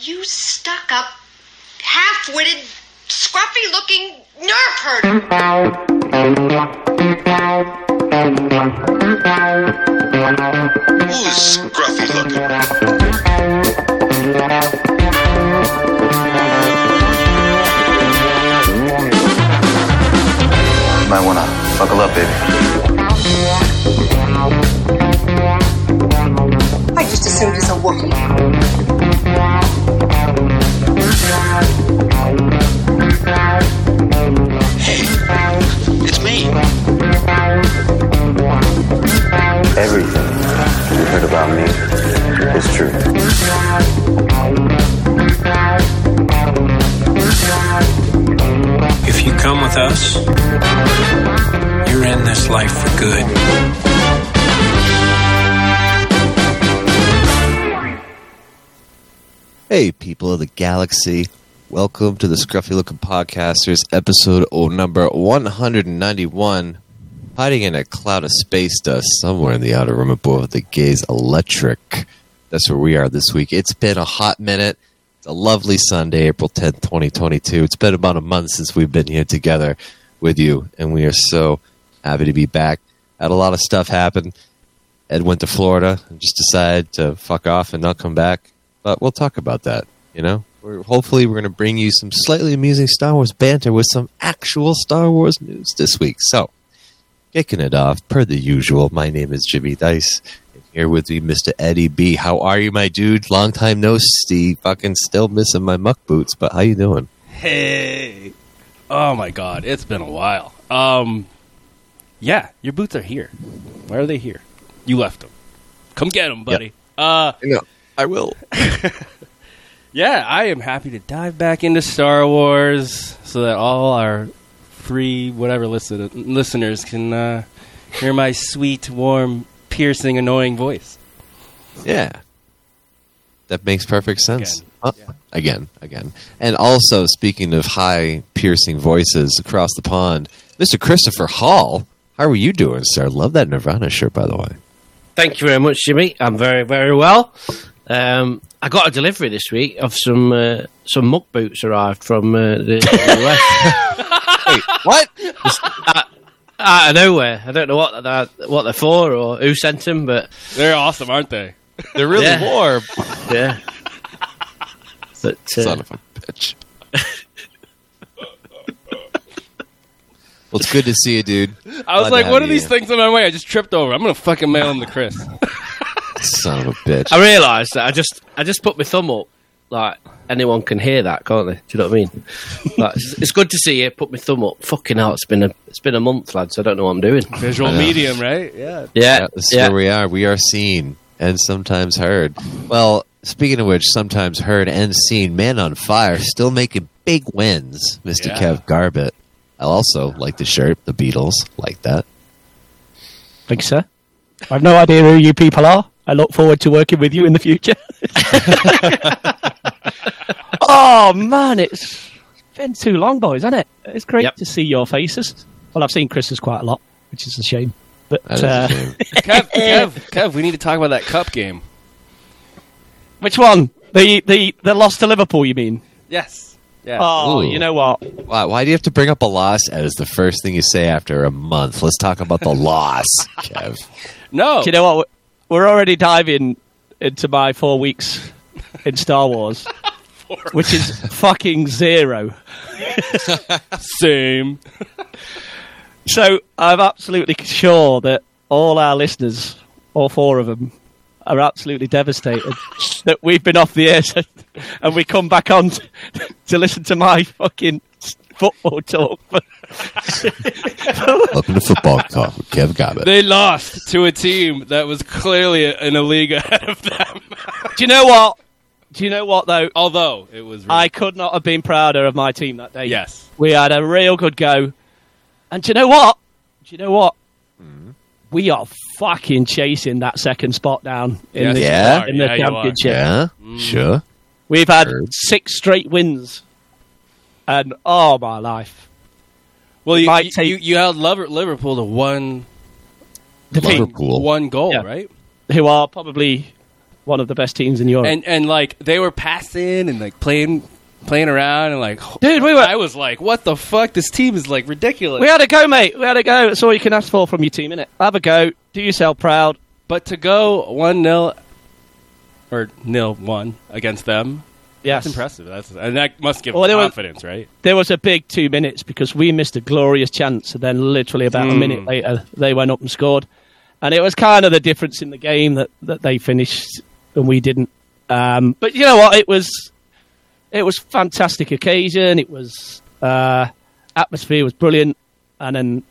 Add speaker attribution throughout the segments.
Speaker 1: you stuck up, half witted, scruffy looking nerve herder?
Speaker 2: Who's scruffy looking?
Speaker 3: Might wanna buckle up, baby.
Speaker 4: I just assumed it's a Wookiee.
Speaker 2: It's me.
Speaker 3: Everything you heard about me is true.
Speaker 5: If you come with us, you're in this life for good.
Speaker 6: Hey, people of the galaxy. Welcome to the Scruffy Looking Podcasters, episode oh, number 191. Hiding in a cloud of space dust somewhere in the outer room above the gaze electric. That's where we are this week. It's been a hot minute. It's a lovely Sunday, April 10th, 2022. It's been about a month since we've been here together with you, and we are so happy to be back. Had a lot of stuff happen. Ed went to Florida and just decided to fuck off and not come back. But we'll talk about that, you know? We're, hopefully, we're going to bring you some slightly amusing Star Wars banter with some actual Star Wars news this week. So, kicking it off, per the usual, my name is Jimmy Dice. And here with me, Mr. Eddie B. How are you, my dude? Long time no see. Fucking still missing my muck boots, but how you doing?
Speaker 7: Hey. Oh my god, it's been a while. Um Yeah, your boots are here. Why are they here? You left them. Come get them, buddy. Uh
Speaker 6: No, I will.
Speaker 7: yeah, I am happy to dive back into Star Wars so that all our three whatever listen- listeners can uh hear my sweet, warm, piercing, annoying voice.
Speaker 6: Yeah. That makes perfect sense.
Speaker 7: Again.
Speaker 6: Huh? Again, again. And also, speaking of high piercing voices across the pond, Mr. Christopher Hall, how are you doing, sir? Love that Nirvana shirt, by the way.
Speaker 8: Thank you very much, Jimmy. I'm very, very well. Um, I got a delivery this week of some uh, some muck boots arrived from uh, the the West.
Speaker 6: What?
Speaker 8: out of nowhere. I don't know what they're, what they're for or who sent them, but
Speaker 7: They're awesome, aren't they?
Speaker 6: They're really
Speaker 8: Yeah.
Speaker 6: warm.
Speaker 8: yeah. But uh,
Speaker 6: Son of a bitch. well, it's good to see you, dude.
Speaker 7: I was
Speaker 6: Glad to
Speaker 7: like,
Speaker 6: have
Speaker 7: what are
Speaker 6: you
Speaker 7: these
Speaker 6: here.
Speaker 7: things in my way? I just tripped over. I'm going to fucking mail them to Chris.
Speaker 6: Son of a bitch.
Speaker 8: I realised that I just I just put my thumb up. Like anyone can hear that, can't they? Do you know what I mean? like, it's it's good to see you. Put my thumb up. Fucking hell, it's been a it's been a month, lads. I don't know what I'm doing.
Speaker 7: Visual medium, right? Yeah.
Speaker 8: Yeah,
Speaker 6: Yeah, that's
Speaker 8: yeah.
Speaker 6: where we are. We are seen and sometimes heard. Well, speaking of which, sometimes heard and seen, Man on Fire still making big wins, Mr.
Speaker 7: Yeah.
Speaker 6: Kev Garbutt. I also like the shirt, the Beatles, like that.
Speaker 9: Thanks, sir. I've no idea who you people are. I look forward to working with you in the future. oh man, it's been too long, boys, hasn't it? It's great
Speaker 8: Yep.
Speaker 9: to see your faces. Well, I've seen Chris's quite a lot, which is a shame. But
Speaker 6: That is
Speaker 9: uh,
Speaker 6: a shame.
Speaker 7: Kev, Kev, Kev, we need to talk about that cup game.
Speaker 9: which one? The the the loss to Liverpool, you mean?
Speaker 7: Yes. Yeah.
Speaker 9: Oh,
Speaker 6: Ooh.
Speaker 9: you know what?
Speaker 6: Why, why do you have to bring up a loss as the first thing you say after a month? Let's talk about the loss, Kev.
Speaker 7: no.
Speaker 9: Do you know what? We're already diving into my four weeks in Star Wars, which is fucking zero.
Speaker 7: Same.
Speaker 9: So I'm absolutely sure that all our listeners, all four of them, are absolutely devastated that we've been off the air so- and we come back on t- to listen to my fucking s- football talk.
Speaker 6: Welcome to Football Talk with Kev Garbutt.
Speaker 7: They lost to a team that was clearly in a league ahead of them.
Speaker 9: Do you know what? Do you know what though?
Speaker 7: Although it was really,
Speaker 9: I could not have been prouder of my team that day.
Speaker 7: yes.
Speaker 9: We had a real good go. And do you know what? Do you know what?
Speaker 7: Mm-hmm.
Speaker 9: We are fucking chasing that second spot down
Speaker 7: Yes,
Speaker 9: in
Speaker 7: you
Speaker 9: the, uh,
Speaker 6: Yeah.
Speaker 7: are.
Speaker 9: in the
Speaker 7: Yeah, you are.
Speaker 9: championship.
Speaker 6: Yeah? Sure.
Speaker 9: We've had
Speaker 6: Sure.
Speaker 9: six straight wins, and oh my life,
Speaker 7: Well, you,
Speaker 9: My
Speaker 7: you,
Speaker 9: take-
Speaker 7: you, you held Liver- Liverpool to one
Speaker 9: Defeat.
Speaker 6: Liverpool.
Speaker 7: one goal,
Speaker 9: Yeah.
Speaker 7: right?
Speaker 9: who are probably one of the best teams in Europe.
Speaker 7: and and like they were passing and like playing playing around and like
Speaker 9: Dude, we were-
Speaker 7: I was like, what the fuck? This team is like ridiculous.
Speaker 9: we had a go, mate. We had a go. That's all you can ask for from your team, innit? Have a go. Do yourself proud.
Speaker 7: but to go one 0 or nil one against them,
Speaker 9: Yes.
Speaker 7: that's impressive. That's and that must give
Speaker 9: Well, they were-
Speaker 7: confidence, right?
Speaker 9: There was a big two minutes because we missed a glorious chance, and then literally about
Speaker 7: Hmm.
Speaker 9: a minute later, they went up and scored. And it was kind of the difference in the game that, that they finished and we didn't. Um, but you know what? It was it was fantastic occasion. It was uh, atmosphere was brilliant, and then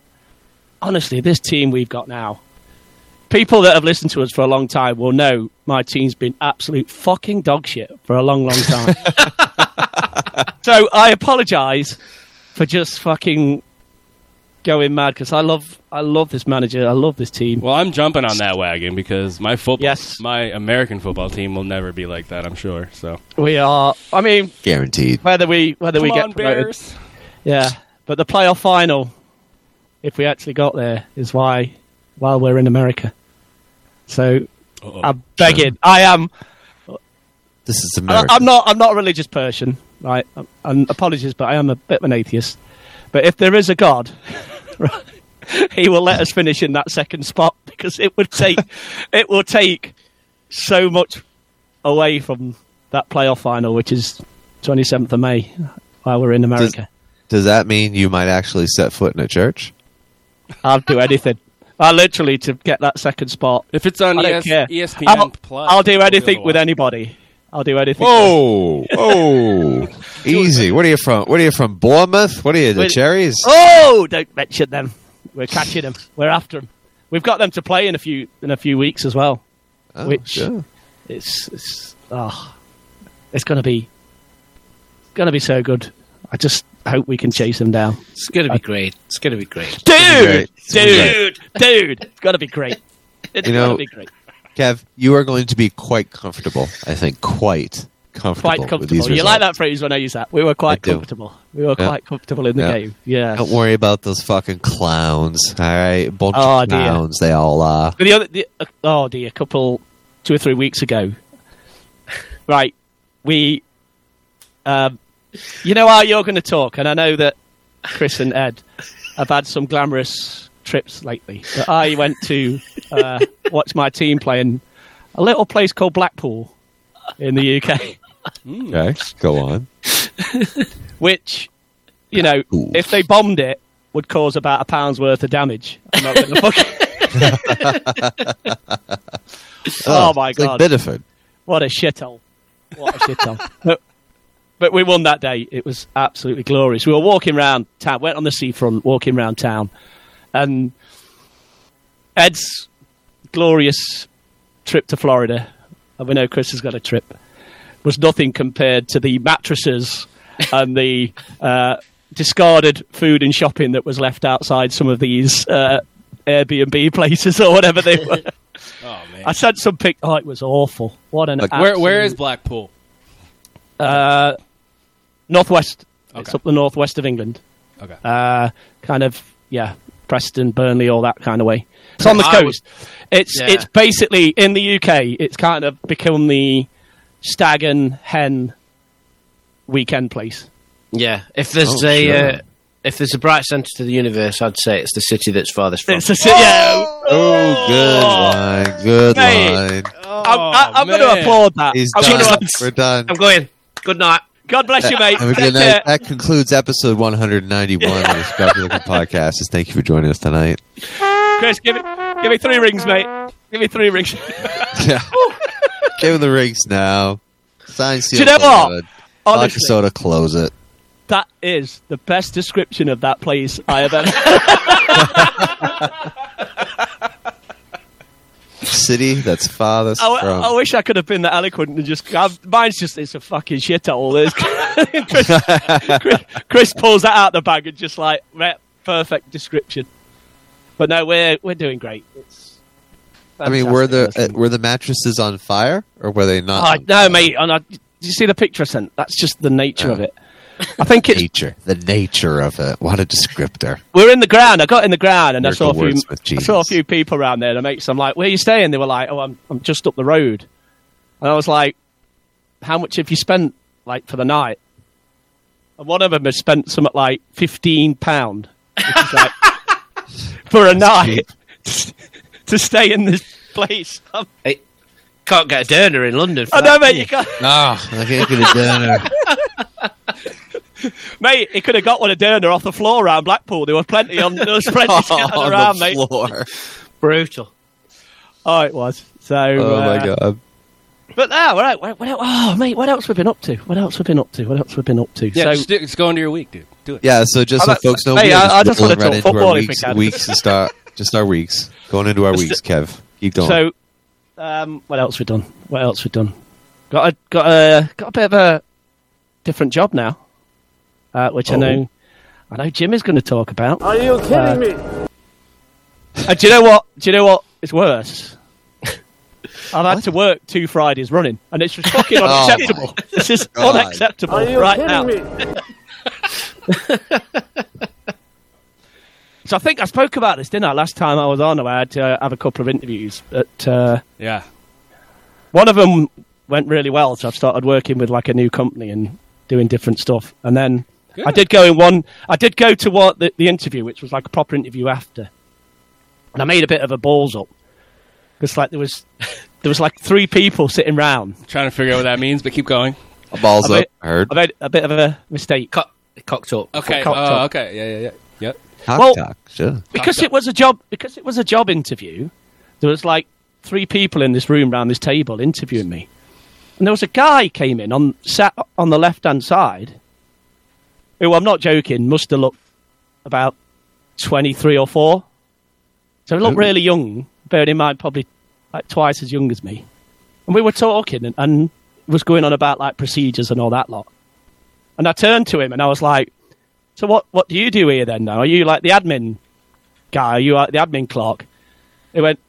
Speaker 9: honestly, this team we've got now. People that have listened to us for a long time will know my team's been absolute fucking dog shit for a long, long time. So I apologise for just fucking going mad because I love I love this manager. I love this team.
Speaker 7: Well, I'm jumping on that wagon because my football,
Speaker 9: Yes.
Speaker 7: my American football team will never be like that. I'm sure. So
Speaker 9: We are. I mean,
Speaker 6: Guaranteed.
Speaker 9: whether we whether we
Speaker 7: Come
Speaker 9: get
Speaker 7: on,
Speaker 9: promoted,
Speaker 7: Bears.
Speaker 9: yeah. But the playoff final, if we actually got there, is why while we're in America. So
Speaker 7: Uh-oh.
Speaker 9: I'm begging. I am.
Speaker 6: This is
Speaker 9: I,
Speaker 6: America.
Speaker 9: I'm not. I'm not a religious person, right? i apologies, but I am a bit of an atheist. But if there is a God, right, he will let us finish in that second spot because it would take, it will take so much away from that playoff final, which is 27th of May, while we're in America.
Speaker 6: Does that mean you might actually set foot in a church?
Speaker 9: I'll do anything. I literally to get that second spot.
Speaker 7: If it's on E
Speaker 9: I don't
Speaker 7: ES-
Speaker 9: care.
Speaker 7: ESPN
Speaker 9: I'll,
Speaker 7: Plus,
Speaker 9: I'll do
Speaker 7: you'll be
Speaker 9: anything
Speaker 7: able to
Speaker 9: with
Speaker 7: watch.
Speaker 9: anybody. I'll do anything.
Speaker 6: Whoa, whoa, easy. What are you from? What are you from? Bournemouth? What are you? The
Speaker 9: Wait.
Speaker 6: cherries?
Speaker 9: Oh, don't mention them. We're catching them. We're after them. We've got them to play in a few in a few weeks as well.
Speaker 6: Oh,
Speaker 9: which-
Speaker 6: sure.
Speaker 9: It's it's oh, it's gonna be it's gonna be so good. I just hope we can chase them down,
Speaker 8: It's gonna be great. It's gonna be great.
Speaker 9: dude,
Speaker 6: great. It's gonna be
Speaker 9: dude, dude. It's gonna be great. It's
Speaker 6: You
Speaker 9: gonna
Speaker 6: know,
Speaker 9: be great.
Speaker 6: Kev, you are going to be quite comfortable. I think quite comfortable.
Speaker 9: Quite
Speaker 6: With these
Speaker 9: comfortable. You
Speaker 6: results.
Speaker 9: like that phrase when I use that? We were quite
Speaker 6: do.
Speaker 9: comfortable. We were
Speaker 6: Yeah.
Speaker 9: quite comfortable in the
Speaker 6: Yeah.
Speaker 9: game. Yeah.
Speaker 6: Don't worry about those fucking clowns. All right, bunch
Speaker 9: Oh,
Speaker 6: of
Speaker 9: dear.
Speaker 6: clowns. They all are.
Speaker 9: But the other, the, uh, oh dear, a couple, two or three weeks ago. Right, we, um, you know how you're going to talk, and I know that Chris and Ed have had some glamorous trips lately. But I went to uh, watch my team play in a little place called Blackpool in the UK,
Speaker 6: Hmm. Okay, go on.
Speaker 9: which, you know,
Speaker 6: Ooh.
Speaker 9: if they bombed it, would cause about a pound's worth of damage. I'm not going to fucking. Oh, my
Speaker 6: it's like
Speaker 9: God.
Speaker 6: Biddeford.
Speaker 9: What a shithole. What a shithole. but, but we won that day. It was absolutely glorious. We were walking around town, went on the seafront, walking around town, and Ed's glorious trip to Florida, and we know Chris has got a trip, was nothing compared to the mattresses and the uh, discarded food and shopping that was left outside some of these uh, Airbnb places or whatever they were.
Speaker 7: Oh man,
Speaker 9: I sent some pic. Oh, it was awful. What an
Speaker 6: Like,
Speaker 7: where where
Speaker 9: absolute-
Speaker 7: is Blackpool?
Speaker 9: uh, northwest. It's
Speaker 7: Okay.
Speaker 9: up the northwest of England.
Speaker 7: Okay,
Speaker 9: Uh, kind of yeah, Preston, Burnley, all that kind of way. It's on the
Speaker 8: I
Speaker 9: coast. It's
Speaker 8: yeah.
Speaker 9: it's basically in the UK. It's kind of become the stag and hen weekend place.
Speaker 8: Yeah. If there's
Speaker 6: Oh,
Speaker 8: a
Speaker 6: sure.
Speaker 8: uh, if there's a bright centre to the universe, I'd say it's the city that's farthest from.
Speaker 9: It's a city. Yeah,
Speaker 6: Oh, good line. Good
Speaker 9: Mate.
Speaker 6: line.
Speaker 9: I'm, I, I'm going to applaud that.
Speaker 6: He's
Speaker 9: I'm
Speaker 6: done.
Speaker 9: gonna-
Speaker 6: We're done.
Speaker 8: I'm going. Good night.
Speaker 9: God bless you, mate.
Speaker 6: Have a
Speaker 9: Take
Speaker 6: good
Speaker 9: care.
Speaker 6: night. That concludes episode 191 of the Scrappy Looking Podcast. Just Thank you for joining us tonight.
Speaker 9: Chris, give me give me three rings, mate. Give me three rings.
Speaker 6: Yeah. Give him the rings now. Sign, seal,
Speaker 9: you know
Speaker 6: delivered.
Speaker 9: what?
Speaker 6: Vodka
Speaker 9: Honestly.
Speaker 6: soda, close it.
Speaker 9: That is the best description of that place I have ever.
Speaker 6: City that's farthest
Speaker 9: I, w-
Speaker 6: from.
Speaker 9: I wish I could have been that eloquent and just. I've, mine's just it's a fucking shithole. There's- Chris, Chris, Chris pulls that out the bag and just like re- perfect description. But no, we're we're doing great. It's
Speaker 6: I mean, were the uh,
Speaker 9: fantastic.
Speaker 6: were the mattresses on fire or were they not?
Speaker 9: Oh,
Speaker 6: on
Speaker 9: no, mate. And I, did you see the picture I sent? That's just the nature of it. I think it's
Speaker 6: nature, the nature of it. What a descriptor!
Speaker 9: we're in the ground. I got in the ground and I saw
Speaker 6: Miracle
Speaker 9: a few.
Speaker 6: wordsmith
Speaker 9: I saw a
Speaker 6: genius.
Speaker 9: few people around there. And I make some like, "Where are you staying?" They were like, "Oh, I'm I'm just up the road." And I was like, how much have you spent like for the night? And one of them had spent something like fifteen pound which is like, for a night to stay in this place. I'm-
Speaker 8: Can't get a dinner in London. For
Speaker 9: I know,
Speaker 8: that,
Speaker 9: mate.
Speaker 8: can
Speaker 9: You can't,
Speaker 6: No, I can't get a dinner.
Speaker 9: mate. He could have got one a dinner off the floor around Blackpool. There were plenty on. There was plenty scattered
Speaker 6: on
Speaker 9: around,
Speaker 6: the
Speaker 9: mate.
Speaker 6: floor.
Speaker 8: Brutal.
Speaker 9: Oh, it was. So,
Speaker 6: Oh
Speaker 9: uh,
Speaker 6: my god.
Speaker 9: But now, right, what, what, el- oh, mate, what else we been up to? What else we been up to? What else we been up to?
Speaker 7: Yeah,
Speaker 9: so,
Speaker 7: just, do- just go into your week, dude. Do it.
Speaker 6: Yeah, so just so
Speaker 9: Oh, that's-
Speaker 6: folks know,
Speaker 9: hey,
Speaker 6: we
Speaker 9: I-
Speaker 6: are
Speaker 9: I just wanna
Speaker 6: rolling
Speaker 9: talk
Speaker 6: right into
Speaker 9: football
Speaker 6: our
Speaker 9: if we
Speaker 6: weeks,
Speaker 9: can.
Speaker 6: weeks and start just our weeks going into our weeks. Kev, keep going.
Speaker 9: so, um, what else we done? What else we done? Got a got a got a bit of a different job now, uh, which I
Speaker 6: Oh.
Speaker 9: know. I know Jim is going to talk about. Are you kidding me? do you know what? Do you know what? It's worse. I've had to work two Fridays running, and it's just fucking
Speaker 6: my
Speaker 9: unacceptable. this is
Speaker 6: God.
Speaker 9: unacceptable right now. So I think I spoke about this, didn't I? Last time I was on, I had to have a couple of interviews. At uh,
Speaker 7: Yeah.
Speaker 9: one of them went really well, so I've started working with like a new company and doing different stuff. And then I
Speaker 7: Good.
Speaker 9: did go in one. I did go to what the, the interview, which was like a proper interview after, and I made a bit of a balls up because like there was there was like three people sitting round.
Speaker 7: Trying to figure out what that means, but keep going.
Speaker 6: balls
Speaker 9: I
Speaker 6: up.
Speaker 9: made,
Speaker 6: I heard.
Speaker 9: I made a bit of a mistake.
Speaker 8: Cock, cocked up.
Speaker 7: Okay.
Speaker 9: Cock
Speaker 7: Uh,
Speaker 9: talk.
Speaker 7: okay. Yeah. Yeah. Yeah. Yep.
Speaker 6: Talk,
Speaker 9: well-
Speaker 6: talk, sure.
Speaker 9: because it was a job because it was a job interview there was like three people in this room round this table interviewing me and there was a guy came in on sat on the left hand side who i'm not joking must have looked about 23 or 4 so he looked
Speaker 6: Ooh.
Speaker 9: really young bearing in mind probably like twice as young as me and we were talking and, and was going on about like procedures and all that lot and i turned to him and i was like so what, what do you do here then now are you like the admin guy, are you uh, the admin clerk? He went,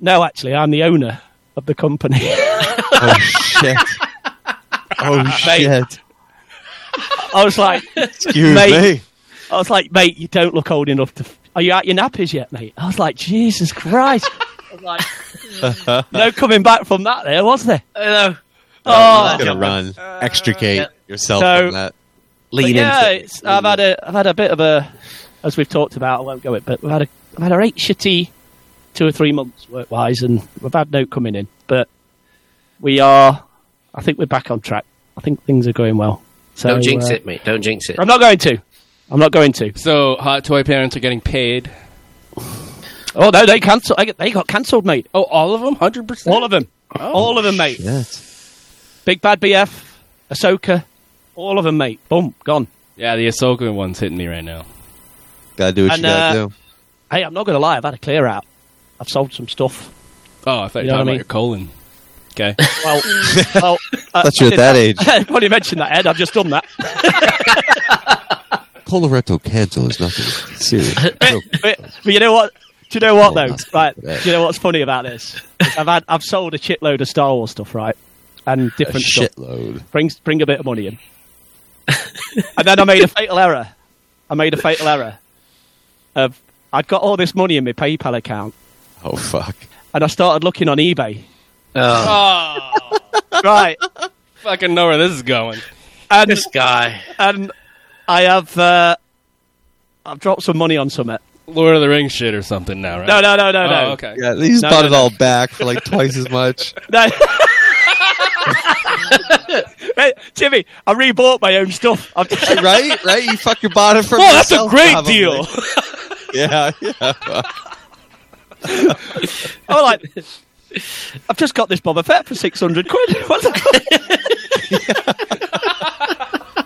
Speaker 9: no, actually, I'm the owner of the company.
Speaker 6: Oh shit. Oh shit.
Speaker 9: I was like,
Speaker 6: Excuse
Speaker 9: Mate.
Speaker 6: me.
Speaker 9: I was like, mate, you don't look old enough to. F- are you out your nappies yet, mate? I was like, Jesus Christ. I was like, no coming back from that, there was there.
Speaker 8: Hello.
Speaker 9: Oh,
Speaker 6: gonna run. Extricate yourself
Speaker 9: So-
Speaker 6: from that.
Speaker 9: But
Speaker 8: Lean
Speaker 9: yeah,
Speaker 8: into it.
Speaker 9: it's, I've had a, I've had a bit of a, as we've talked about, I won't go it, but we've had a, I've had a right shitty two or three months work wise, and we've had no coming in, but we are, I think we're back on track. I think things are going well. So,
Speaker 8: Don't jinx
Speaker 9: uh,
Speaker 8: it, mate. Don't jinx it.
Speaker 9: I'm not going to. I'm not going to.
Speaker 7: So hot toy parents are getting paid.
Speaker 9: Oh no, they cancelled. they got- They got cancelled, mate.
Speaker 7: Oh, all of them, hundred percent.
Speaker 9: All of them.
Speaker 8: Oh,
Speaker 9: All of them, mate.
Speaker 6: Yes.
Speaker 9: Big Bad BF, Ahsoka, all of them, mate. Boom, gone.
Speaker 7: Yeah, the Ahsoka one's hitting me right now.
Speaker 6: Gotta do what
Speaker 9: And,
Speaker 6: you gotta
Speaker 9: uh,
Speaker 6: do.
Speaker 9: Hey, I'm not going to lie. I've had a clear out. I've sold some stuff.
Speaker 7: Oh, I thought
Speaker 9: You
Speaker 7: you
Speaker 9: know
Speaker 7: were
Speaker 9: what I
Speaker 7: talking
Speaker 9: mean?
Speaker 7: about your colon. Okay.
Speaker 9: Well, well uh, I,
Speaker 6: Thought you were at that age.
Speaker 9: When you mentioned that, Ed, I've just done that.
Speaker 6: Colorectal cancer is nothing serious.
Speaker 9: But, but you know what? Do you know what
Speaker 6: Oh,
Speaker 9: though?
Speaker 6: that's
Speaker 9: Right?
Speaker 6: good.
Speaker 9: Do you know what's funny about this? I've had I've sold a shitload of Star Wars stuff, right? And
Speaker 6: a
Speaker 9: different stuff.
Speaker 6: shitload.
Speaker 9: Bring bring a bit of money in. and then I made a fatal error. I made a fatal error. Of I'd got all this money in my PayPal account,
Speaker 6: Oh fuck.
Speaker 9: and I started looking on eBay.
Speaker 8: Oh,
Speaker 7: oh,
Speaker 9: Right,
Speaker 7: fucking know where this is going.
Speaker 9: and
Speaker 8: this guy.
Speaker 9: and I have uh, I've dropped some money on Summit.
Speaker 7: Lord of the Rings shit or something now, right?
Speaker 9: No, no, no, no,
Speaker 7: Oh,
Speaker 9: no.
Speaker 7: okay.
Speaker 6: Yeah, he's
Speaker 9: No,
Speaker 6: bought
Speaker 9: no,
Speaker 6: it
Speaker 9: no.
Speaker 6: all back for like twice as much.
Speaker 9: No. Hey, Jimmy, I rebought my own stuff. I'm just, Oh,
Speaker 6: right? Right? You fucking bought it for
Speaker 7: Whoa, that's a
Speaker 6: yourself,
Speaker 7: great
Speaker 6: probably.
Speaker 7: deal.
Speaker 6: Yeah, yeah.
Speaker 9: I'm like, I've just got this Boba Fett for 600 quid. What the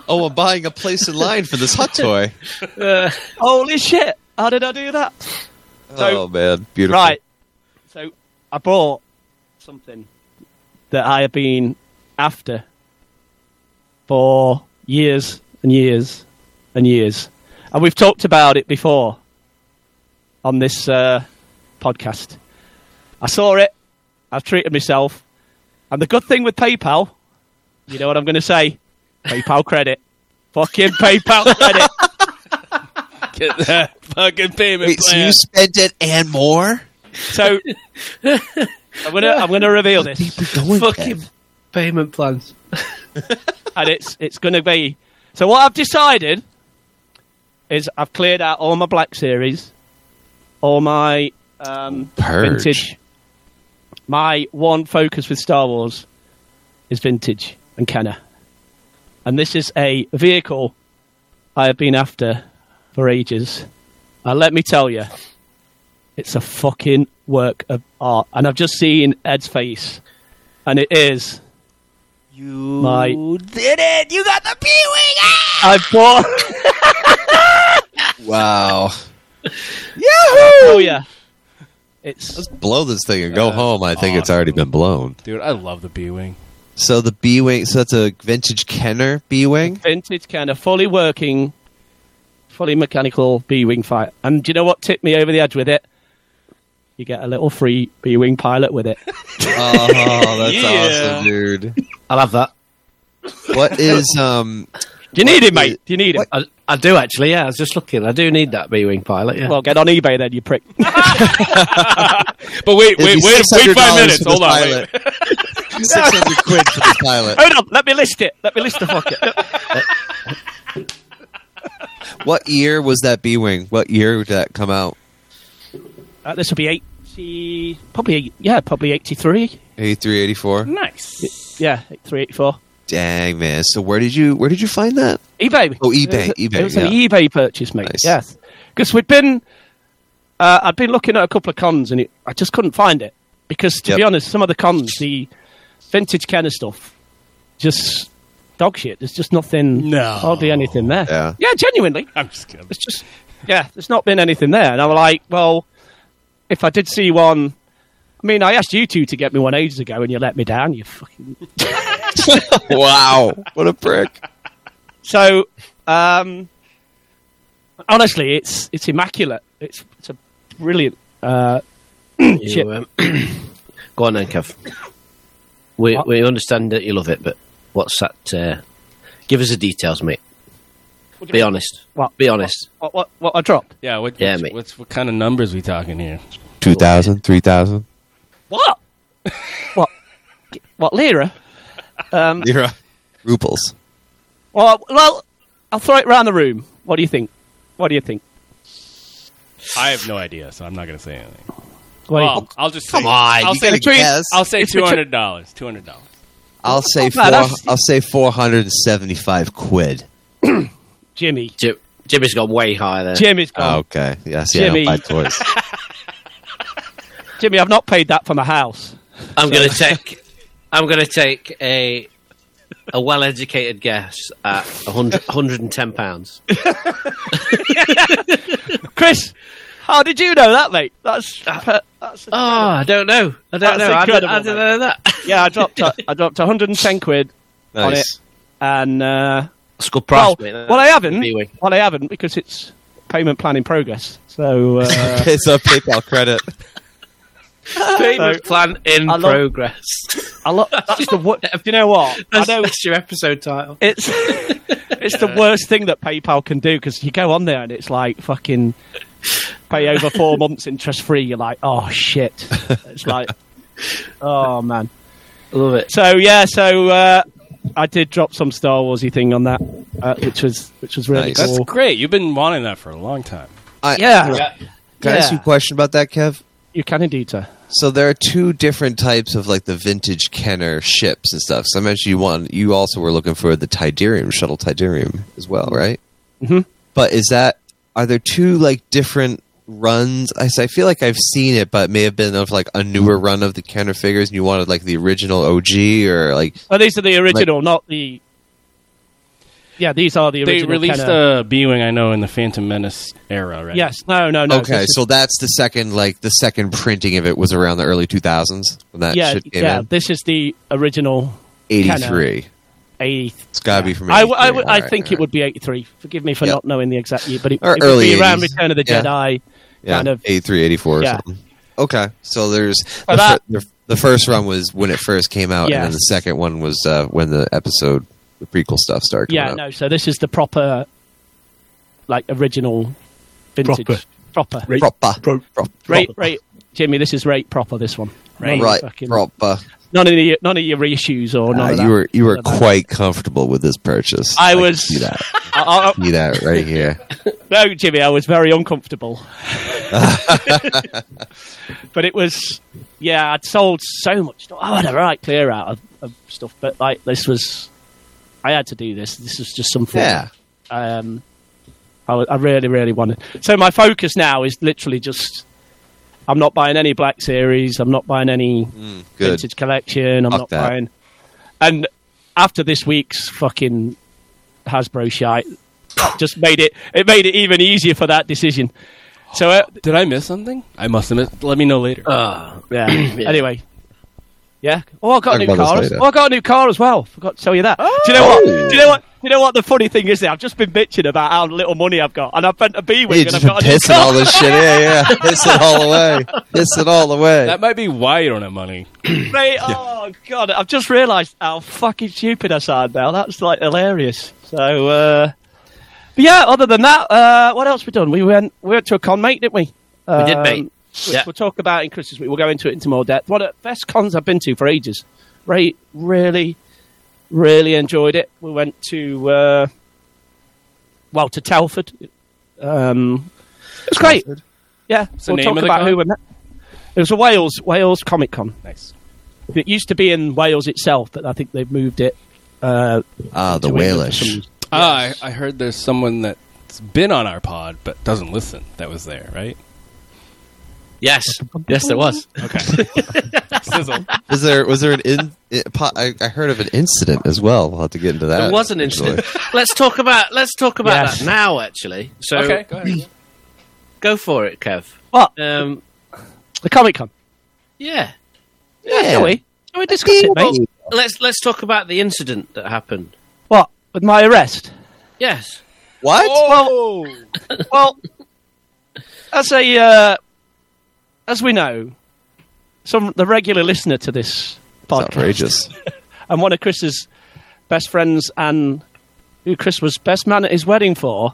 Speaker 6: Oh, I'm buying a place in line for this hot toy.
Speaker 9: Holy shit. How did I do that? So-
Speaker 6: oh man, beautiful.
Speaker 9: Right. So I bought something that I have been after for years and years and years. And we've talked about it before on this uh, podcast. I saw it. I've treated myself. And the good thing with PayPal, you know what I'm going to say? PayPal credit. Fucking PayPal credit.
Speaker 7: Get that fucking payment
Speaker 6: Wait, so
Speaker 7: plan.
Speaker 6: you spent it and more?
Speaker 9: So I'm going to I'm going to reveal this.
Speaker 6: Keep it going,
Speaker 8: Fucking
Speaker 6: Kev.
Speaker 8: payment plans.
Speaker 9: and it's it's going to be. So what I've decided is I've cleared out all my Black Series, all my um,
Speaker 6: Purge.
Speaker 9: vintage. My one focus with Star Wars is vintage and Kenner, and this is a vehicle I have been after for ages. And let me tell you, it's a fucking work of art, and I've just seen Ed's face, and it is.
Speaker 7: You
Speaker 9: My-
Speaker 7: did it! You got the peewing!
Speaker 9: I bought.
Speaker 6: Wow.
Speaker 9: oh yeah. It's
Speaker 6: Let's blow this thing and go home. I think it's already been blown.
Speaker 7: Dude, I love the B Wing.
Speaker 6: So the B wing. So that's a vintage Kenner B wing.
Speaker 9: vintage kind of fully working, fully mechanical B wing fight. And do you know what tipped me over the edge with it? You get a little free B wing pilot with it.
Speaker 6: Oh, that's
Speaker 7: Yeah.
Speaker 6: awesome, dude.
Speaker 8: I'll have that.
Speaker 6: What is um?
Speaker 9: Do you need him, mate? Do you need him?
Speaker 8: I, I do actually. Yeah, I was just looking. I do need that B wing pilot. Yeah.
Speaker 9: Well, get on eBay then, you prick.
Speaker 2: But wait,
Speaker 6: it'd
Speaker 2: wait,
Speaker 6: be
Speaker 2: wait, wait
Speaker 6: $600
Speaker 2: five minutes.
Speaker 6: for the
Speaker 2: Hold on. wait.
Speaker 6: pilot. Six hundred quid for the pilot.
Speaker 9: Hold on, let me list it. Let me list the fuck it.
Speaker 6: What year was that B wing? What year did that come out?
Speaker 9: Uh, this will be eighty, probably yeah, probably eighty-three.
Speaker 6: 83, 84?
Speaker 7: Nice.
Speaker 9: Yeah, eighty-three, eighty-four.
Speaker 6: Dang man! So where did you where did you find that?
Speaker 9: eBay.
Speaker 6: Oh, eBay,
Speaker 9: It was,
Speaker 6: eBay,
Speaker 9: It was an
Speaker 6: yeah.
Speaker 9: eBay purchase, mate.
Speaker 6: Nice.
Speaker 9: Yes, because we'd been. Uh, I'd been looking at a couple of cons, and it, I just couldn't find it because, to
Speaker 6: Yep.
Speaker 9: be honest, some of the cons, the vintage Kenner stuff, just dog shit. There's just nothing.
Speaker 7: No.
Speaker 9: hardly anything there.
Speaker 6: Yeah.
Speaker 9: genuinely.
Speaker 7: I'm just kidding.
Speaker 9: It's just yeah, there's not been anything there, and I'm like, well, if I did see one. I mean, I asked you two to get me one ages ago, and you let me down. You fucking
Speaker 6: wow, what a prick!
Speaker 9: So, um, honestly, it's it's immaculate. It's it's a brilliant. Uh,
Speaker 8: You,
Speaker 9: shit.
Speaker 8: um, go on then, Kev. We
Speaker 9: What?
Speaker 8: we understand that you love it, but what's that? Uh, give us the details, mate.
Speaker 9: What do you
Speaker 8: Be
Speaker 9: mean?
Speaker 8: honest.
Speaker 9: What?
Speaker 8: Be honest.
Speaker 9: What what, what I dropped?
Speaker 7: Yeah, what,
Speaker 8: Yeah,
Speaker 7: what's,
Speaker 8: mate.
Speaker 7: what's, what kind of numbers we talking here?
Speaker 6: 2,000, 3,000?
Speaker 9: What? what? What lira?
Speaker 6: Lira. Rubles.
Speaker 9: Well, well, I'll throw it round the room. What do you think? What do you think?
Speaker 7: I have no idea, so I'm not going to say anything.
Speaker 9: What do you
Speaker 7: Well,
Speaker 9: think?
Speaker 7: I'll just
Speaker 6: Come
Speaker 7: say,
Speaker 6: on,
Speaker 7: I'll
Speaker 6: you
Speaker 7: say
Speaker 6: gotta guess.
Speaker 7: I'll say
Speaker 9: It's between-
Speaker 7: two hundred dollars. Two hundred dollars.
Speaker 6: I'll say four.
Speaker 9: bad, that's-
Speaker 6: I'll say four hundred and seventy-five quid.
Speaker 9: Jimmy.
Speaker 8: Jim, Jimmy's gone way higher there.
Speaker 9: Jimmy's gone.
Speaker 6: Oh, okay. Yes. Yeah. I don't
Speaker 9: Oh. Jimmy.
Speaker 6: buy toys.
Speaker 9: Jimmy, I've not paid that for my house.
Speaker 8: I'm going to take. I'm going to take a a well-educated guess at 100, 110 pounds.
Speaker 9: Chris, how did you know that, mate? That's that's.
Speaker 8: Oh, I don't know. I don't
Speaker 9: That's
Speaker 8: know. I don't, I
Speaker 9: incredible,
Speaker 8: don't
Speaker 9: mate.
Speaker 8: know that.
Speaker 9: yeah, I dropped a, I dropped 110 quid on it,
Speaker 6: Nice.
Speaker 9: and uh,
Speaker 8: That's a good price,
Speaker 9: well,
Speaker 8: mate. That's
Speaker 9: well, I
Speaker 8: a
Speaker 9: haven't.
Speaker 8: big wing.
Speaker 9: Well, I haven't because it's payment plan in progress. So uh,
Speaker 6: it's a PayPal credit.
Speaker 8: Payment plan in
Speaker 9: I love-
Speaker 8: progress.
Speaker 9: I lo- that's the wor- Do you know what? I
Speaker 8: That's,
Speaker 9: know
Speaker 8: that's your episode title.
Speaker 9: it's it's the worst thing that PayPal can do because you go on there and it's like fucking pay over four months interest free. You're like, oh shit. It's like, oh man.
Speaker 8: Love it.
Speaker 9: So yeah, so uh, I did drop some Star Warsy thing on that, uh, which was which was really
Speaker 6: Nice.
Speaker 7: That's
Speaker 9: cool.
Speaker 7: great. You've been wanting that for a long time.
Speaker 6: I,
Speaker 9: Yeah,
Speaker 6: Can I ask you a
Speaker 9: yeah.
Speaker 6: question about that, Kev?
Speaker 9: you can indeed. Sir.
Speaker 6: So there are two different types of like the vintage Kenner ships and stuff. So I mentioned you one. You also were looking for the Tiderium shuttle, Tiderium as well, right? Mm-hmm. But is that are there two like different runs? I s- I feel like I've seen it, but it may have been of like a newer run of the Kenner figures, and you wanted like the original OG or like
Speaker 9: Oh, these are the original, not the. Yeah, these are the
Speaker 7: They
Speaker 9: original.
Speaker 7: released
Speaker 9: Kenner.
Speaker 7: a B wing, I know, in the Phantom Menace era, right?
Speaker 9: Yes, no, no, no.
Speaker 6: okay,
Speaker 9: this is-
Speaker 6: so that's the second like the second printing of it was around the early two thousands when that
Speaker 9: yeah,
Speaker 6: shit came
Speaker 9: yeah.
Speaker 6: in.
Speaker 9: This is the original
Speaker 6: Eighty three.
Speaker 9: eighty.
Speaker 6: It's gotta be from.
Speaker 9: I, w-
Speaker 6: 83.
Speaker 9: I, w- I
Speaker 6: Alright,
Speaker 9: think it
Speaker 6: alright.
Speaker 9: would be eighty-three. Forgive me for
Speaker 6: Yep.
Speaker 9: not knowing the exact year, but it,
Speaker 6: Or
Speaker 9: it would
Speaker 6: early
Speaker 9: be around
Speaker 6: 80s.
Speaker 9: Return of the
Speaker 6: Yeah.
Speaker 9: Jedi.
Speaker 6: yeah,
Speaker 9: kind of-
Speaker 6: 83, 84 or
Speaker 9: Yeah.
Speaker 6: something. Okay, so there's the,
Speaker 9: But that-
Speaker 6: fir- the, the first run was when it first came out, and then
Speaker 9: Yes.
Speaker 6: the second one was uh, when the episode, the prequel stuff started.
Speaker 9: Yeah,
Speaker 6: coming
Speaker 9: no.
Speaker 6: out.
Speaker 9: So this is the proper, like original, vintage
Speaker 2: Proper.
Speaker 9: proper.
Speaker 2: Right.
Speaker 6: proper,
Speaker 2: Pro-
Speaker 6: Pro-
Speaker 9: Rate, rate, Jimmy. This is rate proper. This one,
Speaker 6: right,
Speaker 9: Fucking-
Speaker 6: proper.
Speaker 9: None of the none of your reissues or none.
Speaker 6: Uh,
Speaker 9: of
Speaker 6: you
Speaker 9: that.
Speaker 6: were you were
Speaker 9: None of that.
Speaker 6: quite comfortable with this purchase.
Speaker 9: I
Speaker 6: can
Speaker 9: was-
Speaker 6: see that.
Speaker 9: I- I-
Speaker 6: See that right here.
Speaker 9: no, Jimmy, I was very uncomfortable. but it was, yeah, I'd sold so much. stuff. I had a right clear out of, of stuff, but like this was, I had to do this. This was just something.
Speaker 6: Yeah.
Speaker 9: um, I, wa- I really, really wanted. So my focus now is literally just. I'm not buying any Black Series. I'm not buying any
Speaker 6: Good.
Speaker 9: vintage collection. I'm
Speaker 6: Fuck
Speaker 9: not
Speaker 6: that.
Speaker 9: buying. And after this week's fucking Hasbro shite, that just made it. It made it even easier for that decision. So uh,
Speaker 7: Did I miss something? I must have missed. Let me know later.
Speaker 6: Uh,
Speaker 8: Ah,
Speaker 9: yeah. Anyway. Yeah. Oh, I got a
Speaker 6: Talk
Speaker 9: new
Speaker 6: about this
Speaker 9: car. as-
Speaker 6: later.
Speaker 9: Oh, I got a new car as well. Forgot to tell you that. Do you know what?
Speaker 6: Oh.
Speaker 9: Do you know what? Do you know what the funny thing is? There, I've just been bitching about how little money I've got, and I've spent a B
Speaker 6: you
Speaker 9: wing, and
Speaker 6: just
Speaker 9: I've
Speaker 6: been
Speaker 9: got a new
Speaker 6: pissing all
Speaker 9: car.
Speaker 6: this shit. Yeah, yeah. Piss it all away. Piss it all away.
Speaker 7: that might be why you don't have money.
Speaker 9: Mate, Oh god, I've just realised how fucking stupid I sound now. That's like hilarious. So, uh, but yeah. Other than that, uh, what else we done? We went we went to a con, mate, didn't we?
Speaker 8: we did,
Speaker 9: Um,
Speaker 8: mate.
Speaker 9: which
Speaker 8: Yeah.
Speaker 9: we'll talk about in Christmas week. We'll go into it into more depth. One of the best cons I've been to for ages. Right, really, really enjoyed it. We went to uh, well to Telford. Um, it was great. Yeah,
Speaker 7: the
Speaker 9: we'll
Speaker 7: name
Speaker 9: talk
Speaker 7: of the
Speaker 9: about
Speaker 7: con?
Speaker 9: who we met. It was a Wales Wales Comic Con.
Speaker 7: Nice.
Speaker 9: It used to be in Wales itself, but I think they've moved it. Uh,
Speaker 6: ah, the
Speaker 9: to England for
Speaker 6: whalish.
Speaker 9: some-
Speaker 7: Ah, I, I heard there's someone that's been on our pod but doesn't listen. That was there, right?
Speaker 8: Yes, yes, there was.
Speaker 7: Sizzle.
Speaker 6: Was there was there an in? It, po- I, I heard of an incident as well. I'll have to get into that.
Speaker 8: There was an
Speaker 6: actually.
Speaker 8: incident. let's talk about let's talk about
Speaker 9: Yes.
Speaker 8: that now. Actually, so
Speaker 7: okay, go ahead.
Speaker 8: go for it, Kev.
Speaker 9: What
Speaker 8: Um,
Speaker 9: the Comic Con?
Speaker 8: yeah,
Speaker 9: Shall we? Shall we discuss it, mate?
Speaker 8: let's let's talk about the incident that happened.
Speaker 9: What with my arrest?
Speaker 8: Yes,
Speaker 6: What?
Speaker 9: Oh, Well, well, as a uh, as we know, some the regular listener to this
Speaker 6: It's
Speaker 9: podcast
Speaker 6: outrageous.
Speaker 9: and one of Chris's best friends and who Chris was best man at his wedding for,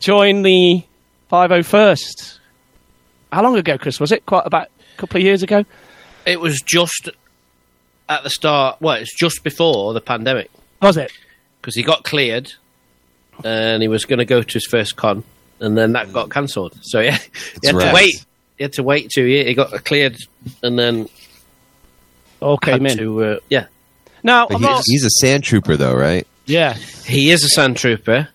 Speaker 9: joined the 501st. How long ago, Chris, was it? Quite about a couple of years ago?
Speaker 8: it was just at the start. Well, it's just before the pandemic
Speaker 9: Was it?
Speaker 8: because he got cleared and he was going to go to his first con, and then that got cancelled. So yeah, he had
Speaker 6: right.
Speaker 8: to wait. He had to wait two years. He got cleared, and then
Speaker 9: All came
Speaker 8: had
Speaker 9: in.
Speaker 8: to uh, yeah.
Speaker 9: Now,
Speaker 6: But
Speaker 9: I'm
Speaker 6: he-
Speaker 9: not-
Speaker 6: he's a sand trooper, though, right?
Speaker 9: yeah,
Speaker 8: He is a sand trooper.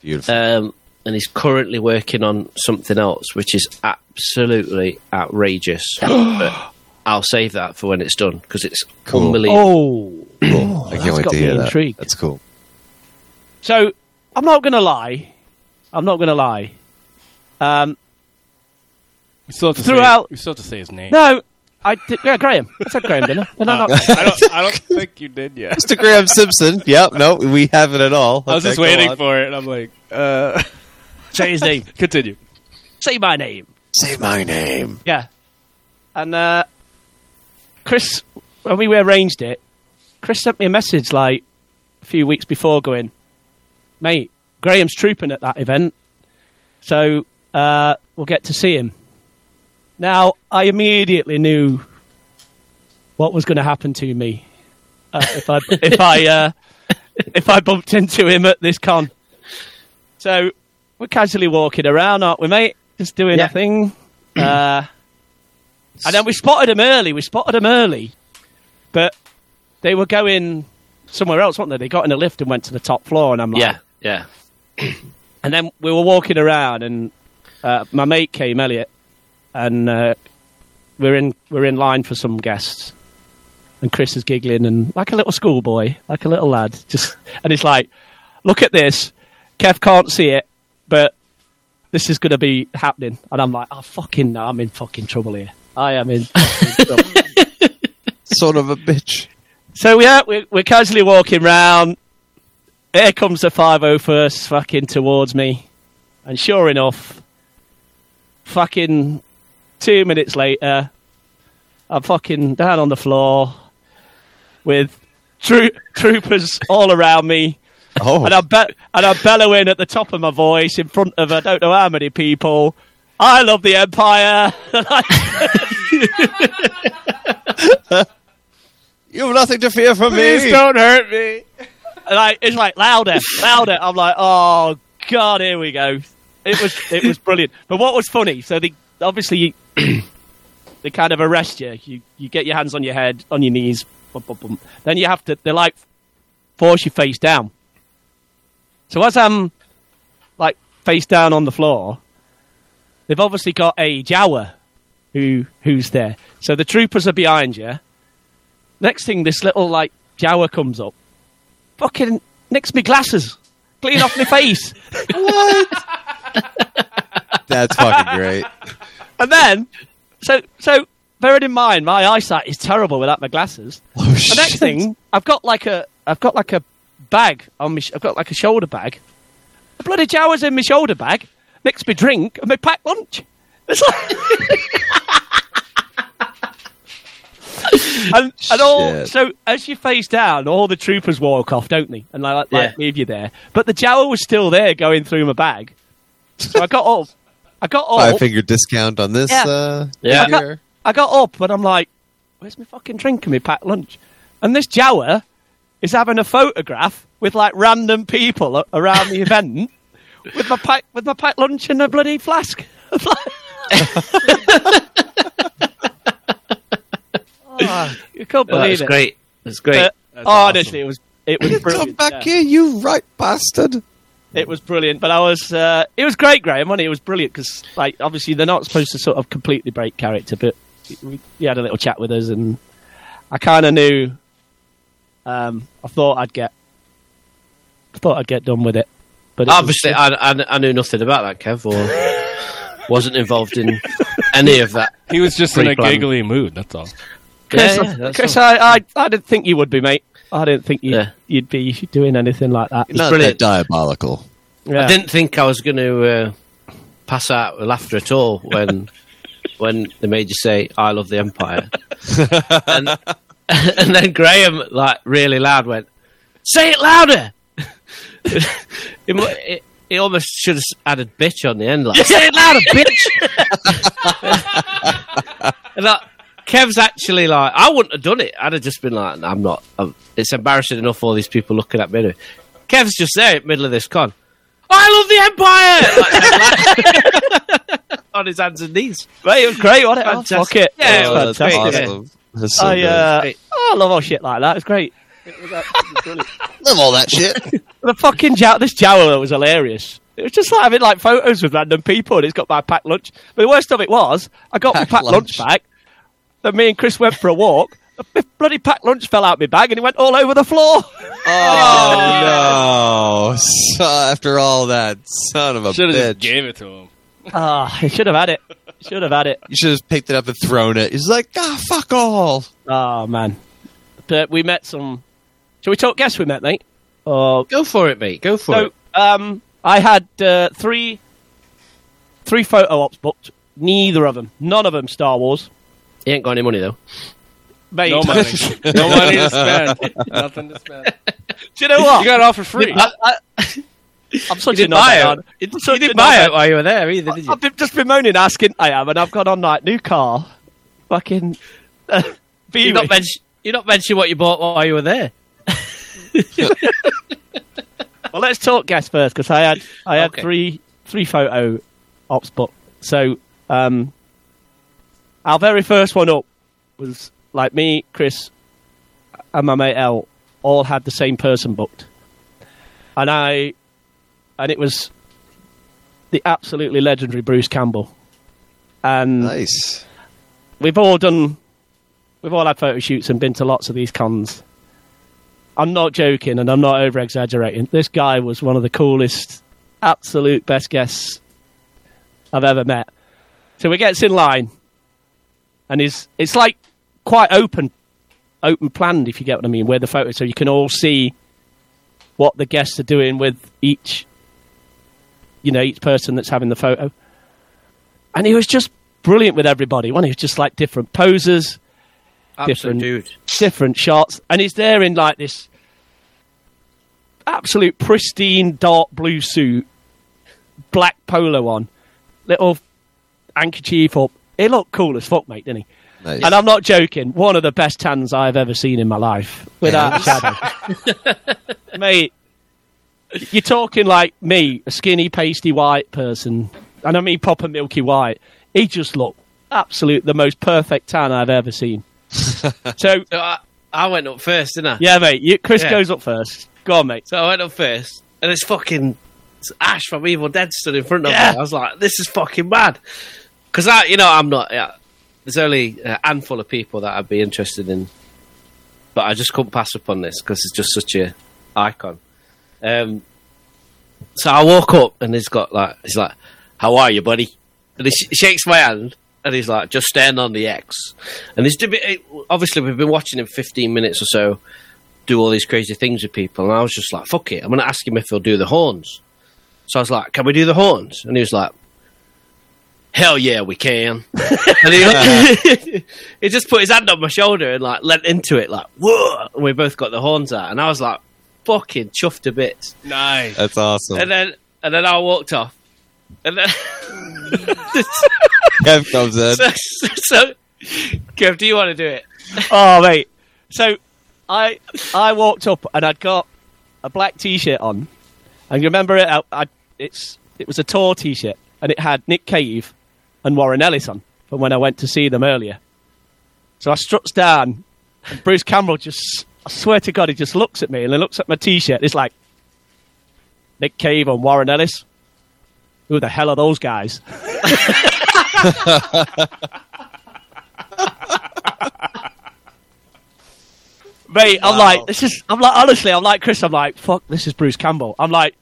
Speaker 6: Beautiful.
Speaker 8: um, and he's currently working on something else, which is absolutely outrageous. but I'll save that for when it's done because it's
Speaker 6: Cool.
Speaker 8: unbelievable.
Speaker 9: oh,
Speaker 6: cool. I
Speaker 9: that's
Speaker 6: can't wait
Speaker 9: got
Speaker 6: to
Speaker 9: me
Speaker 6: hear that.
Speaker 9: intrigued.
Speaker 6: That's cool.
Speaker 9: So I'm not going to lie. I'm not going to lie. Um,
Speaker 7: We still have to
Speaker 9: Throughout-
Speaker 7: Say, we still have to say his name.
Speaker 9: no, I did, yeah, Graham. I said Graham, didn't I? Did
Speaker 6: Ah.
Speaker 9: I not?
Speaker 7: I don't. I don't think you did yet.
Speaker 6: Mr. Graham Simpson. Yep. No, we have it at all.
Speaker 7: I was
Speaker 6: Okay,
Speaker 7: just
Speaker 6: go
Speaker 7: waiting
Speaker 6: on.
Speaker 7: for it. And I'm like, uh,
Speaker 9: Say his name.
Speaker 7: continue.
Speaker 9: Say my name.
Speaker 6: Say my name.
Speaker 9: Yeah. And uh, Chris, when we arranged it, Chris sent me a message like a few weeks before going, mate, Graham's trooping at that event. So uh, we'll get to see him. Now, I immediately knew what was going to happen to me uh, if I if I uh, if I bumped into him at this con. So we're casually walking around, aren't we, mate? Just doing
Speaker 8: Yeah.
Speaker 9: a thing. Uh, and then we spotted him early. We spotted him early, but they were going somewhere else, weren't they? They got in a lift and went to the top floor, and I'm like,
Speaker 8: Yeah, yeah.
Speaker 9: and then we were walking around, and uh, my mate came, Elliot, and uh, we're in we're in line for some guests, and Chris is giggling and like a little schoolboy, like a little lad, just and he's like, "Look at this, Kev can't see it, but this is going to be happening," and I'm like, "Oh fucking, no, I'm in fucking trouble here. I am in." fucking trouble."
Speaker 6: Son of a bitch.
Speaker 9: So we are, we're, we're casually walking round. Here comes the 501st fucking towards me. And sure enough, fucking two minutes later, I'm fucking down on the floor with troo- troopers all around me.
Speaker 6: Oh,
Speaker 9: And I'm, be- and I'm bellowing at the top of my voice in front of I don't know how many people. I love the Empire.
Speaker 6: You have nothing to fear from me.
Speaker 7: hurt me.
Speaker 9: And like it's like louder, louder. I'm like, oh god, here we go. It was it was brilliant. But what was funny? So they obviously you, they kind of arrest you. You you get your hands on your head, on your knees. Bum, bum, bum. Then you have to. They like force you face down. So as I'm like face down on the floor, they've obviously got a Jawa who who's there. So the troopers are behind you. Next thing, this little like Jawa comes up fucking nicks me glasses clean off my face.
Speaker 6: That's fucking great.
Speaker 9: And then, so, so, bearing in mind, my eyesight is terrible without my glasses.
Speaker 6: Oh,
Speaker 9: The next thing, I've got like a, I've got like a bag on me, sh- I've got like a shoulder bag. The bloody jowers in my shoulder bag, nicks me drink and my packed lunch. It's like... and and all,
Speaker 6: Shit.
Speaker 9: so as you face down, all the troopers walk off, don't they? And like, like
Speaker 8: Yeah.
Speaker 9: leave you there. But the jower was still there going through my bag. So I got up. I got up.
Speaker 6: Five finger discount on this.
Speaker 9: Oh. Yeah.
Speaker 6: Uh,
Speaker 8: Yeah.
Speaker 9: I got,
Speaker 6: beer.
Speaker 9: I got up and I'm like, where's my fucking drink and my packed lunch? And this Jawa is having a photograph with like random people a- around the event with my pack, with my packed lunch and a bloody flask. I'm like- oh, you can't
Speaker 8: Oh,
Speaker 9: believe
Speaker 8: that's
Speaker 9: it. Uh,
Speaker 8: great. That's great.
Speaker 9: But honestly, it was it was
Speaker 6: Come
Speaker 9: brilliant.
Speaker 6: back
Speaker 9: yeah.
Speaker 6: here, you right bastard.
Speaker 9: It was brilliant, but I was uh, it was great, Graham. Wasn't it? it was brilliant because like obviously they're not supposed to sort of completely break character, but we, he had a little chat with us, and I kind of knew. Um, I thought I'd get, I thought I'd get done with it, but it was-
Speaker 8: Obviously, I, I, I knew nothing about that, Kev, or wasn't involved in any of that.
Speaker 7: He was just in a
Speaker 8: Pre-planned.
Speaker 7: giggly mood. That's all.
Speaker 9: Chris,
Speaker 8: Yeah, yeah, that's
Speaker 9: Chris
Speaker 8: all.
Speaker 9: I, I I didn't think you would be, mate. I didn't think you'd,
Speaker 8: Yeah.
Speaker 9: you'd be doing anything like that.
Speaker 6: Not that
Speaker 8: brilliant.
Speaker 6: diabolical.
Speaker 9: Yeah.
Speaker 8: I didn't think I was going to uh, pass out with laughter at all when when they made you say "I love the Empire," and, and then Graham like really loud went, "Say it louder!" it, mu- it, it almost should have added "bitch" on the end, like "Say it louder, bitch!" and like, Kev's actually like, I wouldn't have done it. I'd have just been like, I'm not. i it's embarrassing enough all these people looking at me. Anyway. Kev's just there in the middle of this con. I love the Empire! Like, on his hands and knees.
Speaker 9: Mate, it was great, wasn't it? Oh,
Speaker 8: Fantastic.
Speaker 9: fuck it.
Speaker 8: Yeah,
Speaker 9: it
Speaker 8: it
Speaker 9: was
Speaker 8: was
Speaker 9: fantastic.
Speaker 8: great, yeah.
Speaker 6: awesome. That's so
Speaker 9: I,
Speaker 6: good.
Speaker 9: uh,
Speaker 8: Great.
Speaker 9: I love all shit like that. It was great.
Speaker 6: Love all that shit.
Speaker 9: The fucking jow- this Jawa was hilarious. It was just like having like photos with random people, and it's got my packed lunch. But the worst of it was, I got
Speaker 6: Packed
Speaker 9: my packed
Speaker 6: lunch.
Speaker 9: lunch. back. Then me and Chris went for a walk. The bloody packed lunch fell out my bag, and it went all over the floor.
Speaker 6: oh no! So after all that, son of a
Speaker 7: Should have
Speaker 6: bitch,
Speaker 7: just gave it to him.
Speaker 9: Ah, I should have had it. Should have had it.
Speaker 6: you should have picked it up and thrown it. He's like, ah, fuck all.
Speaker 9: Oh man. But we met some. Shall we talk guests we met, mate? Oh,
Speaker 8: Go for it, mate. Go for
Speaker 9: so
Speaker 8: it.
Speaker 9: um, I had uh, three, three photo ops booked. Neither of them, none of them, Star Wars.
Speaker 8: He ain't got any money, though.
Speaker 9: Mate,
Speaker 7: No money. no money to spend. Nothing to spend.
Speaker 9: Do you know what?
Speaker 7: You got it all for free.
Speaker 9: I, I, I'm such
Speaker 8: You
Speaker 9: a
Speaker 8: didn't buy
Speaker 9: knobhead.
Speaker 8: it.
Speaker 9: I'm
Speaker 8: You
Speaker 9: such a
Speaker 8: didn't buy it
Speaker 9: knobhead.
Speaker 8: while you were there either, did you?
Speaker 9: I've been, just been moaning asking I am, and I've gone on like new car, fucking. Uh,
Speaker 8: You're not, men- you're not mentioning what you bought while you were there.
Speaker 9: well, let's talk guests first because I had I had
Speaker 8: Okay.
Speaker 9: three three photo ops book. So um, our very first one up was like me, Chris, and my mate L all had the same person booked, and I and it was the absolutely legendary Bruce Campbell, and
Speaker 6: Nice.
Speaker 9: we've all done we've all had photo shoots and been to lots of these cons i'm not joking and i'm not over exaggerating this guy was one of the coolest absolute best guests i've ever met so he gets in line and is it's like quite open open planned if you get what i mean where the photos so you can all see what the guests are doing with each you know each person that's having the photo and he was just brilliant with everybody. One, he was just like different poses,
Speaker 8: Absolute
Speaker 9: Different.
Speaker 8: dude.
Speaker 9: different shots, and he's there in like this absolute pristine dark blue suit, black polo on, little handkerchief up. He looked cool as fuck, mate, didn't he?
Speaker 6: Nice.
Speaker 9: And I'm not joking. One of the best tans I've ever seen in my life, without a shadow. Mate, you're talking like me, a skinny, pasty white person, and I mean proper milky white. He just looked absolute the most perfect tan I've ever seen. so
Speaker 8: So I, I went up first, didn't I?
Speaker 9: yeah, mate, you, Chris
Speaker 8: Yeah.
Speaker 9: goes up first. Go on, mate.
Speaker 8: So I went up first, and it's fucking it's Ash from Evil Dead stood in front of
Speaker 9: Yeah.
Speaker 8: me. I was like, this is fucking mad. Because I, you know, I'm not. Yeah, there's only a handful of people that I'd be interested in, but I just couldn't pass up on this because it's just such a icon. Um, so I walk up, and he's got like, he's like, "How are you, buddy?" And he sh- shakes my hand, and he's like, "Just stand on the X." And he's doing- it- obviously we've been watching him 15 minutes or so do all these crazy things with people. And I was just like, fuck it, I'm going to ask him if he'll do the horns. So I was like, can we do the horns? And he was like, hell yeah, we can. and he, he just put his hand on my shoulder and like leant into it, like, whoa. And we both got the horns out. And I was like, fucking chuffed to bits.
Speaker 7: Nice.
Speaker 6: That's awesome.
Speaker 8: And then, and then I walked off. And then.
Speaker 6: Kev comes in.
Speaker 8: so, so, Kev, do you want to do it?
Speaker 9: Oh, mate. So I I walked up and I'd got a black T-shirt on, and you remember it? I, I, it's it was a tour T-shirt, and it had Nick Cave and Warren Ellis on from when I went to see them earlier. So I struts down, and Bruce Campbell just I swear to God, he just looks at me and he looks at my T-shirt. and It's like Nick Cave and Warren Ellis. Who the hell are those guys? Mate, I'm like, this is. I'm like, honestly, I'm like Chris. I'm like, fuck, this is Bruce Campbell. I'm like,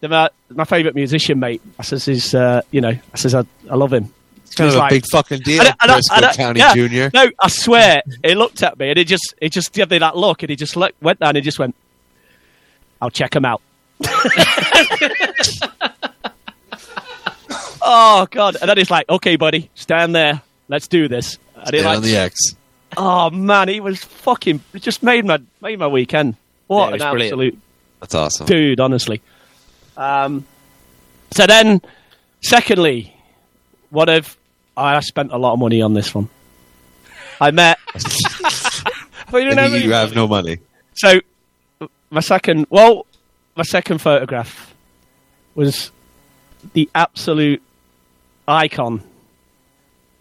Speaker 9: the- my, my favorite musician, mate. I says, is uh, you know, I says, I, I love him. It's
Speaker 6: kind of a big fucking deal, Briscoe County Junior.
Speaker 9: No, I swear, he looked at me and he just, he just gave me that look, and he just look, went down and he just went, "I'll check him out." oh god! And then he's like, "Okay, buddy, stand there. Let's do this." And he
Speaker 6: Get
Speaker 9: like,
Speaker 6: on the X.
Speaker 9: Oh man, he was fucking. It just made my made my weekend.
Speaker 8: Yeah,
Speaker 9: What
Speaker 8: he
Speaker 9: an
Speaker 8: was brilliant.
Speaker 9: absolute
Speaker 6: That's awesome.
Speaker 9: dude, honestly. Um, so then, secondly, what if I spent a lot of money on this one? I met. Well, you
Speaker 6: And
Speaker 9: don't have
Speaker 6: you
Speaker 9: any-
Speaker 6: have no money.
Speaker 9: so my second, well, my second photograph was the absolute icon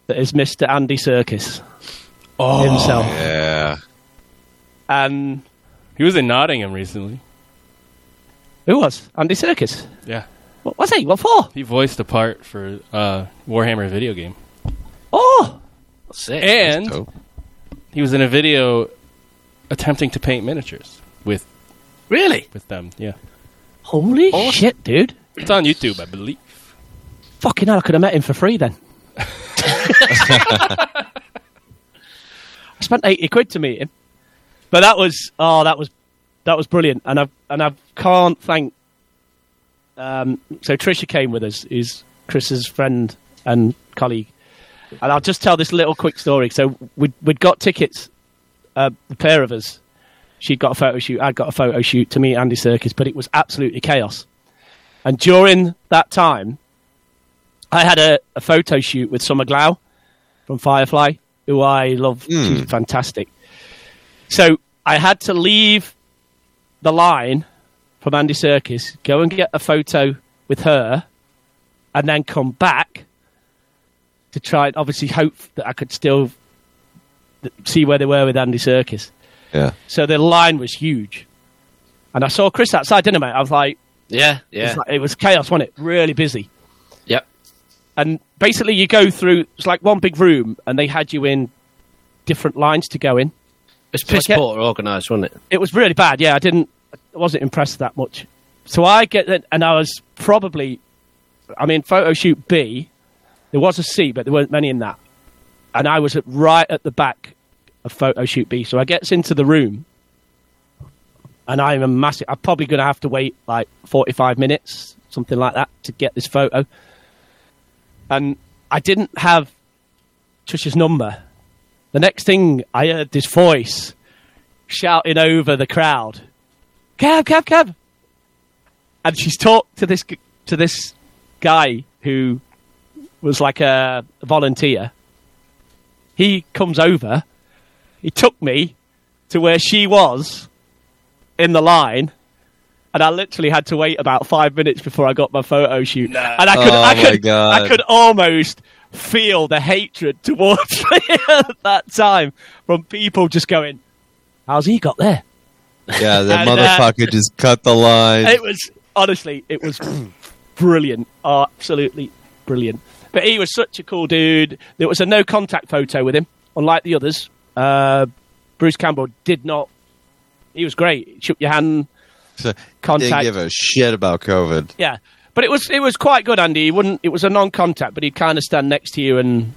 Speaker 9: that is Mr. Andy Circus himself, Um,
Speaker 6: Yeah.
Speaker 9: and
Speaker 7: He was in Nottingham recently.
Speaker 9: who was Andy Circus?
Speaker 7: Yeah.
Speaker 9: What was he? What for?
Speaker 7: He voiced a part for uh, Warhammer video game.
Speaker 9: Oh,
Speaker 8: Sick.
Speaker 7: And
Speaker 6: Dope.
Speaker 7: he was in a video attempting to paint miniatures with
Speaker 8: Really?
Speaker 7: with them. Yeah.
Speaker 9: holy shit, dude!
Speaker 7: It's on YouTube, I believe.
Speaker 9: Fucking hell, I could have met him for free then. I spent eighty quid to meet him, but that was oh, that was that was brilliant, and I and I can't thank. Um, so Trisha came with us, who's Chris's friend and colleague, and I'll just tell this little quick story. So we we'd got tickets, uh, the pair of us. She'd got a photo shoot, I'd got a photo shoot to meet Andy Circus, but it was absolutely chaos. And during that time, I had a, a photo shoot with Summer Glau from Firefly, who I love. She's fantastic. So I had to leave the line from Andy Circus, go and get a photo with her, and then come back to try and obviously hope that I could still th- see where they were with Andy Circus.
Speaker 6: Yeah.
Speaker 9: So the line was huge. And I saw Chris outside, didn't I, mate? I was like,
Speaker 8: Yeah,
Speaker 9: it
Speaker 8: yeah.
Speaker 9: was, like- it was chaos, wasn't it? Really busy
Speaker 8: yep.
Speaker 9: and basically you go through it's like one big room and they had you in different lines to go in
Speaker 8: It's
Speaker 9: So I
Speaker 8: piss
Speaker 9: get-
Speaker 8: poor organised, wasn't it?
Speaker 9: it was really bad yeah i didn't i wasn't impressed that much so i get that and i was probably i mean photo shoot b there was a c but there weren't many in that and i was at, right at the back of photo shoot b so i gets into the room and i'm a massive i'm probably going to have to wait like 45 minutes something like that to get this photo and I didn't have Trish's number. The next thing I heard this voice shouting over the crowd, "Cab, cab, cab!" And she's talked to this g- to this guy who was like a volunteer. he comes over. He took me to where she was in the line. And I literally had to wait about five minutes before I got my photo shoot. And I could,
Speaker 6: Oh
Speaker 9: I
Speaker 6: my
Speaker 9: could,
Speaker 6: God.
Speaker 9: I could almost feel the hatred towards me at that time from people just going, "How's he got there?"
Speaker 6: Yeah, that
Speaker 9: And, uh,
Speaker 6: motherfucker just cut the line.
Speaker 9: It was honestly, it was brilliant, absolutely brilliant. But he was such a cool dude. There was a no contact photo with him, unlike the others. Uh, Bruce Campbell did not. He was great. He shook your hand.
Speaker 6: Didn't
Speaker 9: contact-
Speaker 6: give a shit about COVID.
Speaker 9: Yeah, but it was it was quite good, Andy. He wouldn't. It was a non-contact, but he'd kind of stand next to you and,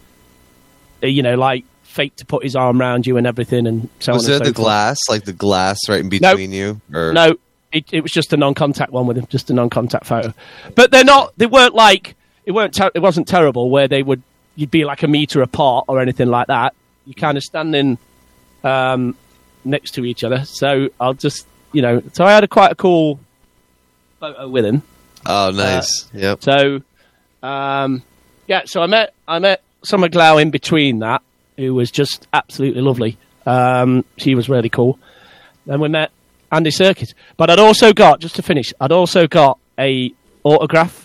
Speaker 9: uh, you know, like fake to put his arm around you and everything, and so
Speaker 6: Was
Speaker 9: on.
Speaker 6: there
Speaker 9: and so
Speaker 6: the
Speaker 9: forth.
Speaker 6: glass, like the glass right in between you? Or
Speaker 9: No, it, it was just a non-contact one with him, just a non-contact photo. But they're not. They weren't like it weren't. Ter- it wasn't terrible where they would you'd be like a meter apart or anything like that. You kind of standing um, next to each other. So I'll just you know. So I had a quite a cool photo with him. Uh,
Speaker 6: Oh, nice. yep.
Speaker 9: So, um, yeah, so I met I met Summer Glau in between that, who was just absolutely lovely. Um, she was really cool. Then we met Andy Circuit, but I'd also got just to finish. I'd also got a autograph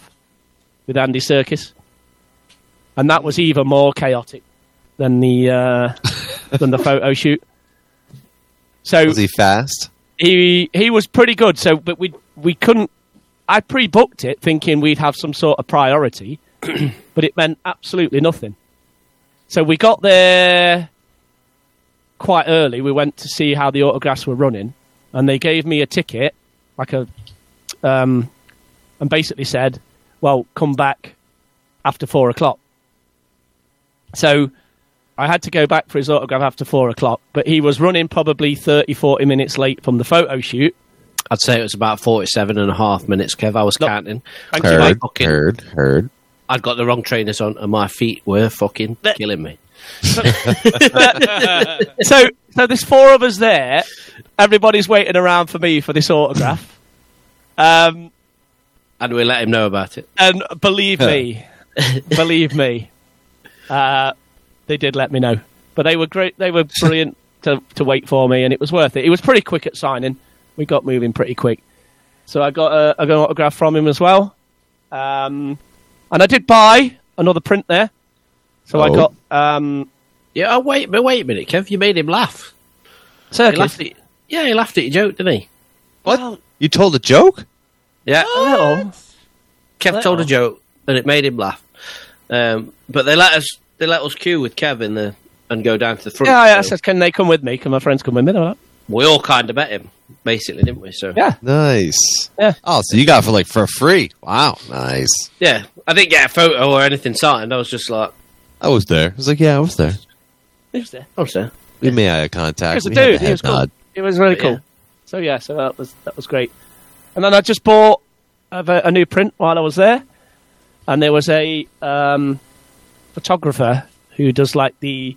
Speaker 9: with Andy Circus, and that was even more chaotic than the uh, than the photo shoot. So
Speaker 6: Was he fast?
Speaker 9: he he was pretty good. So, but we we couldn't. I pre-booked it thinking we'd have some sort of priority, but it meant absolutely nothing. So we got there quite early. We went to see how the autographs were running, and they gave me a ticket, like a, um, and basically said, "Well, come back after four o'clock." So I had to go back for his autograph after four o'clock, but he was running probably 30, 40 minutes late from the photo shoot.
Speaker 8: I'd say it was about 47 and a half minutes, Kev. I was counting.
Speaker 9: Thank you,
Speaker 8: My
Speaker 6: Heard,
Speaker 9: mate.
Speaker 8: fucking-
Speaker 6: heard, heard.
Speaker 8: I'd got the wrong trainers on and my feet were fucking
Speaker 9: That-
Speaker 8: killing me.
Speaker 9: So, so there's four of us there. Everybody's waiting around for me for this autograph. um,
Speaker 8: And we let him know about it.
Speaker 9: and believe me, believe me, uh, they did let me know. But they were great. They were brilliant to, to wait for me, and it was worth it. It was pretty quick at signing. We got moving pretty quick. So I got, a, I got an autograph from him as well. Um, and I did buy another print there. So I
Speaker 6: Oh.
Speaker 9: got um,
Speaker 8: Yeah, oh, wait, but wait a minute, Kev. You made him laugh. He
Speaker 9: Circus.
Speaker 8: laughed at, yeah, he laughed at your joke, didn't he? Oh,
Speaker 6: What? you told a joke?
Speaker 8: Yeah.
Speaker 9: Well,
Speaker 8: Kev told a joke and it made him laugh. Um, but they let us they let us queue with Kev in the and go down to the front.
Speaker 9: Yeah, yeah. I
Speaker 8: so
Speaker 9: said, can they come with me? Can my friends come with me? They're like,
Speaker 8: we all kind of met him, basically, didn't we? So
Speaker 9: yeah.
Speaker 6: Nice.
Speaker 9: Yeah.
Speaker 6: Oh, so you got it for like for free? Wow, nice.
Speaker 8: yeah, I didn't get a photo or anything signed. I was just like,
Speaker 6: I was there. I was like, yeah, I was there.
Speaker 9: Who's there?
Speaker 8: oh, sir.
Speaker 6: We made eye contact.
Speaker 9: He was a
Speaker 6: We had the
Speaker 9: dude. He
Speaker 6: head
Speaker 9: was cool.
Speaker 6: nod.
Speaker 9: It was really
Speaker 8: Yeah.
Speaker 9: cool. So yeah, so that was that was great. And then I just bought a, a a new print while I was there, and there was a um, photographer who does like the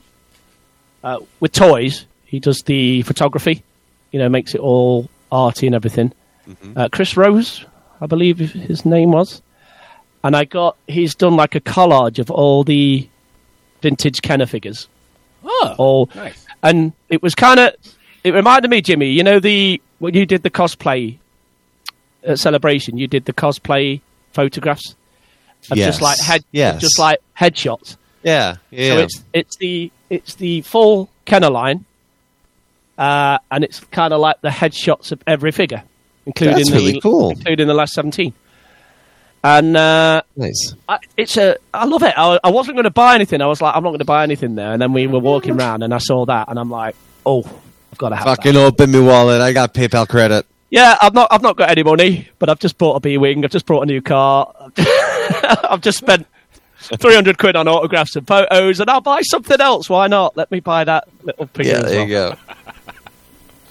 Speaker 9: uh, with toys. He does the photography, you know, makes it all arty and everything.
Speaker 6: Mm-hmm.
Speaker 9: Uh, Chris Rose, I believe his name was, and I got he's done like a collage of all the vintage Kenner figures.
Speaker 7: Oh,
Speaker 9: All
Speaker 7: nice.
Speaker 9: and it was kind of it reminded me jimmy you know the when you did the cosplay at celebration you did the cosplay photographs of
Speaker 6: Yes.
Speaker 9: just like head
Speaker 6: Yes.
Speaker 9: just like headshots
Speaker 6: Yeah, yeah.
Speaker 9: so it's it's the it's the full kenner line uh, and it's kind of like the headshots of every figure including
Speaker 6: That's
Speaker 9: the,
Speaker 6: really cool.
Speaker 9: including the last 17 and uh
Speaker 6: nice.
Speaker 9: I, it's a. I love it. I, I wasn't going to buy anything. I was like, I'm not going to buy anything there. And then we were walking around, and I saw that, and I'm like, oh, I've got to have that.
Speaker 6: Fucking open me wallet. I got PayPal credit.
Speaker 9: Yeah, I've not. I've not got any money, but I've just bought a B wing. I've just bought a new car. I've just spent 300 quid on autographs and photos, and I'll buy something else. Why not? Let me buy that little figure.
Speaker 6: Yeah,
Speaker 9: as
Speaker 6: there
Speaker 9: well.
Speaker 6: you go.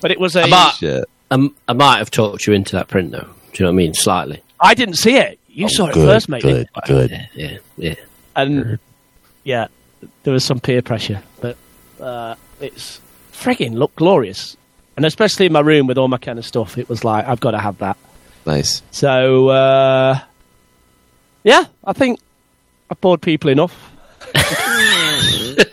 Speaker 9: But it was a.
Speaker 8: About-
Speaker 6: Shit.
Speaker 8: Um, I might have talked you into that print, though. Do you know what I mean? Slightly.
Speaker 9: I didn't see it.
Speaker 6: Oh,
Speaker 9: You saw it first, mate. didn't you?
Speaker 8: Yeah, yeah, yeah.
Speaker 9: and yeah, there was some peer pressure, but uh, it's frigging looked glorious, and especially in my room with all my kind of stuff, it was like I've got to have that.
Speaker 6: Nice.
Speaker 9: So uh, yeah, I think I bored people enough. I'm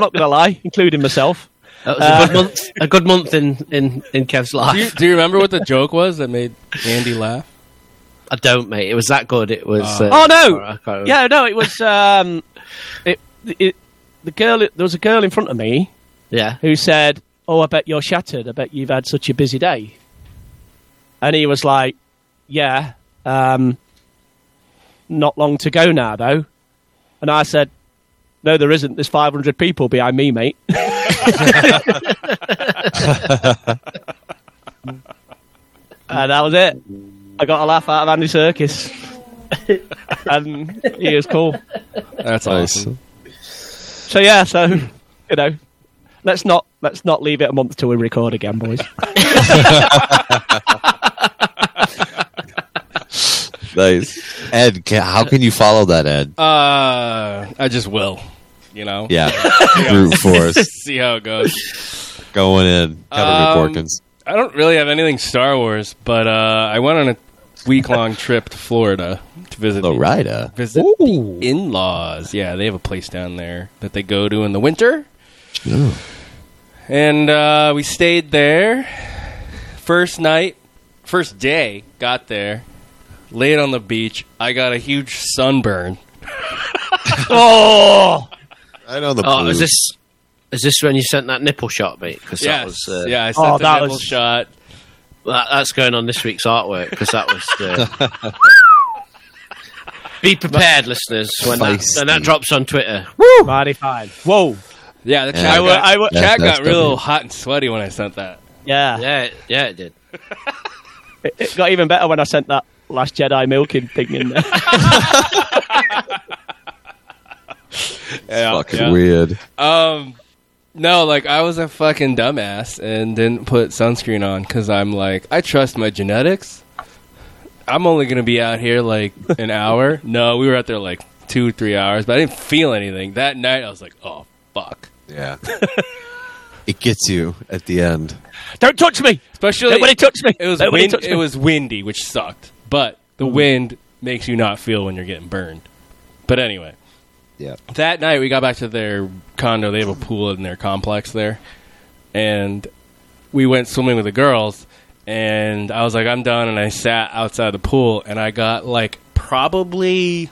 Speaker 9: not going to lie, including myself.
Speaker 8: That was a good month. A good month in in in Kev's
Speaker 7: Do you,
Speaker 8: life.
Speaker 7: do you remember what the joke was that made Andy laugh?
Speaker 8: I don't, mate. It was that good. It was. Uh,
Speaker 9: Oh
Speaker 8: I
Speaker 9: no!
Speaker 8: can't remember.
Speaker 9: Yeah, no, it was. Um, it, it, the girl. There was a girl in front of me
Speaker 8: yeah.
Speaker 9: who said, "Oh, I bet you're shattered. I bet you've had such a busy day." And he was like, "Yeah, um, not long to go now, though." And I said, "No, there isn't. There's 500 people behind me, mate." and that was it. I got a laugh out of Andy Circus, and he was cool.
Speaker 6: Nice.
Speaker 7: That's awesome.
Speaker 9: So yeah, so you know, let's not let's not leave it a month till we record again, boys.
Speaker 6: Nice. Ed, ca how can you follow that, Ed?
Speaker 7: Uh, I just will. You know.
Speaker 6: Yeah. Brute force.
Speaker 7: See how it goes.
Speaker 6: Going in. Kevin
Speaker 7: Um,
Speaker 6: Porkins.
Speaker 7: I don't really have anything Star Wars, but uh, I went on a week long trip to Florida to visit the-
Speaker 6: Lorida.
Speaker 7: visit the in laws. Yeah, they have a place down there that they go to in the winter. And uh, we stayed there. First night, first day, got there, laid on the beach. I got a huge sunburn.
Speaker 9: oh,
Speaker 6: I know the
Speaker 8: Oh,
Speaker 6: blues.
Speaker 8: is this is this when you sent that nipple shot, mate? Because
Speaker 7: Yes,
Speaker 8: that was uh,
Speaker 7: yeah, I
Speaker 9: Oh,
Speaker 7: sent the
Speaker 9: that
Speaker 7: nipple
Speaker 9: was-
Speaker 7: shot.
Speaker 8: that, that's going on this week's artwork. Because that was. Uh, be prepared, listeners, when that,
Speaker 6: Feisty.
Speaker 8: when that drops on Twitter.
Speaker 9: mighty fine. Whoa,
Speaker 7: Yeah, the
Speaker 6: Yeah.
Speaker 7: chat
Speaker 6: I
Speaker 9: wa-
Speaker 7: got,
Speaker 9: I wa-
Speaker 7: chat
Speaker 6: That's-
Speaker 7: got
Speaker 6: that's
Speaker 7: real
Speaker 6: W.
Speaker 7: hot and sweaty when I sent that.
Speaker 9: yeah.
Speaker 8: Yeah, yeah, it did.
Speaker 9: It, it got even better when I sent that Last Jedi milking thing in there.
Speaker 7: Yeah,
Speaker 6: fucking weird.
Speaker 7: Um, no, like I was a fucking dumbass and didn't put sunscreen on because I'm like, I trust my genetics. I'm only gonna be out here like an hour. No, we were out there like two, three hours, but I didn't feel anything that night. I was like, oh fuck.
Speaker 6: Yeah. it gets you at the end.
Speaker 9: Don't touch me!
Speaker 7: Especially
Speaker 9: Nobody touch me!
Speaker 7: it was
Speaker 9: Nobody
Speaker 7: wind,
Speaker 9: touch me.
Speaker 7: it was windy, which sucked. But the wind makes you not feel when you're getting burned. But anyway,
Speaker 6: Yeah.
Speaker 7: that night we got back to their condo. They have a pool in their complex there, and we went swimming with the girls. And I was like, I'm done, and I sat outside the pool, and I got like probably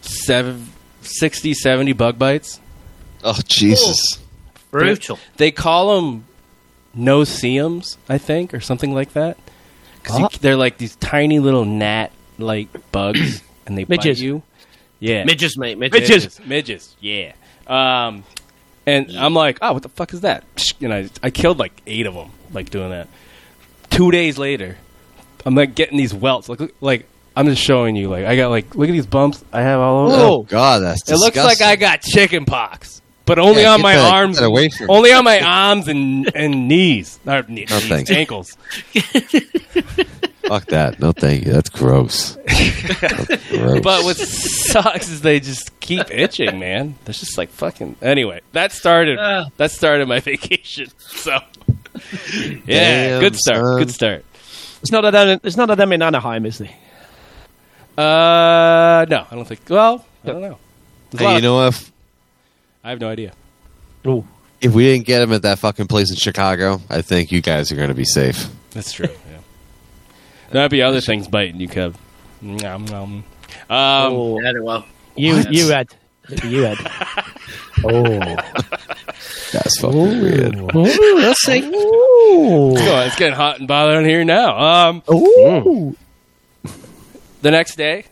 Speaker 7: seven, 60, 70 bug bites.
Speaker 6: Oh, Jesus.
Speaker 8: Brutal.
Speaker 7: They call them no seums, I think, or something like that.
Speaker 9: What?
Speaker 7: Because they're like these tiny little gnat like bugs, and they
Speaker 9: Midges.
Speaker 7: bite you. Yeah,
Speaker 8: Midges, mate. Midges.
Speaker 9: Midges.
Speaker 7: midges, yeah. Um, and I'm like, oh, what the fuck is that? And I, I killed like eight of them, like doing that. Two days later, I'm like getting these welts. Like, look- like I'm just showing you. Like, I got like, look at these bumps I have all over.
Speaker 6: Oh, God, that's
Speaker 7: it looks
Speaker 6: disgusting.
Speaker 7: like I got chicken pox, but only
Speaker 6: Yeah,
Speaker 7: on
Speaker 6: get
Speaker 7: my
Speaker 6: that-
Speaker 7: arms.
Speaker 6: get that away from me.
Speaker 7: only on my arms and and knees, not knees,
Speaker 6: No, thanks.
Speaker 7: ankles.
Speaker 6: Fuck that. No, thank you. That's gross. That's gross.
Speaker 7: But what sucks is they just keep itching, man. They're just like fucking. Anyway, that started
Speaker 8: Ah.
Speaker 7: that started my vacation. So yeah,
Speaker 6: Damn,
Speaker 7: good start.
Speaker 6: son.
Speaker 7: Good start.
Speaker 9: It's not a them. It's not a them in Anaheim, is there?
Speaker 7: Uh, no, I don't think. Well, I don't know. There's a lot
Speaker 6: hey, you
Speaker 7: of-
Speaker 6: know what? If,
Speaker 7: I have no idea.
Speaker 9: Oh,
Speaker 6: if we didn't get him at that fucking place in Chicago, I think you guys are going to be safe.
Speaker 7: That's true. Yeah. There might be other things biting you, Kev. Nom, nom. Um,
Speaker 8: Very well.
Speaker 9: you, you Ed, you Ed.
Speaker 6: That's fucking weird.
Speaker 8: Let's see.
Speaker 7: Come on, it's getting hot and bothered here now. Um, the next day,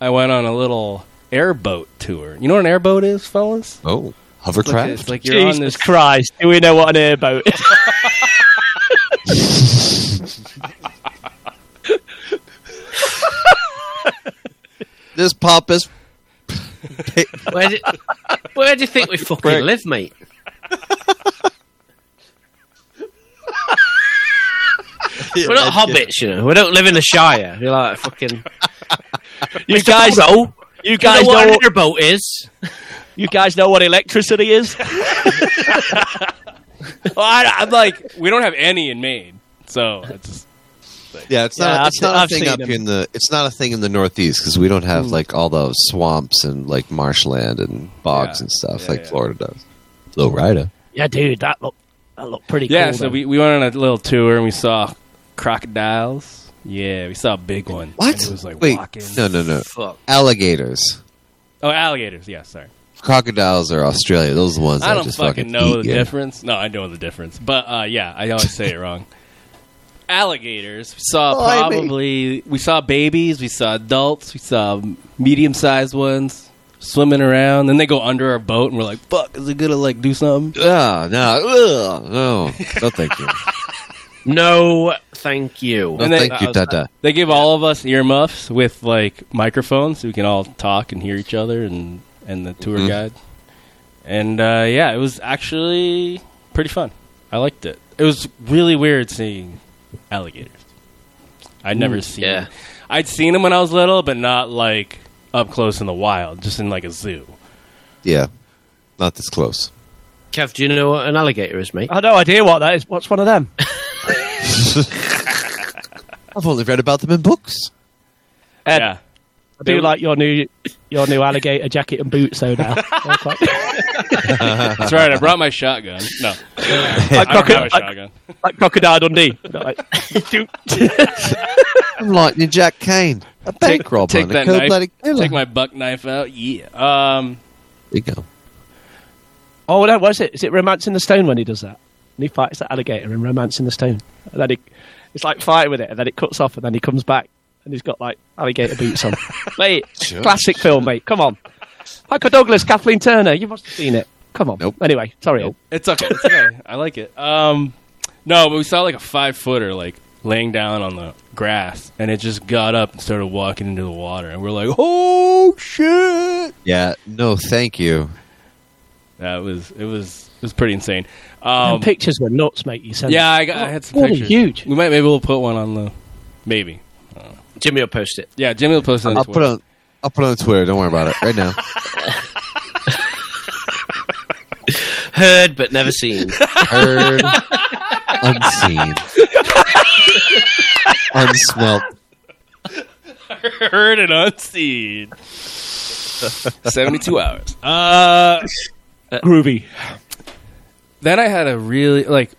Speaker 7: I went on a little airboat tour. You know what an airboat is, fellas?
Speaker 6: Oh,
Speaker 7: It's like, it's
Speaker 6: hovercraft.
Speaker 7: like you're on
Speaker 9: Jesus
Speaker 7: this.
Speaker 9: Christ! Do we know what an airboat? is?
Speaker 6: this pop is.
Speaker 8: Where do, where do you think we fucking
Speaker 6: Brick.
Speaker 8: live, mate? We're not hobbits, you know. We don't live in the Shire. You're like fucking.
Speaker 9: you guys,
Speaker 8: know.
Speaker 9: you
Speaker 8: Guys,
Speaker 9: guys
Speaker 8: know what
Speaker 9: know,
Speaker 8: an airboat is?
Speaker 9: you guys know what electricity is.
Speaker 7: Well, I, am like, we don't have any in Maine, so it's just,
Speaker 2: thing.
Speaker 6: Yeah, it's
Speaker 9: Yeah,
Speaker 6: not.
Speaker 9: I've
Speaker 6: it's not a
Speaker 9: se- I've
Speaker 6: thing
Speaker 9: seen
Speaker 6: up
Speaker 9: them.
Speaker 6: in the. It's not a thing in the Northeast because we don't have
Speaker 7: Hmm.
Speaker 6: like all those swamps and like marshland and bogs
Speaker 7: Yeah.
Speaker 6: and stuff
Speaker 7: Yeah,
Speaker 6: like
Speaker 7: yeah.
Speaker 6: Florida does. Low rider.
Speaker 9: Yeah, dude, that looked that looked pretty
Speaker 7: Yeah,
Speaker 9: cool.
Speaker 7: so
Speaker 9: though.
Speaker 7: we, we went on a little tour and we saw crocodiles. Yeah, we saw a big one.
Speaker 6: What?
Speaker 7: And it was like
Speaker 6: Wait,
Speaker 7: walking.
Speaker 6: no, no, no.
Speaker 8: Fuck.
Speaker 6: Alligators,
Speaker 7: Oh, alligators. Yeah, sorry.
Speaker 6: crocodiles are Australia. Those are the ones
Speaker 7: I
Speaker 6: that
Speaker 7: don't
Speaker 6: just
Speaker 7: fucking know
Speaker 6: eat
Speaker 7: the
Speaker 6: you.
Speaker 7: difference. No, I know the difference. But uh, yeah, I always say it wrong. Alligators. We saw
Speaker 6: Blimey.
Speaker 7: probably we saw babies, we saw adults, we saw medium sized ones swimming around. Then they go under our boat, and we're like, "Fuck, is it gonna like do something?"
Speaker 6: Ah, no, ugh, no, no, thank you,
Speaker 8: No, thank you.
Speaker 6: no,
Speaker 7: And they-
Speaker 6: thank you, Tata.
Speaker 7: They give all of us earmuffs with like microphones, so we can all talk and hear each other, and and the tour
Speaker 6: Mhm.
Speaker 7: guide. And uh, yeah, it was actually pretty fun. I liked it. It was really weird seeing alligators. I'd never seen.
Speaker 8: yeah.
Speaker 7: I'd seen them when I was little, but not like up close in the wild, just in like a zoo.
Speaker 6: Yeah, not this close.
Speaker 8: Kev, do you know what an alligator is, mate?
Speaker 9: I had no idea what that is. What's one of them?
Speaker 6: I've only read about them in books.
Speaker 9: Ed,
Speaker 7: yeah.
Speaker 9: I do like your new your new alligator jacket and boots though. Now They're quite-
Speaker 7: That's right. I brought my shotgun. No,
Speaker 9: like,
Speaker 7: I don't have a
Speaker 9: croco- like,
Speaker 7: shotgun.
Speaker 9: like crocodile Dundee. Not like- Dude.
Speaker 6: I'm lightning Jack Kane, a bank robber,
Speaker 7: take
Speaker 6: and a
Speaker 7: that
Speaker 6: cold-blooded
Speaker 7: knife.
Speaker 6: killer.
Speaker 7: Take my buck knife out. Yeah. Um.
Speaker 6: There you go.
Speaker 9: oh no, was it? Is it Romancing the Stone when he does that? And he fights that alligator in Romancing the Stone, and then he, it's like fighting with it, and then it cuts off, and then he comes back, and he's got like alligator boots on. mate, classic film, mate. Come on, Michael Douglas, Kathleen Turner. You must have seen it. Come on.
Speaker 6: Nope.
Speaker 9: Anyway, sorry. Ed.
Speaker 7: It's okay. It's okay. I like it. Um, no, but we saw like a five footer like laying down on the grass, and it just got up and started walking into the water, and we're like, "Oh shit!"
Speaker 6: Yeah, no, thank you.
Speaker 7: That was it. Was it was pretty insane. Um,
Speaker 9: Them pictures were nuts, mate. You said.
Speaker 7: yeah, I, got, I had some
Speaker 9: Oh, they're
Speaker 7: pictures.
Speaker 9: huge.
Speaker 7: We might maybe we'll put one on the maybe.
Speaker 8: Jimmy will post it.
Speaker 7: Yeah, Jimmy will post it. On
Speaker 6: I'll
Speaker 7: Twitter.
Speaker 6: put on. I'll put it on Twitter. Don't worry about it right now.
Speaker 8: Heard but never seen.
Speaker 6: Heard, unseen, unsmelt.
Speaker 7: heard and unseen. Seventy-two hours. Uh,
Speaker 9: Groovy.
Speaker 7: then I had a really like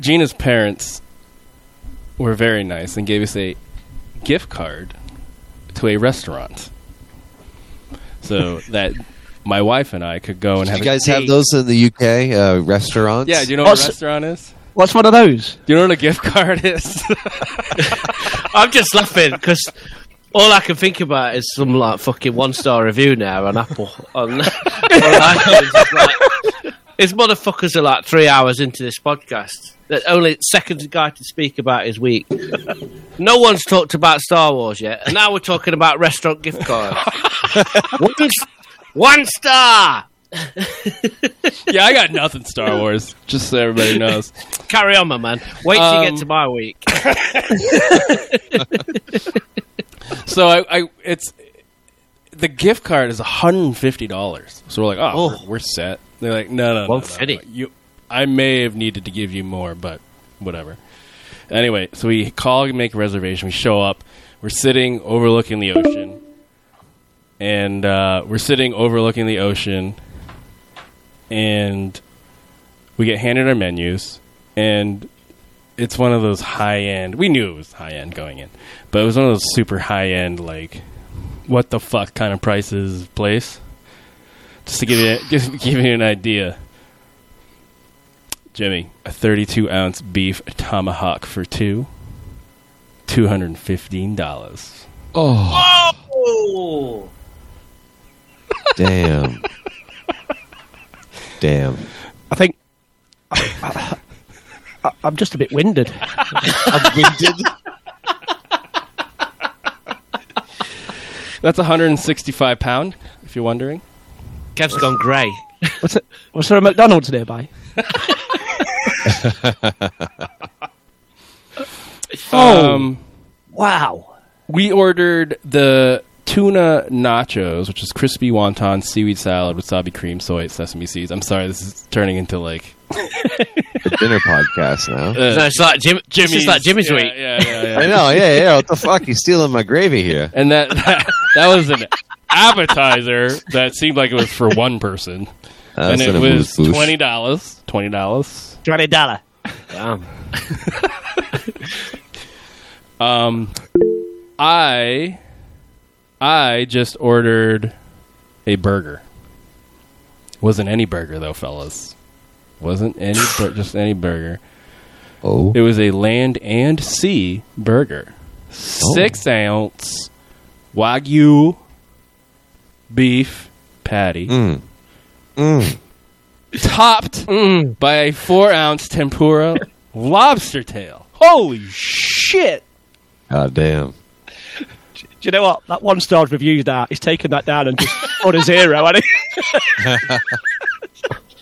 Speaker 7: Gina's parents were very nice and gave us a gift card to a restaurant, so that my wife and I could go and
Speaker 6: Do
Speaker 7: have.
Speaker 6: you
Speaker 7: a
Speaker 6: guys
Speaker 7: date.
Speaker 6: have those in the UK uh, restaurants?
Speaker 7: Yeah, do you know what a
Speaker 9: Awesome.
Speaker 7: restaurant is?
Speaker 9: What's one of those?
Speaker 7: Do you know what a gift card is?
Speaker 8: I'm just laughing because all I can think about is some like fucking one star review now on Apple on, on iTunes. It's like, These motherfuckers are like three hours into this podcast. That only second guy to speak about his week. No one's talked about Star Wars yet, and now we're talking about restaurant gift cards. one, s- one star.
Speaker 7: yeah, I got nothing Star Wars. Just so everybody knows.
Speaker 8: Carry on, my man. Wait till you
Speaker 7: Um,
Speaker 8: get to my week.
Speaker 7: So I, I it's the gift card is hundred and fifty dollars. So we're like, oh, we're, we're set. They're like, no, no, no,
Speaker 8: Well,
Speaker 7: no, no,
Speaker 8: fitting.
Speaker 7: You, I may have needed to give you more, but whatever. Anyway, so we call and make a reservation. We show up. We're sitting overlooking the ocean, and uh, we're sitting overlooking the ocean, and we get handed our menus, and it's one of those high end. We knew it was high end going in, but it was one of those super high end, like what the fuck kind of prices place. Just to give you just to give you an idea, Jimmy, a thirty-two ounce beef tomahawk for two, two hundred and fifteen dollars.
Speaker 6: Oh,
Speaker 7: Oh!
Speaker 6: damn, damn.
Speaker 9: I think. I, I, I'm just a bit winded.
Speaker 6: I'm winded.
Speaker 7: That's one hundred and sixty-five pound. If you're wondering,
Speaker 8: Kev's gone grey.
Speaker 9: What's it? Was there a McDonald's nearby? oh
Speaker 7: um,
Speaker 9: wow!
Speaker 7: we ordered the tuna nachos, which is crispy wonton seaweed salad, wasabi cream, soy, sesame seeds. I'm sorry, this is turning into like
Speaker 6: the dinner podcast now.
Speaker 8: No, it's like Jim. Jimmy's,
Speaker 7: Jimmy's-
Speaker 8: it's like Jimmy's
Speaker 7: yeah,
Speaker 8: week.
Speaker 7: Yeah, yeah, yeah.
Speaker 6: I know, yeah, yeah. What the fuck? He's stealing my gravy here.
Speaker 7: and that, that that was an appetizer that seemed like it was for one person,
Speaker 6: Uh,
Speaker 7: and
Speaker 6: instead
Speaker 7: it
Speaker 6: of
Speaker 7: was
Speaker 6: booze, booze.
Speaker 7: twenty dollars. Twenty dollars.
Speaker 9: Twenty dollar.
Speaker 8: Damn.
Speaker 7: Um, I I just ordered a burger. Wasn't any burger though, fellas. Wasn't any bur- just any burger.
Speaker 6: Oh,
Speaker 7: It was a land and sea burger.
Speaker 6: Oh.
Speaker 7: Six ounce Wagyu beef patty.
Speaker 6: Mm. Mm.
Speaker 7: Topped by a four ounce tempura lobster tail. Holy shit!
Speaker 6: god damn.
Speaker 9: Do you know what? That one star's review that he's taken that down and just put a zero on it.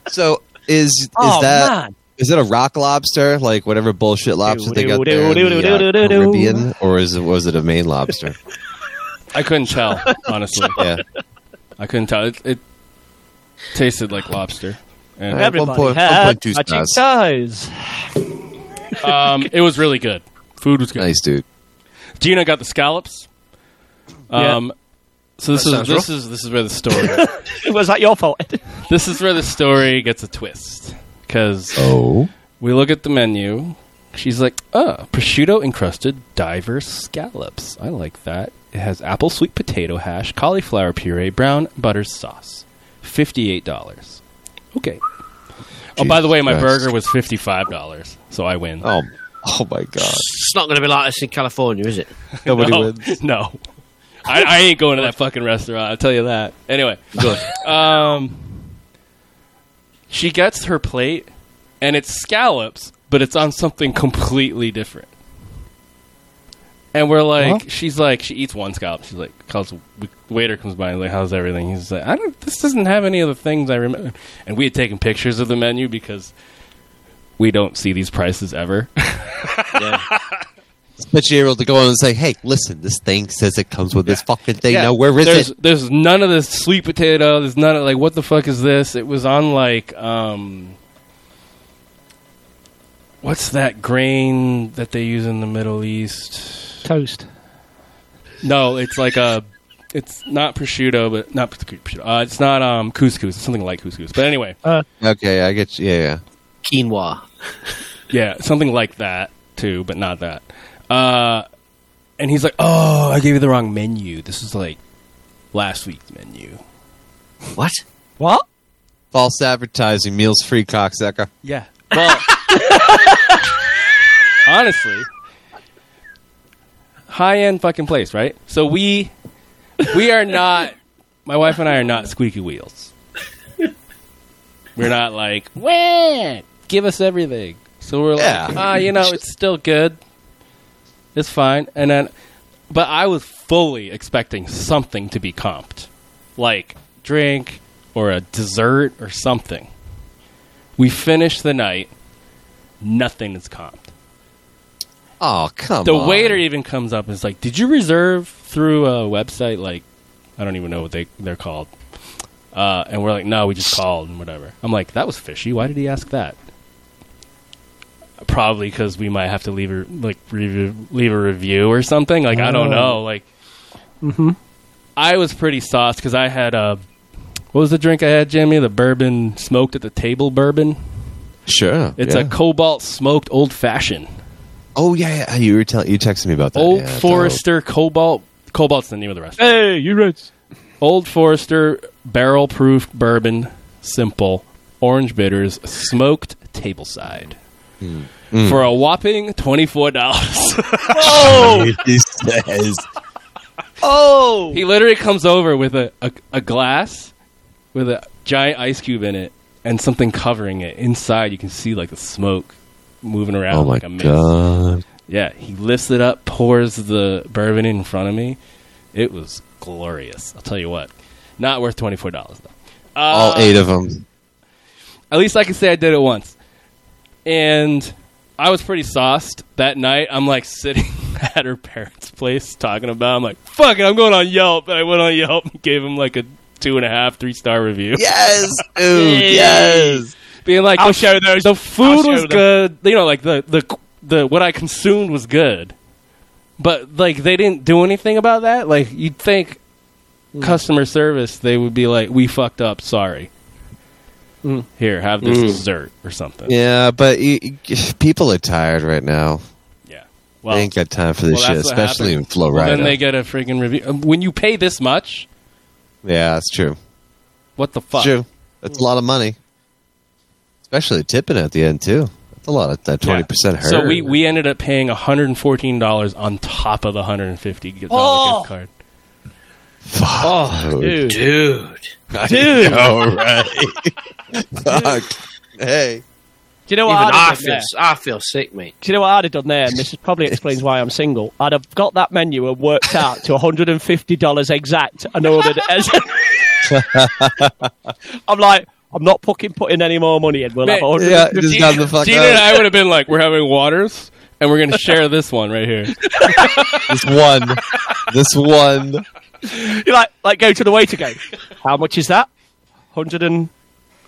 Speaker 6: So is is
Speaker 9: Oh,
Speaker 6: that is it a rock lobster like whatever bullshit lobster they got there in the, uh, Caribbean, or is it, was it a Maine lobster?
Speaker 7: I couldn't tell, honestly.
Speaker 6: Yeah.
Speaker 7: I couldn't tell. It, it tasted like lobster. And,
Speaker 6: Alright.
Speaker 9: Everybody
Speaker 6: One point-
Speaker 9: had
Speaker 6: one point two
Speaker 9: magic
Speaker 6: stars.
Speaker 9: size.
Speaker 7: um, it was really good. Food was good.
Speaker 6: Nice dude.
Speaker 7: Gina got the scallops. Um, So this
Speaker 8: That
Speaker 7: is
Speaker 8: sounds
Speaker 7: this is this is where the story
Speaker 9: Was that your fault?
Speaker 7: this is where the story gets a twist because
Speaker 6: Oh.
Speaker 7: we look at the menu. She's like, "Oh, prosciutto encrusted diverse scallops. I like that. It has apple sweet potato hash, cauliflower puree, brown butter sauce. Fifty-eight dollars. Okay. oh, by the way, my
Speaker 6: Jesus Christ.
Speaker 7: burger was fifty-five dollars, so I win.
Speaker 6: Oh. Oh my god.
Speaker 8: It's not going to be like this in California, is it?
Speaker 6: Nobody
Speaker 7: no,
Speaker 6: wins.
Speaker 7: No. I, I ain't going to that fucking restaurant. I'll tell you that. Anyway, um, she gets her plate, and it's scallops, but it's on something completely different. And we're like, she's like, she eats one scallop. She's like, calls we- waiter comes by and like, how's everything? He's like, I don't. This doesn't have any of the things I remember. And we had taken pictures of the menu because we don't see these prices ever.
Speaker 6: But you're able to go on and say, "Hey, listen, this thing says it comes with this fucking thing. Now where is
Speaker 7: there's,
Speaker 6: it?"
Speaker 7: There's none of this sweet potato. There's none of like what the fuck is this? It was on like um, what's that grain that they use in the Middle East?
Speaker 9: Toast.
Speaker 7: No, it's like a, it's not prosciutto, but not prosciutto. Uh, it's not um couscous. It's something like couscous. But anyway,
Speaker 6: Okay, I get you. Yeah, yeah.
Speaker 8: Quinoa.
Speaker 7: yeah, something like that too, but not that. Uh, and he's like, oh, I gave you the wrong menu. This is like last week's menu.
Speaker 8: What?
Speaker 9: What?
Speaker 6: False advertising, meals free, cocksucker.
Speaker 7: Yeah. Well, honestly, high end fucking place, right? So we we are not. My wife and I are not squeaky wheels. We're not like, "Wah, give us everything. So we're
Speaker 6: Yeah.
Speaker 7: like, ah, you know, it's still good. It's fine. And then, but I was fully expecting something to be comped, like drink or a dessert or something. We finish the night. Nothing is comped.
Speaker 6: Oh come
Speaker 7: The
Speaker 6: on.
Speaker 7: waiter even comes up and is like, "Did you reserve through a website? Like, I don't even know what they they're called." Uh, and we're like, "No, we just called and whatever." I'm like, "That was fishy. Why did he ask that?" Probably because we might have to leave a like re- leave a review or something. Like, I don't know. Like, I was pretty sauced because I had a what was the drink I had, Jimmy? The bourbon smoked at the table bourbon.
Speaker 6: Sure.
Speaker 7: It's
Speaker 6: yeah.
Speaker 7: a cobalt smoked old fashioned.
Speaker 6: Oh yeah, yeah. You were telling you texted me about that.
Speaker 7: Old
Speaker 6: yeah, it's
Speaker 7: Forester Cobalt. Cobalt's the name of the restaurant.
Speaker 9: Hey, you rich.
Speaker 7: Old Forester barrel proof bourbon, simple, orange bitters, smoked tableside.
Speaker 6: Hmm.
Speaker 7: For a whopping $24.
Speaker 9: Oh,
Speaker 6: He says,
Speaker 9: oh.
Speaker 7: he literally comes over with a, a, a glass with a giant ice cube in it and something covering it. Inside, you can see like the smoke moving around
Speaker 6: "Oh my
Speaker 7: like a mist.
Speaker 6: god,
Speaker 7: Yeah, he lifts it up, pours the bourbon in front of me. It was glorious. I'll tell you what. Not worth twenty four dollars though. Uh,
Speaker 6: all eight of them."
Speaker 7: At least I can say I did it once. And I was pretty sauced that night. I'm like sitting at her parents' place talking about. I'm like, fuck it, I'm going on Yelp. And I went on Yelp and gave him like a two and a half, three star review.
Speaker 6: Yes, dude. Yes.
Speaker 7: being like,
Speaker 9: I'll
Speaker 7: the-
Speaker 9: show those.
Speaker 7: The
Speaker 9: I'll
Speaker 7: food
Speaker 9: show
Speaker 7: was
Speaker 9: them.
Speaker 7: good. You know, like the the the what I consumed was good, but like they didn't do anything about that. Like you'd think
Speaker 6: Hmm.
Speaker 7: customer service, they would be like, "We fucked up. Sorry. Here, have this dessert or something."
Speaker 6: Hmm. Yeah, but you, you- people are tired right now.
Speaker 7: Yeah. Well,
Speaker 6: they ain't got time for this
Speaker 7: well,
Speaker 6: shit,
Speaker 7: that's what
Speaker 6: especially in
Speaker 7: happened.
Speaker 6: Florida.
Speaker 7: then they get a freaking review. Um, When you pay this much,
Speaker 6: yeah, that's true.
Speaker 7: what the
Speaker 6: It's
Speaker 7: fuck?
Speaker 6: true. That's a lot of money, especially tipping at the end too. That's a lot of that
Speaker 7: Yeah.
Speaker 6: twenty percent hurt.
Speaker 7: So we, we ended up paying $114 on top of the $150 gift card.
Speaker 6: oh, dude,
Speaker 8: Dude.
Speaker 6: dude, all right. Fuck. Hey,
Speaker 9: Do you know
Speaker 8: Even
Speaker 9: what
Speaker 8: I
Speaker 9: I'd have done
Speaker 8: feel,
Speaker 9: there?
Speaker 8: I feel sick, mate.
Speaker 9: Do you know what I'd have done there? And this probably explains why I'm single. I'd have got that menu and worked out to $150 exact and ordered as. I'm like, I'm not fucking putting any more money in. We'll have
Speaker 7: Mate,
Speaker 9: 100
Speaker 6: yeah, just got the fuck
Speaker 7: Gina and
Speaker 6: out.
Speaker 7: I would have been like, we're having waters, and we're going to share this one right here.
Speaker 6: This one, this one.
Speaker 9: You like, like go to the waiter go. How much is that? 100 and,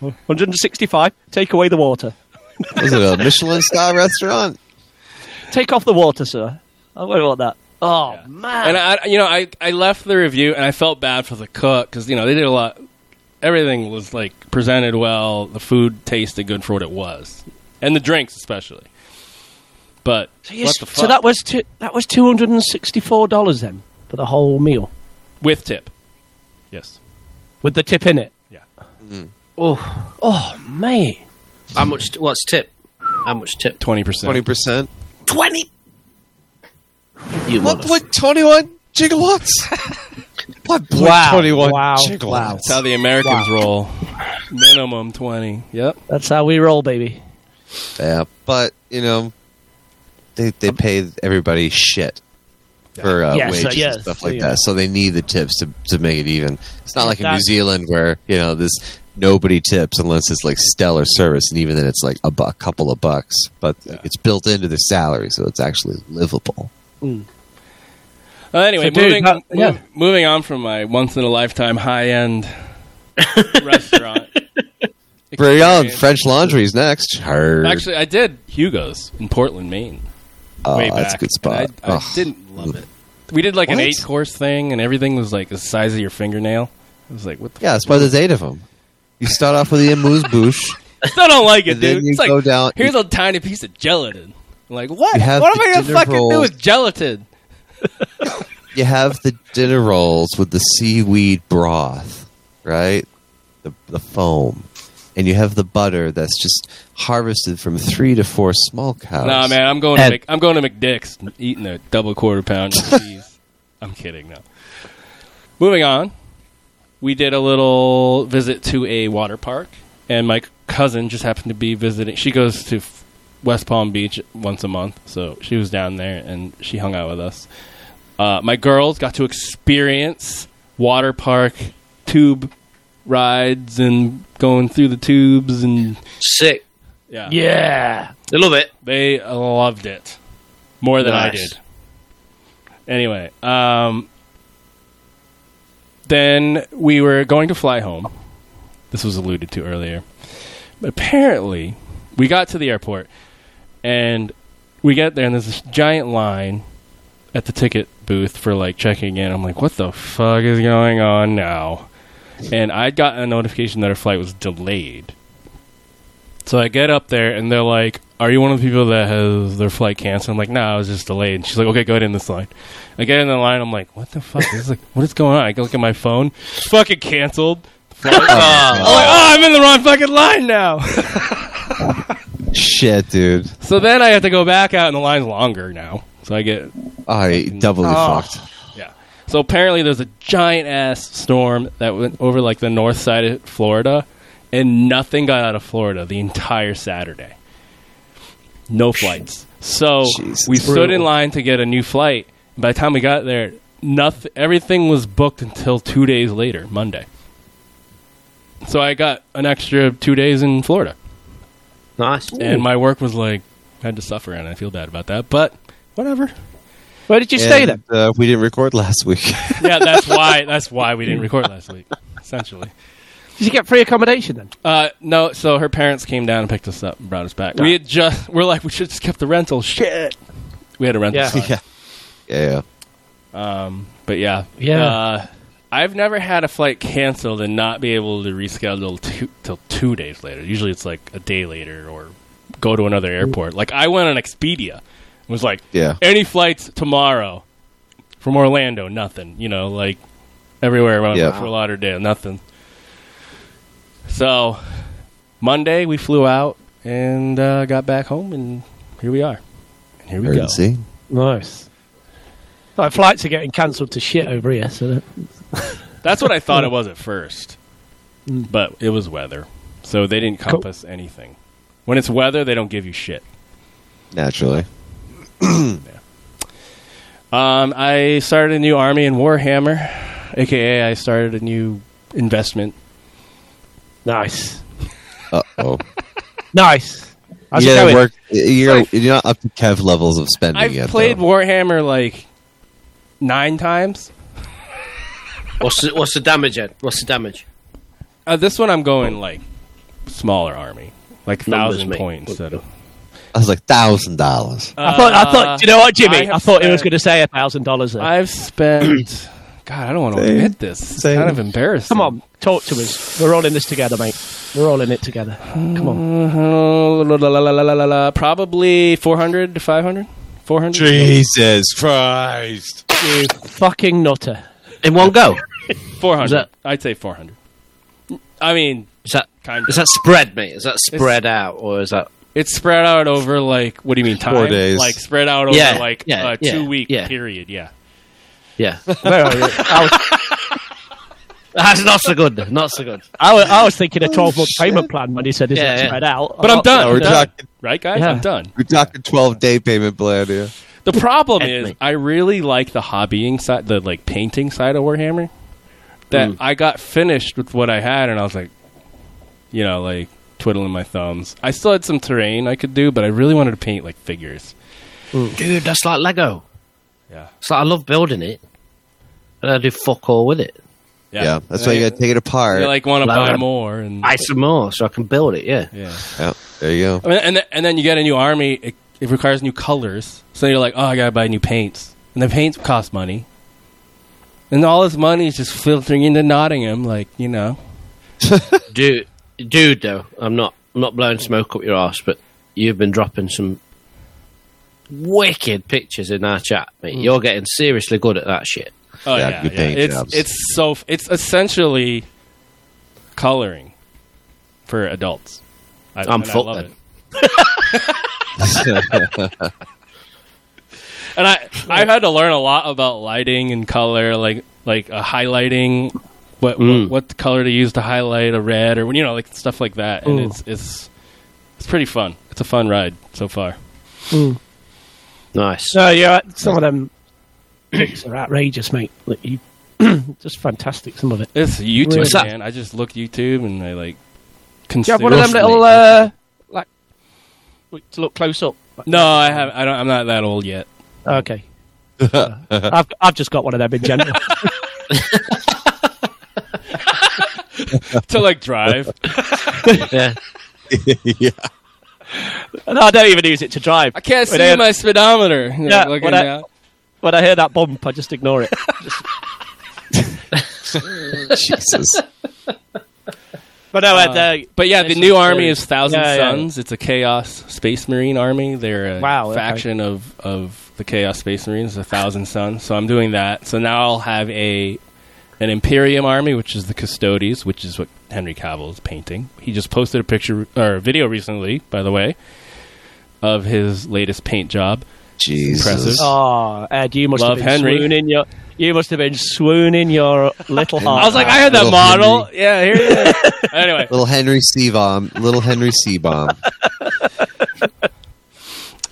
Speaker 9: 165. Take away the water.
Speaker 6: Was it a Michelin star restaurant?
Speaker 9: Take off the water, sir. I won't want that. Oh man!
Speaker 7: And I, you know, I, I left the review, and I felt bad for the cook because you know they did a lot. Everything was like presented well. The food tasted good for what it was, and the drinks especially. But what the fuck?
Speaker 9: So that was two, that was two hundred and sixty four dollars then for the whole meal
Speaker 7: with tip. Yes.
Speaker 9: with the tip in it.
Speaker 7: Yeah.
Speaker 2: Mm.
Speaker 9: Oh, oh, mate.
Speaker 8: How much? What's tip? How much tip?
Speaker 7: Twenty percent.
Speaker 6: Twenty percent.
Speaker 8: Twenty. You
Speaker 6: What?
Speaker 8: motherfucker.
Speaker 6: What? Twenty-one gigawatts. What?
Speaker 9: Wow,
Speaker 6: Twenty-one
Speaker 9: wow,
Speaker 6: gigawatts.
Speaker 9: wow.
Speaker 7: That's how the Americans roll. Minimum twenty. Yep.
Speaker 9: That's how we roll, baby.
Speaker 6: Yeah, but you know, they they pay everybody shit for uh,
Speaker 9: Yes,
Speaker 6: wages
Speaker 9: uh, yes,
Speaker 6: and stuff like
Speaker 9: yeah.
Speaker 6: that. So they need the tips to to make it even. It's not like in New
Speaker 9: Exactly.
Speaker 6: Zealand where you know this nobody tips unless it's like stellar service, and even then it's like a bu- couple of bucks. But like, it's built into their salary, so it's actually livable.
Speaker 7: Uh, anyway,
Speaker 9: So, dude,
Speaker 7: moving,
Speaker 9: how-
Speaker 7: mov-
Speaker 9: yeah.
Speaker 7: moving on from my once in a lifetime high end restaurant.
Speaker 6: Brilliant.
Speaker 7: experience.
Speaker 6: French Laundry's next. Heard.
Speaker 7: Actually, I did Hugo's in Portland, Maine.
Speaker 6: oh,
Speaker 7: way
Speaker 6: that's a
Speaker 7: back,
Speaker 6: good spot. Oh.
Speaker 7: and I, I
Speaker 6: Ugh.
Speaker 7: didn't love it. We did like an
Speaker 6: What?
Speaker 7: eight course thing, and everything was like the size of your fingernail. I was like, what the?
Speaker 6: Yeah, that's why there's eight of them. You start off with the amuse bouche.
Speaker 7: I still don't like it,
Speaker 6: And then
Speaker 7: dude.
Speaker 6: you
Speaker 7: It's like,
Speaker 6: go down-
Speaker 7: here's a tiny piece of gelatin. I'm like, what?
Speaker 6: You have
Speaker 7: What am
Speaker 6: the
Speaker 7: I going to
Speaker 6: dinner
Speaker 7: fucking do
Speaker 6: roll.
Speaker 7: with gelatin?
Speaker 6: you have the dinner rolls with the seaweed broth, right? The, the foam. And you have the butter that's just harvested from three to four smokehouse.
Speaker 7: Nah, man, I'm going to
Speaker 8: Ed.
Speaker 7: Mc, I'm going to McDick's and eating a double quarter pound of cheese. I'm kidding, no. Moving on, we did a little visit to a water park, and my cousin just happened to be visiting. She goes to f- West Palm Beach once a month, so she was down there and she hung out with us. Uh, my girls got to experience water park tube rides and going through the tubes and
Speaker 8: Sick.
Speaker 7: yeah,
Speaker 9: Yeah.
Speaker 8: They love it.
Speaker 7: they loved it more than I
Speaker 8: Nice.
Speaker 7: did. Anyway, um, then we were going to fly home. This was alluded to earlier. But apparently, we got to the airport and we get there, and there's this giant line at the ticket booth for like checking in. I'm like, what the fuck is going on now? And I got a notification that our flight was delayed. So I get up there and they're like, "Are you one of the people that has their flight canceled?" I'm like, "No, I was just delayed." And she's like, "Okay, go ahead in this line." I get in the line. I'm like, "What the fuck? This is like, what is going on?" I go look at my phone. It's fucking canceled.
Speaker 8: Oh,
Speaker 7: I'm like, "Oh, I'm in the wrong fucking line now."
Speaker 6: Shit, dude.
Speaker 7: so then I have to go back out, and the line's longer now. So I get
Speaker 6: I doubly
Speaker 7: oh.
Speaker 6: fucked.
Speaker 7: Yeah. So apparently there's a giant ass storm that went over like the north side of Florida and nothing got out of Florida the entire Saturday. No flights. So
Speaker 6: Jesus.
Speaker 7: we stood in line to get a new flight. By the time we got there, nothing everything was booked until 2 days later, Monday. So I got an extra 2 days in Florida.
Speaker 8: nice.
Speaker 7: And my work was like I had to suffer and I feel bad about that, but whatever.
Speaker 9: Where did you stay
Speaker 6: And,
Speaker 9: then?
Speaker 6: uh, we didn't record last week.
Speaker 7: yeah, that's why. That's why we didn't record last week. Essentially,
Speaker 9: Did you get free accommodation then?
Speaker 7: Uh, no, so her parents came down and picked us up and brought us back. We had just we're like we should just kept the rental. Shit, we had a rental.
Speaker 9: Yeah.
Speaker 7: car.
Speaker 6: Yeah. Yeah.
Speaker 7: Um, but yeah,
Speaker 8: Yeah.
Speaker 7: Uh, I've never had a flight canceled and not be able to reschedule two, till two days later. Usually, it's like a day later or go to another airport. Like I went on Expedia, It was like,
Speaker 6: Yeah.
Speaker 7: any flights tomorrow from Orlando, nothing. You know, like everywhere around
Speaker 6: Yeah.
Speaker 7: Fort Lauderdale, nothing. So Monday we flew out and uh, got back home, and here we are. And here we
Speaker 6: Heard
Speaker 7: go.
Speaker 6: and see.
Speaker 9: Nice.
Speaker 2: Like flights are getting cancelled to shit over here, so that-
Speaker 7: That's what I thought it was at first, but it was weather, so they didn't compass anything. When it's weather, they don't give you shit.
Speaker 6: Naturally.
Speaker 7: Um, I started a new army in Warhammer, aka I started a new investment.
Speaker 2: nice,
Speaker 6: Uh oh.
Speaker 2: nice. How's
Speaker 6: you
Speaker 2: it
Speaker 6: gotta
Speaker 2: going?
Speaker 6: work. You're, you're not up to Kev levels of spending
Speaker 7: I've
Speaker 6: yet.
Speaker 7: played
Speaker 6: though.
Speaker 7: Warhammer like nine times.
Speaker 8: What's the, what's the damage, Ed? What's the damage?
Speaker 7: Uh, this one I'm going like smaller army, like
Speaker 8: Numbers,
Speaker 7: thousand
Speaker 8: mate.
Speaker 7: points instead of.
Speaker 6: I was like thousand dollars.
Speaker 2: I thought, I thought, do you know what,
Speaker 7: I
Speaker 2: Jimmy?
Speaker 7: have
Speaker 2: I, thought he was
Speaker 7: spent-
Speaker 2: going to say a thousand dollars there.
Speaker 7: I've spent. God, I don't want to admit this. It's
Speaker 6: Same.
Speaker 7: kind of embarrassing.
Speaker 2: Come on, talk to us. We're all in this together, mate. We're all in it together. Come on.
Speaker 8: Mm.
Speaker 7: Uh, probably 400 to 500 400
Speaker 6: Jesus Christ!
Speaker 2: You fucking nutter.
Speaker 8: In one go?
Speaker 7: 400
Speaker 8: Is that-
Speaker 7: i'd say 400 i mean
Speaker 8: Is that
Speaker 7: kind
Speaker 8: is
Speaker 7: of
Speaker 8: that spread, mate? Is that spread out, or is that
Speaker 7: it's spread out over like what do you mean time
Speaker 6: Four days.
Speaker 7: like spread out over
Speaker 8: Yeah,
Speaker 7: like
Speaker 8: yeah,
Speaker 7: a
Speaker 8: yeah,
Speaker 7: two week
Speaker 8: yeah.
Speaker 7: period yeah
Speaker 8: yeah?
Speaker 2: Where are you? I was,
Speaker 8: That's not so good. Not so good.
Speaker 2: I was, I was thinking a 12 month payment plan when he said, is
Speaker 8: Yeah,
Speaker 2: it
Speaker 8: yeah.
Speaker 2: spread out? Oh,
Speaker 7: but i'm
Speaker 2: thought-
Speaker 7: done,
Speaker 6: we're
Speaker 7: I'm done.
Speaker 6: talking-
Speaker 7: right guys
Speaker 2: Yeah.
Speaker 7: i'm done
Speaker 6: We're talking twelve day payment plan here.
Speaker 7: the problem
Speaker 8: Exactly.
Speaker 7: is i really like the hobbying side the like painting side of warhammer that i got finished with what i had and i was like you know like twiddling my thumbs i still had some terrain i could do but i really wanted to paint like figures
Speaker 8: Dude, that's like Lego.
Speaker 7: Yeah.
Speaker 8: It's like I love building it, and I do fuck all with it.
Speaker 6: Yeah, that's why you gotta take it apart.
Speaker 7: you like want to
Speaker 8: Loud.
Speaker 7: buy more and
Speaker 8: Buy some more so I can build it. Yeah.
Speaker 7: yeah.
Speaker 6: yeah, there you go.
Speaker 7: I mean, and th- and then you get a new army. It, it requires new colors, so you're like, oh, I gotta buy new paints, and the paints cost money, and all this money is just filtering into Nottingham, like you know.
Speaker 8: Dude, dude, though, I'm not, I'm not blowing smoke up your ass, but you've been dropping some wicked pictures in our chat, mate. You're getting seriously good at that shit.
Speaker 7: Oh
Speaker 6: Yeah,
Speaker 7: yeah,
Speaker 6: good
Speaker 7: yeah.
Speaker 6: paint
Speaker 7: it's
Speaker 6: jobs.
Speaker 7: it's so f- it's essentially coloring for adults. I,
Speaker 8: I'm
Speaker 7: and I
Speaker 8: full
Speaker 7: love
Speaker 8: then.
Speaker 7: it. and I I've had to learn a lot about lighting and color, like like uh, highlighting, what,
Speaker 8: Mm.
Speaker 7: what what color to use to highlight a red or you know like stuff like that, and it's it's it's pretty fun. It's a fun ride so far.
Speaker 8: Nice.
Speaker 2: No, yeah, some of them picks are outrageous, mate. Like, you, just fantastic, some of it.
Speaker 7: It's
Speaker 2: What's
Speaker 7: YouTube,
Speaker 8: that?
Speaker 7: man. I just look YouTube and I like.
Speaker 9: Do you
Speaker 7: Consume
Speaker 9: have one of them
Speaker 8: Roughly.
Speaker 9: little uh, like to look close up?
Speaker 7: No, I have. I don't. I'm not that old yet.
Speaker 2: Okay.
Speaker 9: Uh,
Speaker 2: I've, I've just got one of them in general.
Speaker 7: to like drive.
Speaker 8: yeah.
Speaker 6: yeah,
Speaker 9: No, I don't even use it to drive.
Speaker 7: I can't
Speaker 9: When
Speaker 7: see
Speaker 9: I-
Speaker 7: my speedometer. You know,
Speaker 9: Yeah,
Speaker 7: looking
Speaker 9: when I-
Speaker 7: down.
Speaker 9: When I hear that bump, I just ignore it.
Speaker 6: Jesus.
Speaker 9: But no, Ed,
Speaker 7: Uh,
Speaker 9: uh,
Speaker 7: but yeah, the
Speaker 9: it's
Speaker 7: new
Speaker 9: just
Speaker 7: army
Speaker 9: very-
Speaker 7: is Thousand
Speaker 9: Yeah, yeah.
Speaker 7: Suns. It's a Chaos Space Marine army. They're a
Speaker 9: Wow, okay.
Speaker 7: faction of of the Chaos Space Marines, the Thousand Suns. So I'm doing that. So now I'll have a an Imperium army, which is the Custodes, which is what Henry Cavill is painting. He just posted a picture or a video recently, by the way, of his latest paint job.
Speaker 6: Jesus.
Speaker 7: Impressive.
Speaker 2: oh, Ed, you must have
Speaker 7: Love
Speaker 2: been
Speaker 7: Henry.
Speaker 2: swooning your. You must have been swooning your little heart.
Speaker 7: I was like, I had that
Speaker 6: Little
Speaker 7: model. Yeah, here it is. anyway,
Speaker 6: Little Henry Seabomb. Little Henry Seabomb.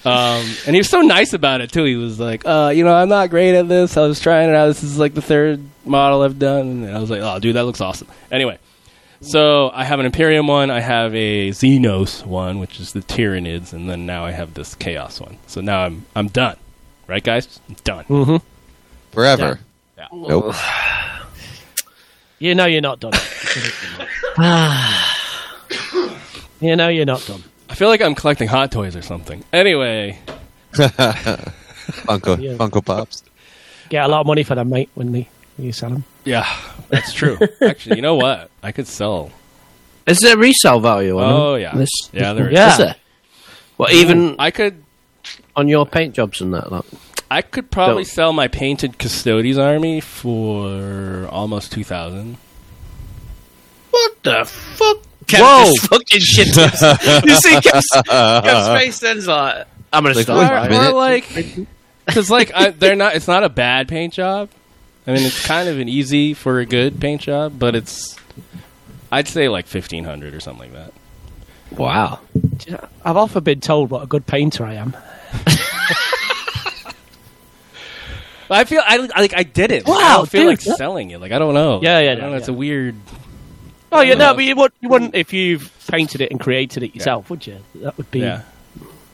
Speaker 7: Um, and he was so nice about it too. He was like, uh, you know, I'm not great at this. I was trying it out. This is like the third model I've done. And I was like, oh, dude, that looks awesome. Anyway, so I have an Imperium one. I have a Xenos one, which is the Tyranids, and then now I have this Chaos one. So now I'm I'm done, right, guys? I'm done.
Speaker 6: Forever.
Speaker 7: Yeah.
Speaker 6: Nope.
Speaker 2: you know, you're not done.
Speaker 9: You know, you're not dumb.
Speaker 7: I feel like I'm collecting hot toys or something. Anyway,
Speaker 6: Funko,
Speaker 9: Yeah.
Speaker 6: Funko Pops.
Speaker 9: Get a lot of money for them, mate, when they when you sell them.
Speaker 7: yeah, that's true. Actually, you know what? I could sell.
Speaker 8: Is there resale value on
Speaker 7: Oh,
Speaker 8: them?
Speaker 7: yeah. Yeah, there is.
Speaker 8: Mm-hmm. Is there? Well, even
Speaker 7: I could.
Speaker 8: on your paint jobs and that, like,
Speaker 7: I could probably
Speaker 8: So-
Speaker 7: sell my painted Custodes army for almost two thousand.
Speaker 8: what the fuck?
Speaker 9: Whoa!
Speaker 8: Whoa! Fucking shit. you see, Kev's, Kev's face then's like, I'm gonna
Speaker 6: Like,
Speaker 8: stop.
Speaker 6: wait
Speaker 7: Or,
Speaker 6: a
Speaker 7: or
Speaker 6: minute.
Speaker 7: like, because like I, they're not. It's not a bad paint job. I mean, it's kind of an easy for a good paint job, but it's. I'd say like fifteen hundred or something like that.
Speaker 8: Wow.
Speaker 9: I've often been told what a good painter I am.
Speaker 7: But I feel I I- like I did it. Like, I
Speaker 9: Wow,
Speaker 7: don't feel
Speaker 9: dude,
Speaker 7: like
Speaker 9: that-
Speaker 7: selling it. Like I don't know.
Speaker 9: Yeah, yeah,
Speaker 7: I don't
Speaker 9: yeah,
Speaker 7: know, It's a
Speaker 9: yeah.
Speaker 7: weird.
Speaker 9: Oh, yeah,
Speaker 7: Yeah.
Speaker 9: no, but you, would, you wouldn't if you've painted it and created it yourself, would you? That would be.
Speaker 7: Yeah.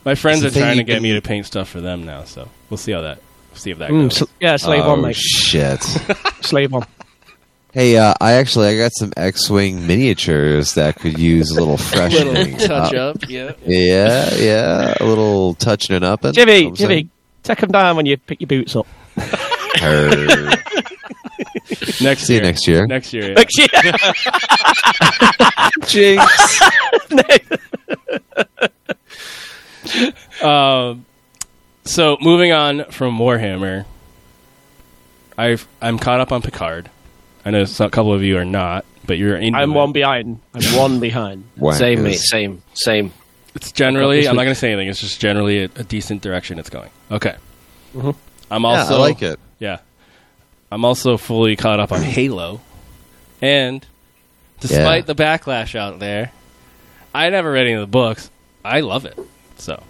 Speaker 7: My friends are
Speaker 6: It's a thing
Speaker 7: trying to
Speaker 6: you
Speaker 7: get
Speaker 6: can-
Speaker 7: me to paint stuff for them now, so we'll see how that see if that
Speaker 9: Mm,
Speaker 7: goes.
Speaker 9: sl- yeah, slave on,
Speaker 6: Oh
Speaker 9: mate.
Speaker 6: shit!
Speaker 9: slave on.
Speaker 6: hey, uh, I actually I got some X-wing miniatures that could use a little freshening.
Speaker 7: touch
Speaker 9: Uh,
Speaker 7: up, yeah.
Speaker 6: Yeah, yeah, a little touching it up. And
Speaker 9: Jimmy, Jimmy, take them down when you pick your boots up.
Speaker 6: Err.
Speaker 7: Next
Speaker 6: See you
Speaker 7: year.
Speaker 6: next year.
Speaker 7: Next year. yeah.
Speaker 6: Jinx.
Speaker 7: Um, so moving on from Warhammer, I've I'm caught up on Picard. I know so- a couple of you are not, but you're in.
Speaker 9: I'm um, one behind. I'm one behind.
Speaker 8: Same,
Speaker 6: Wankers.
Speaker 8: mate. Same, same.
Speaker 7: It's generally. I'm not going to say anything. It's just generally a, a decent direction it's going. Okay. I'm
Speaker 6: Yeah,
Speaker 7: also
Speaker 6: I like it.
Speaker 7: Yeah. I'm also fully caught up on Halo. And despite the backlash out there, I never read any of the books. I love it. So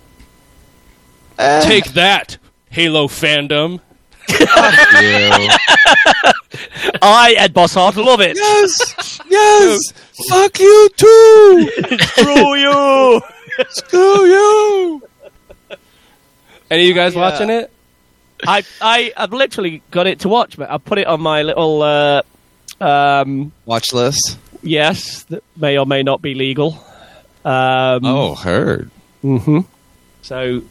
Speaker 6: Eh.
Speaker 7: Take that, Halo fandom.
Speaker 9: I, Ed Bossard, love it.
Speaker 6: yes, yes. Fuck you too.
Speaker 9: Screw you.
Speaker 6: Screw you.
Speaker 7: Any of you guys watching it?
Speaker 9: I, I, I've literally got it to watch, but I put it on my little, uh, um,
Speaker 6: Watch list.
Speaker 9: yes, that may or may not be legal. Um,
Speaker 6: Oh, heard.
Speaker 7: Mm-hmm.
Speaker 9: So,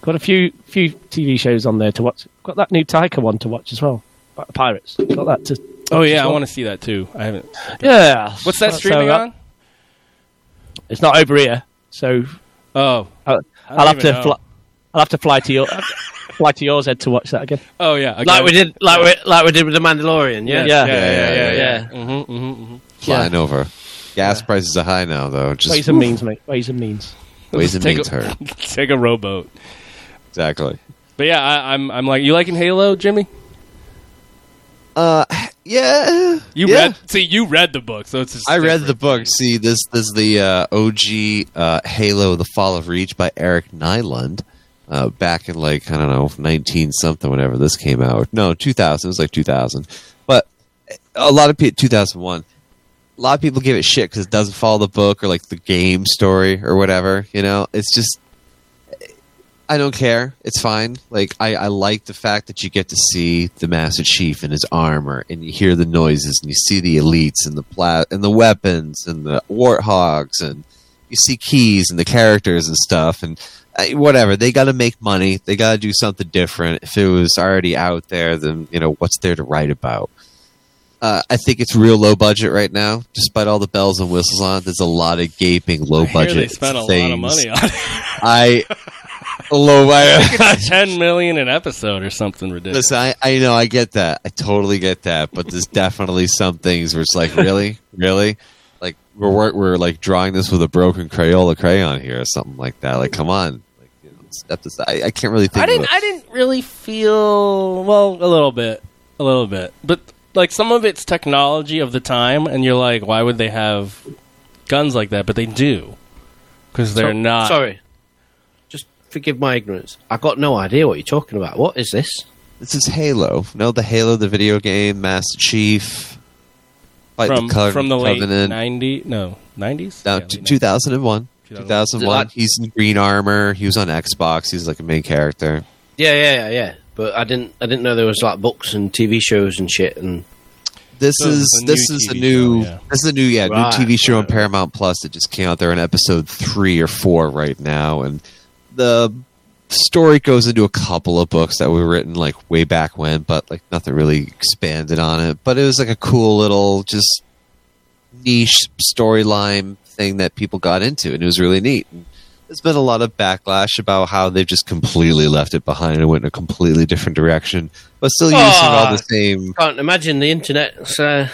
Speaker 9: got a few few TV shows on there to watch. Got that new Taika one to watch as well. Pi- Pirates. Got that to.
Speaker 7: Oh yeah, I
Speaker 9: one.
Speaker 7: want to see that too. I haven't.
Speaker 9: Yeah.
Speaker 7: What's that
Speaker 9: So
Speaker 7: streaming
Speaker 9: that-
Speaker 7: on?
Speaker 9: It's not over here, so
Speaker 7: Oh,
Speaker 9: I'll,
Speaker 7: don't
Speaker 9: I'll have
Speaker 7: even
Speaker 9: to.
Speaker 7: know.
Speaker 9: Fly, I'll have to fly to your fly to yours head to watch that again.
Speaker 7: oh yeah. okay.
Speaker 8: Like we did, like we, like we did with the Mandalorian. Yeah,
Speaker 7: Yes,
Speaker 9: yeah.
Speaker 7: yeah, yeah, yeah.
Speaker 8: yeah.
Speaker 7: Mm-hmm, mm-hmm, mm-hmm.
Speaker 6: Flying over. Gas prices are high now, though. Just
Speaker 9: Ways and means, mate. Ways and means.
Speaker 6: ways and
Speaker 7: Take
Speaker 6: means
Speaker 7: a-
Speaker 6: hurt.
Speaker 7: Take a rowboat.
Speaker 6: Exactly.
Speaker 7: But yeah, I, I'm. I'm like, you liking Halo, Jimmy?
Speaker 6: Uh, yeah.
Speaker 7: You
Speaker 6: yeah.
Speaker 7: read. See, you read the book, so it's. Just
Speaker 6: I read
Speaker 7: different.
Speaker 6: the book. See, this this is the uh, OG uh, Halo: The Fall of Reach by Eric Nyland. Uh, back in like I don't know nineteen something, whenever this came out. No, two thousand. It was like two thousand, but a lot of people two thousand one. A lot of people give it shit because it doesn't follow the book or like the game story or whatever. You know, it's just I don't care. It's fine. Like I, I like the fact that you get to see the Master Chief in his armor, and you hear the noises, and you see the elites and the pla- and the weapons and the warthogs, and you see keys and the characters and stuff, and uh, whatever. They got to make money. They got to do something different. If it was already out there, then you know what's there to write about. Uh, I think it's real low budget right now, despite all the bells and whistles on it. There's a lot of gaping low
Speaker 7: I hear
Speaker 6: budget
Speaker 7: They spent a lot of money on it.
Speaker 6: I low budget.
Speaker 7: Ten million an episode or something ridiculous.
Speaker 6: Listen, I, I know I get that. I totally get that. But there's definitely some things where it's like, really, really, like we're wor- we're like drawing this with a broken Crayola crayon here or something like that. Like, come on, like you know, step aside. I, I can't really think.
Speaker 7: I didn't.
Speaker 6: Of it.
Speaker 7: I didn't really feel well. A little bit. A little bit. But like some of it's technology of the time, and you're like, why would they have guns like that? But they do because they're
Speaker 8: So-
Speaker 7: not.
Speaker 8: Sorry. Just forgive my ignorance. I got no idea what you're talking about. What is this?
Speaker 6: This is Halo. No, the Halo, the video game, Master Chief, fight
Speaker 7: From
Speaker 6: the Co-
Speaker 7: from the late
Speaker 6: Covenant.
Speaker 7: ninety no nineties
Speaker 6: No, t- 2001. 2001.
Speaker 8: 2001.
Speaker 6: He's in green armor. He was on Xbox. He's like a main character.
Speaker 8: Yeah, yeah, yeah, yeah. But I didn't, I didn't know there was like books and TV shows and shit. And
Speaker 6: This
Speaker 7: So
Speaker 6: is
Speaker 7: it's a
Speaker 6: this
Speaker 7: new
Speaker 6: is a
Speaker 7: TV
Speaker 6: new
Speaker 7: show, yeah.
Speaker 6: this is a new yeah
Speaker 8: Right,
Speaker 6: new TV show on
Speaker 8: right.
Speaker 6: Paramount Plus that just came out. They're in episode three or four right now, and the story goes into a couple of books that were written like way back when, but like nothing really expanded on it. But it was like a cool little just niche storyline thing that people got into, and it was really neat. And there's been a lot of backlash about how they've just completely left it behind and went in a completely different direction, but still using all the same.
Speaker 8: Can't imagine the internet uh,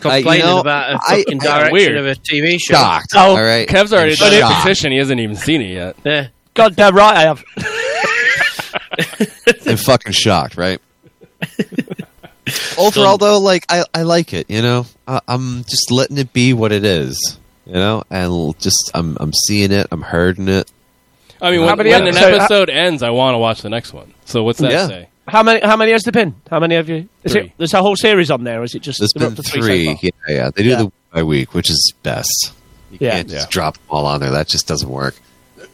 Speaker 8: complaining
Speaker 6: know,
Speaker 8: about a
Speaker 6: I-
Speaker 8: fucking
Speaker 6: I-
Speaker 8: direction
Speaker 7: weird.
Speaker 8: of a TV show.
Speaker 6: Shocked.
Speaker 2: Oh,
Speaker 6: all right.
Speaker 7: Kev's already
Speaker 6: I'm
Speaker 7: done his
Speaker 6: shocked.
Speaker 7: petition. He hasn't even seen it yet.
Speaker 8: Yeah.
Speaker 2: God damn right I have.
Speaker 6: and fucking shocked, right? Overall, though, like I, I like it. You know, I, I'm just letting it be what it is. You know, and just I'm I'm seeing it. I'm herding it.
Speaker 7: I mean,
Speaker 6: How
Speaker 7: when,
Speaker 2: many
Speaker 7: when an
Speaker 2: episodes-
Speaker 7: episode ends, I want to watch the next one. So what's that
Speaker 6: Yeah.
Speaker 7: say?
Speaker 2: How many? How many has there been? How many have you? Is
Speaker 7: Three.
Speaker 2: it? There's a whole series on there. or Is it just?
Speaker 6: There's
Speaker 2: they're up
Speaker 6: been
Speaker 2: to
Speaker 6: three.
Speaker 2: so far?
Speaker 6: yeah, yeah. They do
Speaker 2: Yeah.
Speaker 6: the week by week, which is best. You
Speaker 2: Yeah.
Speaker 6: can't just
Speaker 7: Yeah.
Speaker 6: drop them all on there. That just doesn't work.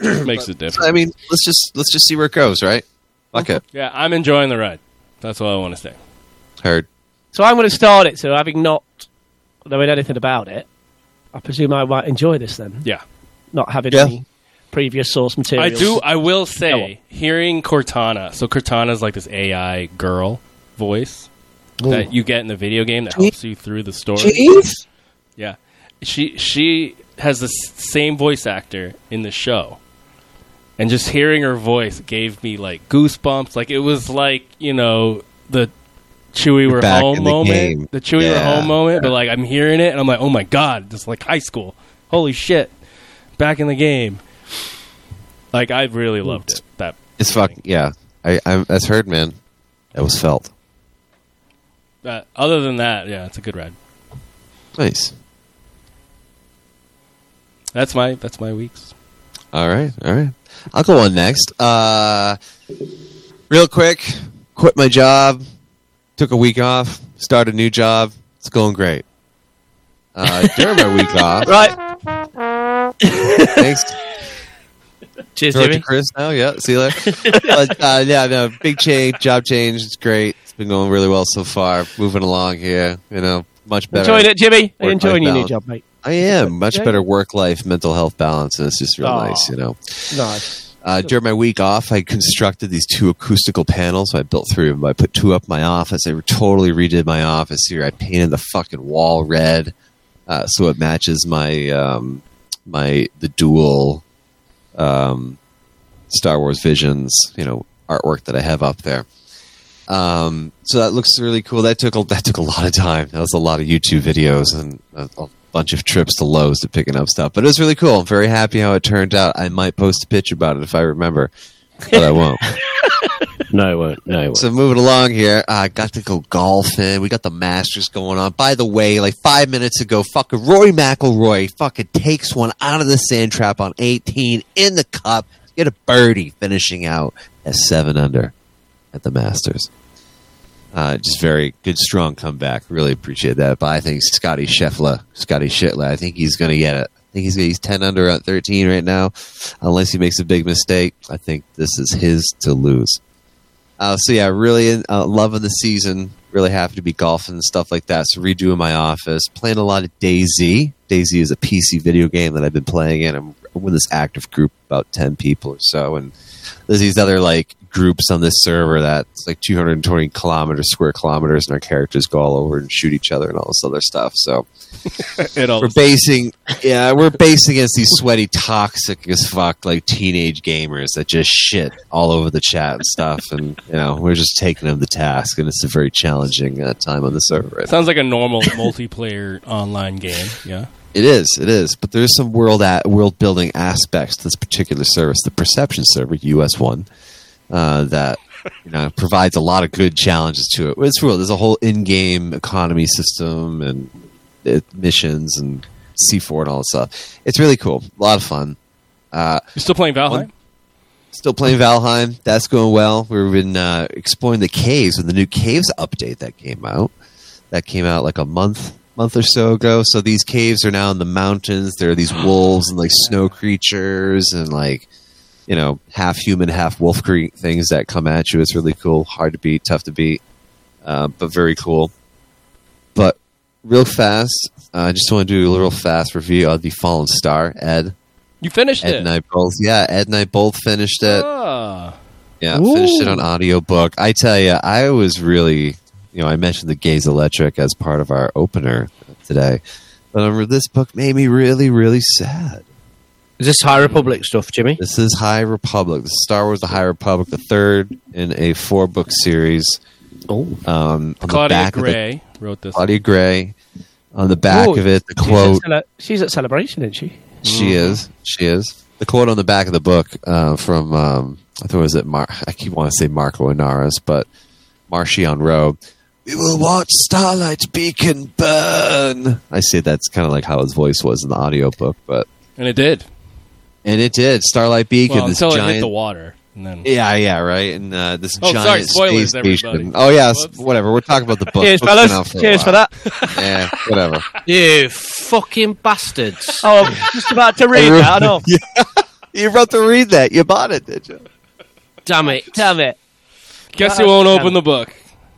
Speaker 7: Makes it
Speaker 6: So, I
Speaker 7: different.
Speaker 6: mean, let's just let's just see where it goes, right? Fuck it,
Speaker 7: Yeah, I'm enjoying the ride. That's all I want to say.
Speaker 6: herd.
Speaker 2: So I'm going to start it. So having not knowing anything about it, I presume I might enjoy this then.
Speaker 7: Yeah.
Speaker 2: Not having
Speaker 6: Yeah.
Speaker 2: any previous source
Speaker 7: I
Speaker 2: material.
Speaker 7: do. I will say,
Speaker 2: Go on.
Speaker 7: hearing Cortana. So Cortana's like this AI girl voice that you get in the video game that helps you through the story. Yeah, she she has the s- same voice actor in the show, and just hearing her voice gave me like goosebumps. Like it was like you know the Chewy were
Speaker 6: back
Speaker 7: home
Speaker 6: in the
Speaker 7: moment,
Speaker 6: game.
Speaker 7: the Chewy were
Speaker 6: Yeah.
Speaker 7: home moment. But like I'm hearing it and I'm like, oh my god, this is like high school. Holy shit, back in the game. Like I really loved it. That
Speaker 6: It's fucking yeah. I I'm, that's herd man. That was felt
Speaker 7: that other than that, yeah, it's a good ride.
Speaker 6: nice.
Speaker 7: That's my that's my weeks.
Speaker 6: All right, all right. I'll go on next. Uh, real quick, quit my job, took a week off, started a new job. It's going great. Uh, during my week off,
Speaker 2: Right.
Speaker 6: thanks,
Speaker 8: Cheers,
Speaker 6: Throw it to
Speaker 8: Jimmy.
Speaker 6: Chris now. Yeah, see you later. but uh, yeah, no, big change, job change. It's great. It's been going really well so far. Moving along here, you know, much better.
Speaker 2: Enjoying it, Jimmy. Are you
Speaker 6: Work-life
Speaker 2: enjoying your new
Speaker 6: balance.
Speaker 2: job, mate?
Speaker 6: I am much
Speaker 2: Yeah.
Speaker 6: better work life, mental health balance, and it's just real
Speaker 2: Aw.
Speaker 6: nice, you know.
Speaker 2: Nice.
Speaker 6: Uh, during my week off, I constructed these two acoustical panels. I built three of them. I put two up my office. I totally redid my office here. I painted the fucking wall red uh, so it matches my um, my the dual um, Star Wars Visions, you know, artwork that I have up there. Um, so that looks really cool. That took a, that took a lot of time. That was a lot of YouTube videos and a, a bunch of trips to Lowe's to picking up stuff. But it was really cool. I'm very happy how it turned out. I might post a picture about it if I remember, but I won't.
Speaker 8: No, it won't. No, it won't.
Speaker 6: So moving along here, I got to go golfing. We got the Masters going on. By the way, like five minutes ago, fucking Roy McIlroy fucking takes one out of the sand trap on 18 in the cup. Get a birdie, finishing out at seven under at the Masters. Uh, just very good, strong comeback. Really appreciate that. But I think Scotty Scheffler, Scotty Shitler, I think he's going to get it. I think he's he's ten under at thirteen right now, unless he makes a big mistake. I think this is his to lose. Uh, so yeah, really uh, loving the season. Really happy to be golfing and stuff like that. So redoing my office, playing a lot of Daisy. Daisy is a PC video game that I've been playing in. I'm with this active group about ten people or so, and there's these other like groups on this server that's like 220 kilometers square kilometers, and our characters go all over and shoot each other and all this other stuff. So
Speaker 7: It all
Speaker 6: we're basing yeah we're based against these sweaty toxic as fuck like teenage gamers that just shit all over the chat and stuff and you know we're just taking them to task and it's a very challenging uh, time on the server right now.
Speaker 7: sounds like a normal multiplayer online game. Yeah.
Speaker 6: it is it is but there's some world at, world building aspects to this particular service the perception server us one uh, that you know provides a lot of good challenges to it it's real there's a whole in-game economy system and uh, missions and c4 and all that stuff it's really cool a lot of fun
Speaker 7: You're still playing Valheim?
Speaker 6: One- Still playing Valheim. That's going well. We've been uh, exploring the caves with the new caves update that came out. That came out like a month month or so ago. So these caves are now in the mountains. There are these wolves and like snow creatures and like you know half human, half wolf cre- things that come at you. It's really cool. Hard to beat, tough to beat, uh, but very cool. But real fast, uh, I just want to do a little fast review of the Fallen Star. Ed,
Speaker 7: You finished
Speaker 6: Ed
Speaker 7: it.
Speaker 6: and I both, yeah, Ed and I both finished it.
Speaker 7: Ah.
Speaker 6: Yeah, finished it on audiobook. I tell you, I was really, you know, I mentioned the Gaze Electric as part of our opener today, but um, this book made me really, really sad.
Speaker 8: Is this High Republic stuff, Jimmy?
Speaker 6: This is High Republic. This is Star Wars: The High Republic, the third in a four-book series.
Speaker 8: Oh.
Speaker 6: Um, on the
Speaker 7: Claudia
Speaker 6: back of the
Speaker 7: Gray wrote this.
Speaker 6: Claudia Gray. On the back
Speaker 2: Oh,
Speaker 6: of it, the
Speaker 2: she's at
Speaker 6: quote
Speaker 2: cele- She's at celebration, isn't she?
Speaker 6: She
Speaker 7: Mm-hmm.
Speaker 6: is. She is. The quote on the back of the book uh, from um, I think it was it Mar- I keep wanting to say Marco Linares, but Marcion Rowe. We will watch Starlight's beacon burn. I say that's kind of like how his voice was in the audiobook, but
Speaker 7: And it did.
Speaker 6: and it did. Starlight Beacon,
Speaker 7: Well,
Speaker 6: this
Speaker 7: until it hit the
Speaker 6: giant.
Speaker 7: water. And then
Speaker 6: yeah, yeah, right. And uh, this
Speaker 7: Oh, sorry,
Speaker 6: giant
Speaker 7: spoilers,
Speaker 6: space station.
Speaker 7: everybody.
Speaker 6: Oh yeah, s-
Speaker 7: Whoops.
Speaker 6: whatever. We're talking about the book.
Speaker 2: Cheers,
Speaker 6: Book's been out
Speaker 2: fellas.
Speaker 6: a
Speaker 2: Cheers for
Speaker 6: while.
Speaker 2: that.
Speaker 6: Yeah, whatever.
Speaker 8: You fucking bastards.
Speaker 2: Oh, I'm just about to read that. I know.
Speaker 6: You're about to read that. You bought it, did you?
Speaker 8: Damn it.
Speaker 2: Damn it.
Speaker 7: Guess who won't open the book?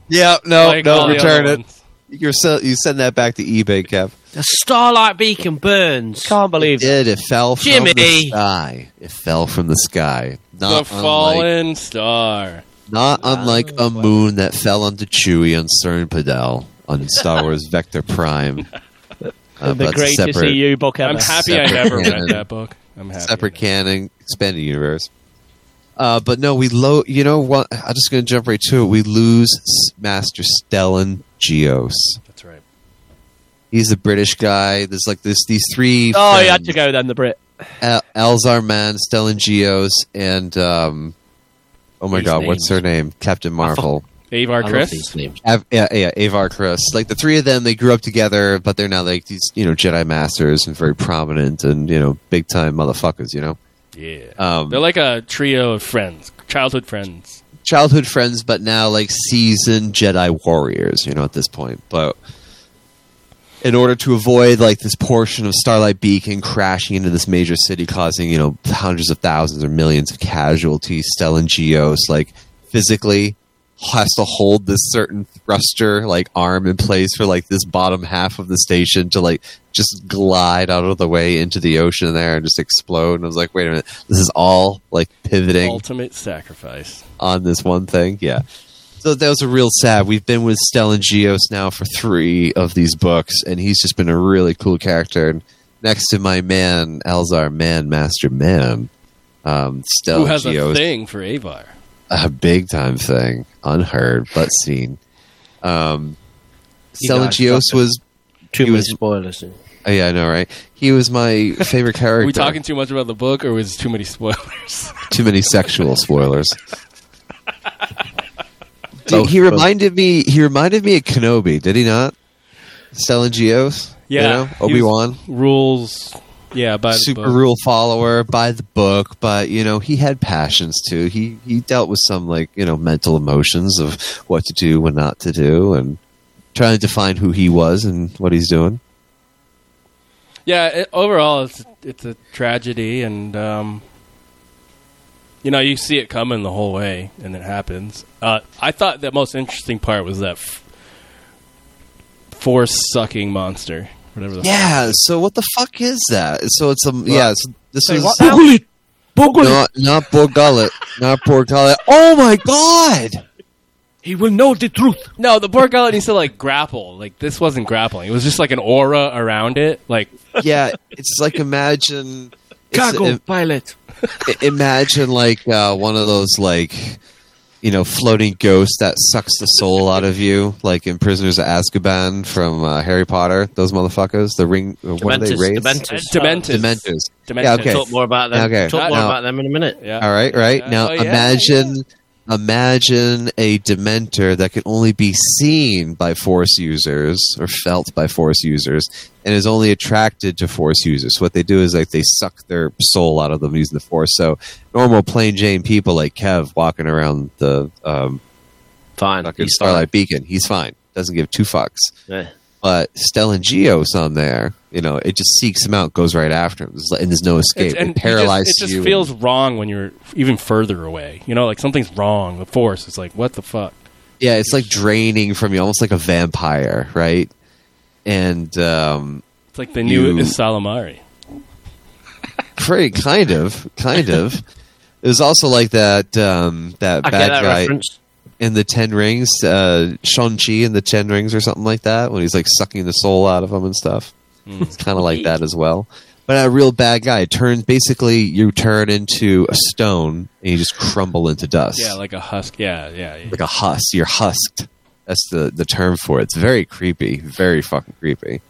Speaker 6: Yeah. Oh, No.
Speaker 7: Like all
Speaker 6: no.
Speaker 7: the
Speaker 6: Return
Speaker 7: other
Speaker 6: it.
Speaker 7: ones.
Speaker 6: You're so, you send that back to eBay, Kev.
Speaker 8: The Starlight Beacon burns.
Speaker 2: Can't believe it.
Speaker 6: Did it fell from
Speaker 8: Jimmy.
Speaker 6: the sky? It fell from the sky.
Speaker 7: The
Speaker 6: Not unlike,
Speaker 7: Fallen Star.
Speaker 6: not unlike a moon that fell onto Chewie on Cern Padel on Star Wars Vector Prime. Uh,
Speaker 2: the
Speaker 6: that's a
Speaker 2: greatest
Speaker 6: separate,
Speaker 2: EU book ever.
Speaker 7: I'm happy I
Speaker 6: Separate
Speaker 7: never
Speaker 6: canon.
Speaker 7: read that book. I'm happy.
Speaker 6: separate
Speaker 7: I
Speaker 6: canon, expanded universe. Uh, but no, we low. You know what? I'm just going to jump right to it. We lose S- Master Stellan Geos.
Speaker 7: didn't. That's right.
Speaker 6: He's the British guy. There's like this these three.
Speaker 2: Oh, he had
Speaker 6: friends.
Speaker 2: to go then, the Brit.
Speaker 6: El- Elzar Man, Stellan Geos, and um, oh my
Speaker 8: These
Speaker 6: god,
Speaker 8: names.
Speaker 6: what's her name? Captain Marvel.
Speaker 8: I
Speaker 7: Avar
Speaker 8: love
Speaker 7: Chris.
Speaker 8: these names.
Speaker 6: Av- yeah, yeah, Avar Chris. Like the three of them, they grew up together, but they're now like these, you know, Jedi masters and very prominent and you know, big time motherfuckers. You know,
Speaker 7: Yeah.
Speaker 6: um,
Speaker 7: They're like a trio of friends, childhood friends.
Speaker 6: childhood friends, but now like seasoned Jedi warriors, you know, at this point. But in order to avoid like this portion of Starlight Beacon crashing into this major city, causing you know hundreds of thousands or millions of casualties, Stellan Geos like physically has to hold this certain thruster like arm in place for like this bottom half of the station to like just glide out of the way into the ocean there and just explode. And I was like, wait a minute, this is all like pivoting
Speaker 7: Ultimate sacrifice.
Speaker 6: on this one thing. Yeah. So that was a real sad. We've been with Stellan Geos now for three of these books, and he's just been a really cool character. And next to my man, Elzar Man, Master Man, um, Stellan
Speaker 7: Who has a
Speaker 6: Geos,
Speaker 7: thing for Avar?
Speaker 6: a big time thing, unheard but seen. Um,
Speaker 8: You
Speaker 6: Stellan
Speaker 8: guys
Speaker 6: Geos
Speaker 8: got the-
Speaker 6: was,
Speaker 8: Too
Speaker 6: He
Speaker 8: many
Speaker 6: was-
Speaker 8: spoilers.
Speaker 6: oh, yeah, I know, right? He was my favorite character.
Speaker 7: Are we talking too much about the book, or was too many spoilers?
Speaker 6: too many sexual spoilers. Oh, Dude,
Speaker 8: Both,
Speaker 6: he
Speaker 8: both.
Speaker 6: reminded me. He reminded me of Kenobi. Did he not? Stellan Geos.
Speaker 7: Yeah, he was-
Speaker 6: Obi Wan.
Speaker 7: Rules. Yeah, by the
Speaker 6: Super
Speaker 7: book.
Speaker 6: rule follower by the book, but you know he had passions too. He he dealt with some like you know mental emotions of what to do, what not to do, and trying to define who he was and what he's doing.
Speaker 7: Yeah, it, overall, it's it's a tragedy, and um, you know you see it coming the whole way, and it happens. Uh, I thought the most interesting part was that f- force sucking monster, whatever. The
Speaker 6: Yeah. So what the fuck is that? So it's um. Yeah. So this is
Speaker 2: what now? Boogly-
Speaker 6: not not poor gullet, not poor gullet. Oh my god!
Speaker 8: He will know the truth.
Speaker 7: Fuck. No, the poor guy needs to like grapple. Like this wasn't grappling; it was just like an aura around it. Like
Speaker 6: Yeah, it's like imagine it's-
Speaker 8: Cargo pilot.
Speaker 6: i- imagine like uh, one of those like you know floating ghosts that sucks the soul out of you, like in Prisoners of Azkaban from uh, Harry Potter. Those motherfuckers, the ring. uh, What are they?
Speaker 8: Dementors.
Speaker 6: Wraiths?
Speaker 8: Dementors.
Speaker 7: Dementis.
Speaker 6: Dementors.
Speaker 7: Dementors.
Speaker 6: Yeah. Okay.
Speaker 8: Talk more about them.
Speaker 6: Okay.
Speaker 8: Talk more
Speaker 6: Now-
Speaker 8: about them in a minute.
Speaker 7: Yeah.
Speaker 6: All right, right.
Speaker 7: Yeah.
Speaker 6: Now
Speaker 7: Oh, yeah,
Speaker 6: imagine imagine a dementor that can only be seen by force users or felt by force users and is only attracted to force users. What they do is like they suck their soul out of them using the force. So normal plain Jane people like Kev walking around the um
Speaker 8: Fine.
Speaker 6: fucking
Speaker 8: He's
Speaker 6: Starlight Beacon, he's fine. Doesn't give two fucks.
Speaker 8: fine. Yeah.
Speaker 6: But Stellan Geos on there, you know, it just seeks him out, goes right after him, It's like- and there's no escape.
Speaker 7: It's- and
Speaker 6: it paralyzes
Speaker 7: It just, it just
Speaker 6: you.
Speaker 7: feels wrong when you're even further away. You know, like something's wrong. The force is like, what the fuck?
Speaker 6: Yeah, it's like draining from you, almost like a vampire, right? and um,
Speaker 7: It's like they knew it
Speaker 6: You-
Speaker 7: was Salamari.
Speaker 6: pretty kind of, kind of. It was also like that um, that
Speaker 8: I
Speaker 6: bad
Speaker 8: get that
Speaker 6: guy
Speaker 8: reference.
Speaker 6: in the Ten Rings, uh, Shang Chi in the Ten Rings or something like that, when he's like sucking the soul out of him and stuff. It's kind of like that as well. But a real bad guy turns basically you turn into a stone and you just crumble into dust.
Speaker 7: Yeah, like a husk. Yeah, yeah. yeah.
Speaker 6: like a husk. You're husked. That's the, the term for it. It's very creepy, very fucking creepy.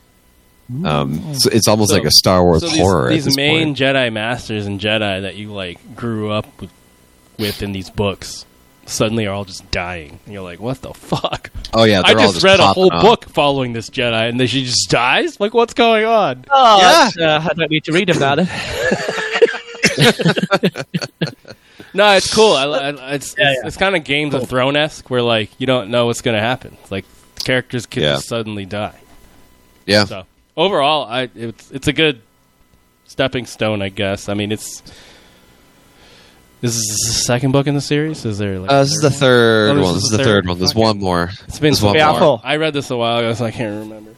Speaker 6: Um, so it's almost
Speaker 7: So-
Speaker 6: like a Star Wars
Speaker 7: so these,
Speaker 6: horror.
Speaker 7: These
Speaker 6: at this
Speaker 7: main
Speaker 6: point.
Speaker 7: Jedi masters and Jedi that you like grew up with, with in these books suddenly are all just dying. And you're like, what the fuck?
Speaker 6: Oh yeah,
Speaker 7: I
Speaker 6: they're all
Speaker 7: just, read a
Speaker 6: popping
Speaker 7: whole
Speaker 6: off.
Speaker 7: book following this Jedi, and then she just dies. Like, what's going on?
Speaker 9: Oh,
Speaker 6: Yeah.
Speaker 9: that's, uh, I don't need to read about it.
Speaker 7: No, it's cool. I, I, it's it's, it's kind of Games of Thrones esque, where like you don't know what's going to happen. Like characters could
Speaker 6: Yeah.
Speaker 7: just suddenly die.
Speaker 6: Yeah,
Speaker 7: So overall, I it's it's a good stepping stone, I guess. I mean, it's this is the second book in the series. Is there like
Speaker 6: uh, this is the
Speaker 7: Oh,
Speaker 6: third one. This is the third one. There's
Speaker 7: Fuck it.
Speaker 6: one more.
Speaker 7: It's been
Speaker 6: There's one
Speaker 7: so
Speaker 9: Yeah,
Speaker 6: more.
Speaker 9: Apple.
Speaker 7: I read this a while ago, so I can't remember.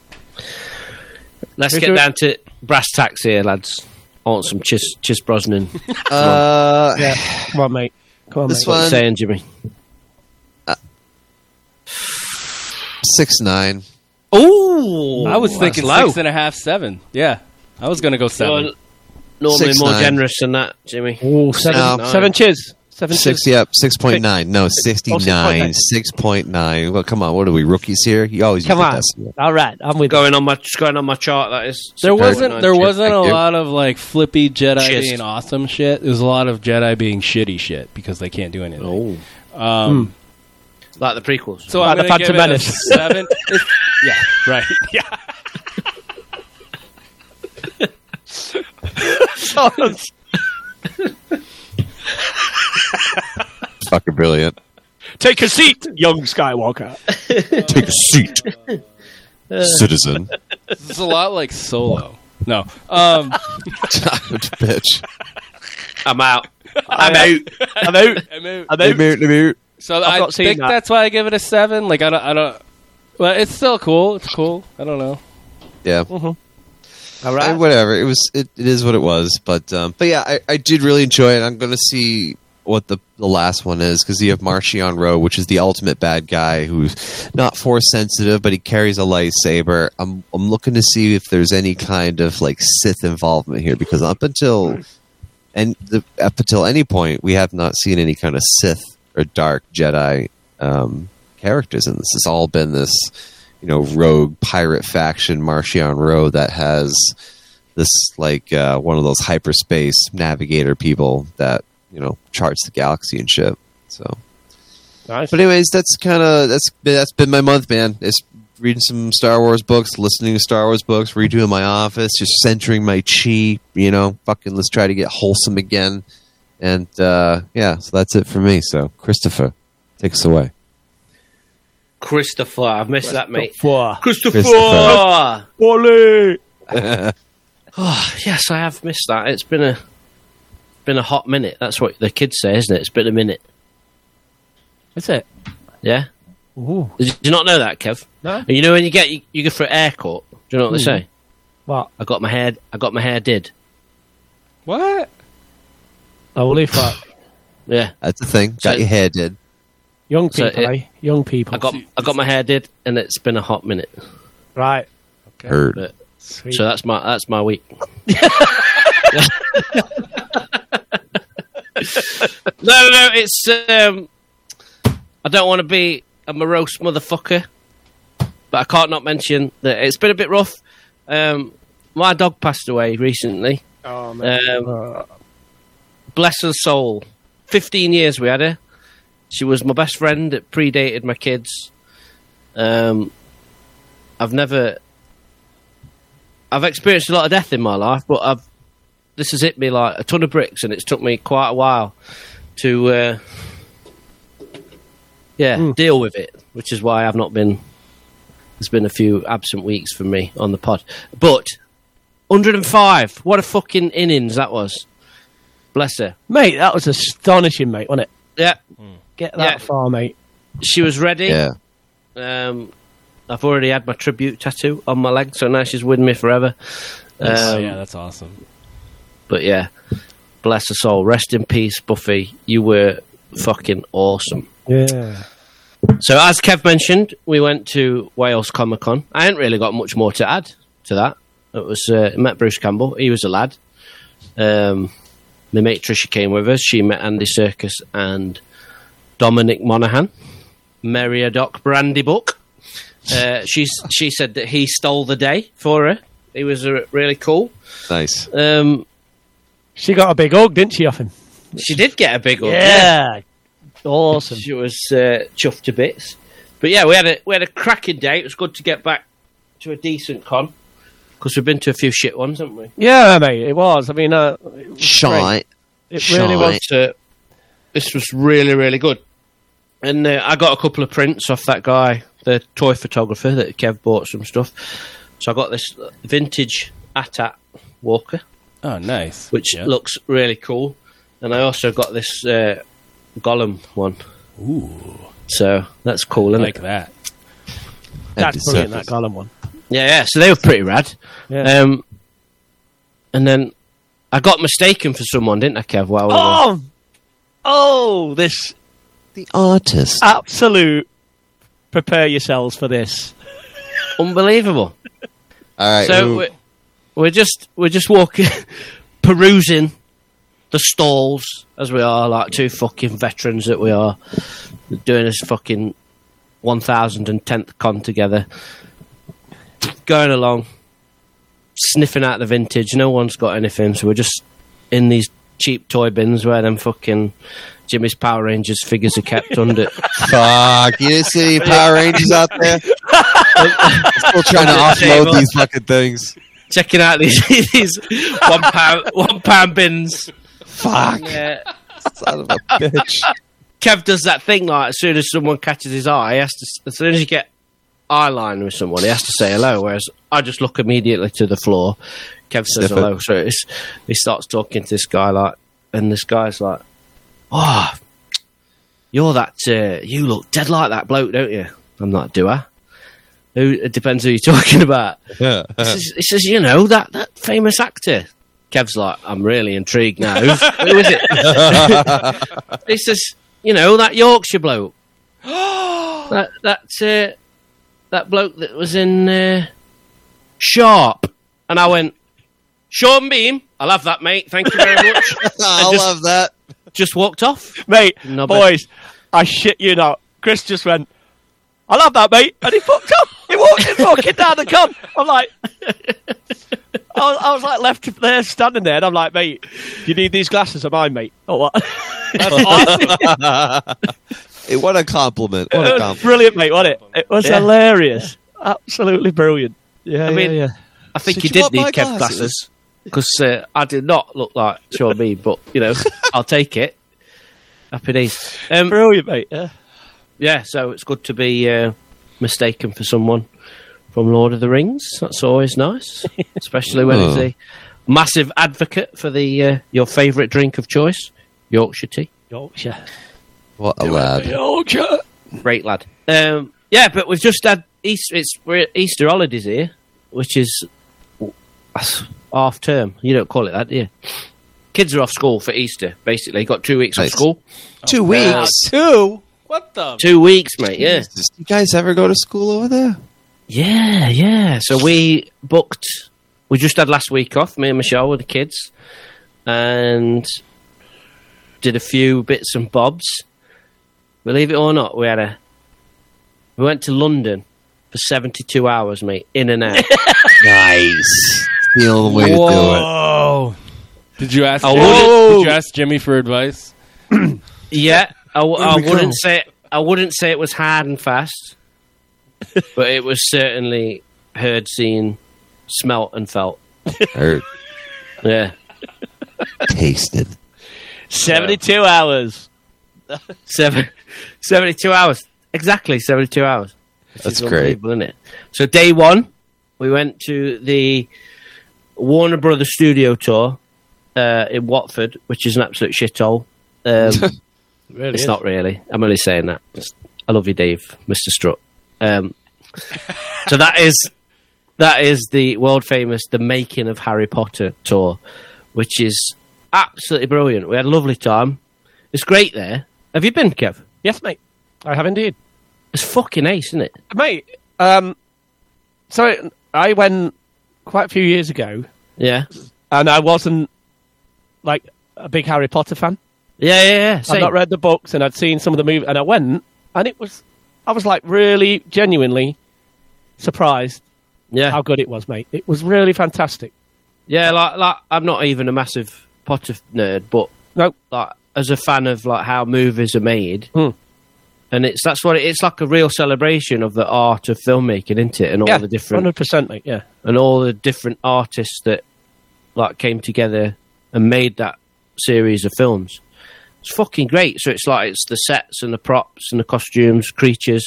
Speaker 8: Let's
Speaker 2: Is
Speaker 8: get
Speaker 2: there-
Speaker 8: down to brass tacks here, lads. I want some Chis, Chis Brosnan.
Speaker 6: Uh,
Speaker 2: Come on, mate. Come on,
Speaker 6: This
Speaker 2: mate.
Speaker 8: What are
Speaker 6: one-
Speaker 8: you saying, Jimmy?
Speaker 6: six nine.
Speaker 8: Ooh,
Speaker 7: I was thinking
Speaker 8: that's low.
Speaker 7: six and a half, seven. Yeah, I was going to go seven.
Speaker 8: You're normally
Speaker 6: Six,
Speaker 8: more
Speaker 6: nine.
Speaker 8: generous than that, Jimmy.
Speaker 2: Ooh, seven,
Speaker 6: No.
Speaker 2: seven cheers. Seven
Speaker 6: Six,
Speaker 2: cheers.
Speaker 6: yep, six point nine.
Speaker 7: Oh,
Speaker 6: No, sixty nine.
Speaker 2: 6.9.
Speaker 6: Six point nine. Well, come on, what are we rookies here? You always
Speaker 2: Come
Speaker 6: use
Speaker 2: on.
Speaker 6: That
Speaker 2: All right, I'm with
Speaker 8: Going on my going on my chart. That is.
Speaker 7: There wasn't
Speaker 8: 6.9.
Speaker 7: there wasn't a
Speaker 6: Thank you.
Speaker 7: lot of like flippy Jedi
Speaker 8: Cheers.
Speaker 7: being awesome shit. There's a lot of Jedi being shitty shit because they can't do anything.
Speaker 8: Oh,
Speaker 7: Um,
Speaker 8: like the prequels.
Speaker 7: So
Speaker 2: Like
Speaker 7: I'm
Speaker 2: the
Speaker 7: gonna give
Speaker 2: Phantom
Speaker 7: it a
Speaker 2: Menace.
Speaker 7: seven. It's- yeah, right. Yeah,
Speaker 6: you. Fucking brilliant.
Speaker 2: Take a seat, young Skywalker.
Speaker 6: Take a seat, citizen.
Speaker 7: this is a lot like Solo. No, um,
Speaker 6: bitch.
Speaker 8: I'm out. I'm out.
Speaker 2: I'm out.
Speaker 7: I mean,
Speaker 2: I'm out.
Speaker 6: mute, mute.
Speaker 7: so
Speaker 2: I've
Speaker 7: I
Speaker 2: not seen
Speaker 7: think
Speaker 2: that.
Speaker 7: that's why I give it a seven. Like I don't, I don't. Well, it's still cool. It's cool. I don't know.
Speaker 6: Yeah.
Speaker 2: Mm-hmm. All
Speaker 6: Uh,
Speaker 2: right.
Speaker 6: whatever. It was. It, it is what it was. But um, but yeah, I, I did really enjoy it. I'm going to see what the the last one is because you have Marchion Rowe, which is the ultimate bad guy who's not force sensitive, but he carries a lightsaber. I'm I'm looking to see if there's any kind of like Sith involvement here because up until and the, up until any point we have not seen any kind of Sith or Dark Jedi um, characters in this. It's all been this you know rogue pirate faction Martian Row that has this like uh, one of those hyperspace navigator people that you know charts the galaxy and shit. So,
Speaker 2: Nice.
Speaker 6: but anyways, that's kind of that's that's been my month, man. It's reading some Star Wars books, listening to Star Wars books, redoing my office, just centering my chi. You know, fucking let's try to get wholesome again. And uh, yeah, so that's it for me. So Christopher, take us away.
Speaker 8: Christopher, I've missed that, mate.
Speaker 2: Four.
Speaker 8: Christopher.
Speaker 6: Christopher.
Speaker 2: Wally.
Speaker 8: Oh, yes, I have missed that. It's been a been a hot minute. That's what the kids say, isn't it? It's been a minute.
Speaker 2: Is it?
Speaker 8: Yeah.
Speaker 2: Ooh.
Speaker 8: Did you not know that, Kev?
Speaker 2: No. Hmm.
Speaker 8: You know when you get you, you go for an haircut. Do you know what they say?
Speaker 2: What?
Speaker 8: I got my hair. I got my hair did.
Speaker 7: What?
Speaker 2: Holy fuck.
Speaker 8: Yeah.
Speaker 6: That's the thing. Got
Speaker 8: So-
Speaker 6: your hair did.
Speaker 2: Young
Speaker 8: So
Speaker 2: people,
Speaker 8: it-
Speaker 2: eh? Young people.
Speaker 8: I got I got my hair did, and it's been a hot minute.
Speaker 2: Right.
Speaker 6: Heard.
Speaker 8: But
Speaker 2: Sweet.
Speaker 8: so that's my that's my week. no, no, no. It's um, I don't want to be a morose motherfucker, but I can't not mention that it's been a bit rough. Um, my dog passed away recently.
Speaker 2: oh, man.
Speaker 8: Um, bless her soul. 15 years we had her. She was my best friend. It predated my kids. Um, I've never. I've experienced a lot of death in my life, but I've. This has hit me like a ton of bricks, and it's took me quite a while to. Uh, yeah, deal with it, which is why I've not been. There's been a few absent weeks for me on the pod, but 105. What a fucking innings that was. Bless her.
Speaker 2: mate, that was astonishing, mate, wasn't it?
Speaker 8: Yeah,
Speaker 2: Get that
Speaker 8: Yeah.
Speaker 2: far, mate.
Speaker 8: she was ready.
Speaker 6: Yeah.
Speaker 8: Um, I've already had my tribute tattoo on my leg, so now she's with me forever.
Speaker 7: oh,
Speaker 8: Um,
Speaker 7: yeah, that's awesome.
Speaker 8: But yeah, bless her soul. Rest in peace, Buffy. You were fucking awesome.
Speaker 2: Yeah.
Speaker 8: So, as Kev mentioned, we went to Wales Comic Con. I ain't really got much more to add to that. It was uh, met Bruce Campbell. He was a lad. Um, my mate Trisha came with us. She met Andy Circus and Dominic Monaghan. Meriadoc Brandy Book. Uh, she's, she said that he stole the day for her. He was uh, really cool.
Speaker 6: Nice.
Speaker 8: Um,
Speaker 2: She got a big hug, didn't she, off him?
Speaker 8: she did get a big one.
Speaker 2: Yeah. Awesome.
Speaker 8: She was uh, chuffed to bits. But yeah, we had a we had a cracking day. It was good to get back to a decent con because we've been to a few shit ones, haven't we?
Speaker 2: Yeah, mate, it was. I mean, uh,
Speaker 6: Shite.
Speaker 2: it really
Speaker 6: Shite.
Speaker 2: was.
Speaker 8: But, uh, this was really really good. And uh, I got a couple of prints off that guy, the toy photographer that Kev bought some stuff. So I got this vintage Atat Walker.
Speaker 7: Oh, nice.
Speaker 8: which
Speaker 7: Yeah.
Speaker 8: looks really cool. And I also got this uh, Gollum one.
Speaker 7: Ooh,
Speaker 8: So that's cool,
Speaker 7: I
Speaker 8: isn't
Speaker 7: like
Speaker 8: it?
Speaker 7: that.
Speaker 6: Empty
Speaker 2: That's brilliant,
Speaker 6: surface.
Speaker 2: that column one.
Speaker 8: Yeah, yeah. So they were pretty rad.
Speaker 2: Yeah.
Speaker 8: Um, and then I got mistaken for someone, didn't I, Kev? While we were-
Speaker 2: Oh! Oh, this
Speaker 6: The artist.
Speaker 2: absolute. Prepare yourselves for this.
Speaker 8: unbelievable.
Speaker 6: All right.
Speaker 8: so
Speaker 6: who-
Speaker 8: we're, we're just we're just walking, perusing the stalls as we are, like two fucking veterans that we are, doing this fucking one thousand and tenth con together, going along, sniffing out the vintage. No one's got anything, so we're just in these cheap toy bins where them fucking Jimmy's Power Rangers figures are kept under.
Speaker 6: Fuck, you didn't see any Power Rangers out there? Still trying to offload these fucking things.
Speaker 8: checking out these these one pound one pound bins.
Speaker 6: Fuck,
Speaker 8: Yeah.
Speaker 6: son of a bitch.
Speaker 8: Kev does that thing like as soon as someone catches his eye, he has to as soon as you get eye line with someone, he has to say hello. Whereas I just look immediately to the floor. Kev says
Speaker 6: Sniff it.
Speaker 8: hello, so it's, he starts talking to this guy like, and this guy's like, "Oh, you're that. Uh, you look dead like that bloke, don't you?" I'm like, "Do I?" Who it depends who you're talking about.
Speaker 6: Yeah.
Speaker 8: He says, he says, "You know that that famous actor." Kev's like, "I'm really intrigued now. Who's- who is it?" he says, "You know that Yorkshire bloke, that that uh, that bloke that was in uh, Sharp." And I went, "Sean Beam, I'll have that, mate. Thank you very much."
Speaker 6: I
Speaker 8: just-
Speaker 6: love that.
Speaker 8: Just walked off.
Speaker 2: Mate,
Speaker 8: No, but-
Speaker 2: boys, I shit you not. Chris just went, I love that, mate. And he fucked up. He walked in fucking down the con. I'm like, I was, I was like left there standing there, and I'm like, mate, you need these glasses of mine, mate. Oh, what?
Speaker 6: Hey, what a compliment. What
Speaker 2: It
Speaker 6: a
Speaker 2: was
Speaker 6: compliment.
Speaker 2: brilliant, mate, wasn't it? It was
Speaker 8: Yeah.
Speaker 2: hilarious. Absolutely brilliant. Yeah,
Speaker 8: I
Speaker 2: I
Speaker 8: mean,
Speaker 2: mean, yeah,
Speaker 8: I think
Speaker 6: Said,
Speaker 8: you
Speaker 6: "You
Speaker 8: did
Speaker 6: want
Speaker 8: need
Speaker 6: my
Speaker 8: Kev glasses
Speaker 6: glasses?"
Speaker 8: because uh, I did not look like Sean Bean, but you know, I'll take it. Happy days. Um,
Speaker 2: brilliant, mate. Yeah.
Speaker 8: yeah, so it's good to be uh, mistaken for someone from Lord of the Rings. That's always nice, especially when it's
Speaker 6: Oh.
Speaker 8: a massive advocate for the uh, your favourite drink of choice, Yorkshire tea.
Speaker 2: Yorkshire.
Speaker 6: What a lad.
Speaker 2: Yorkshire.
Speaker 8: Great lad. Um, yeah, but we've just had Easter. It's we're at Easter holidays here, which is that's half term. You don't call it that, do you? Kids are off school for Easter. Basically, got two weeks
Speaker 6: Nice.
Speaker 8: off school.
Speaker 6: Two weeks.
Speaker 7: Two? What the?
Speaker 8: Two weeks, mate. Yeah.
Speaker 6: Jesus, You guys ever go to school over there?
Speaker 8: Yeah, yeah. So we booked. We just had last week off, me and Michelle with the kids, and did a few bits and bobs. Believe it or not, we had a. We went to London for seventy-two hours, mate, in and out.
Speaker 6: Nice. The only way to
Speaker 2: Oh,
Speaker 7: Whoa. Did you ask? Jimmy,
Speaker 8: whoa.
Speaker 7: did you ask Jimmy for advice?
Speaker 8: yeah, I, w- I
Speaker 6: we go.
Speaker 8: wouldn't say I wouldn't say it was hard and fast, but it was certainly heard, seen, smelt, and felt.
Speaker 6: do it. Or
Speaker 8: Yeah,
Speaker 6: tasted.
Speaker 2: 72 hours.
Speaker 8: Seven, 72 hours. Exactly, 72 hours. Which
Speaker 6: That's
Speaker 8: is
Speaker 6: great.
Speaker 8: unbelievable, Isn't it? So, day one, we went to the Warner Brothers studio tour uh, in Watford, which is an absolute shithole. Um,
Speaker 2: Really
Speaker 8: it's not really. I'm only saying that. It's- I love you, Dave, Mr. Strut. Um, so that is that is the world famous the making of Harry Potter tour, which is absolutely brilliant. We had a lovely time. It's great there. Have you been, Kev?
Speaker 9: Yes, mate. I have indeed.
Speaker 8: It's fucking ace, isn't it?
Speaker 9: Mate, um, so I went quite a few years ago
Speaker 8: Yeah.
Speaker 9: and I wasn't like a big Harry Potter fan.
Speaker 8: Yeah, yeah, yeah.
Speaker 9: I'd
Speaker 8: Same.
Speaker 9: not read the books and I'd seen some of the movies and I went and it was, I was like really genuinely surprised
Speaker 8: yeah.
Speaker 9: how good it was, mate. It was really fantastic.
Speaker 8: Yeah, like like I'm not even a massive Potter nerd, but
Speaker 9: No,
Speaker 8: like as a fan of like how movies are made,
Speaker 9: Hmm.
Speaker 8: and it's that's what it, it's like a real celebration of the art of filmmaking, isn't it? And all
Speaker 9: yeah,
Speaker 8: the different
Speaker 9: 100%, mate, yeah.
Speaker 8: and all the different artists that like came together and made that series of films. It's fucking great. So it's like it's the sets and the props and the costumes, creatures,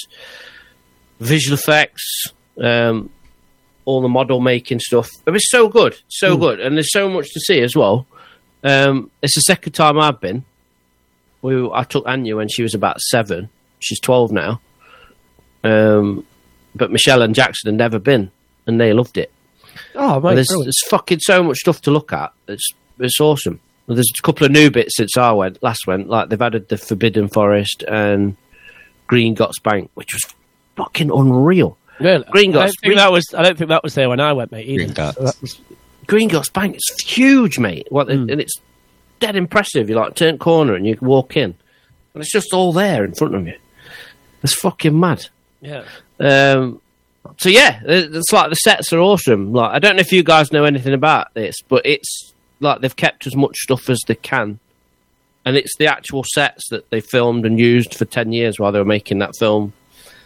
Speaker 8: visual effects, um, all the model making stuff. It was so good, so good, and there's so much to see as well. Um, it's the second time I've been. We, were- I took Anya when she was about seven. She's twelve now. Um, but Michelle and Jackson had never been, and they loved it.
Speaker 9: Oh,
Speaker 8: And
Speaker 9: mate,
Speaker 8: there's,
Speaker 9: brilliant.
Speaker 8: there's fucking so much stuff to look at. It's it's awesome. And There's a couple of new bits since I went last went. Like they've added the Forbidden Forest and Green Gots Bank, which was fucking unreal.
Speaker 9: Really?
Speaker 8: Green Gots.
Speaker 9: I don't, think that was, I don't think that was there when I went, mate, either.
Speaker 6: Green Gots.
Speaker 9: So that was-
Speaker 8: Green Gots Bank is huge, mate. What they- and it's dead impressive. You like turn corner and you walk in, and it's just all there in front of you. It's fucking mad.
Speaker 9: yeah.
Speaker 8: Um, so yeah, it- it's like the sets are awesome. Like I don't know if you guys know anything about this, but it's like they've kept as much stuff as they can, and it's the actual sets that they filmed and used for ten years while they were making that film,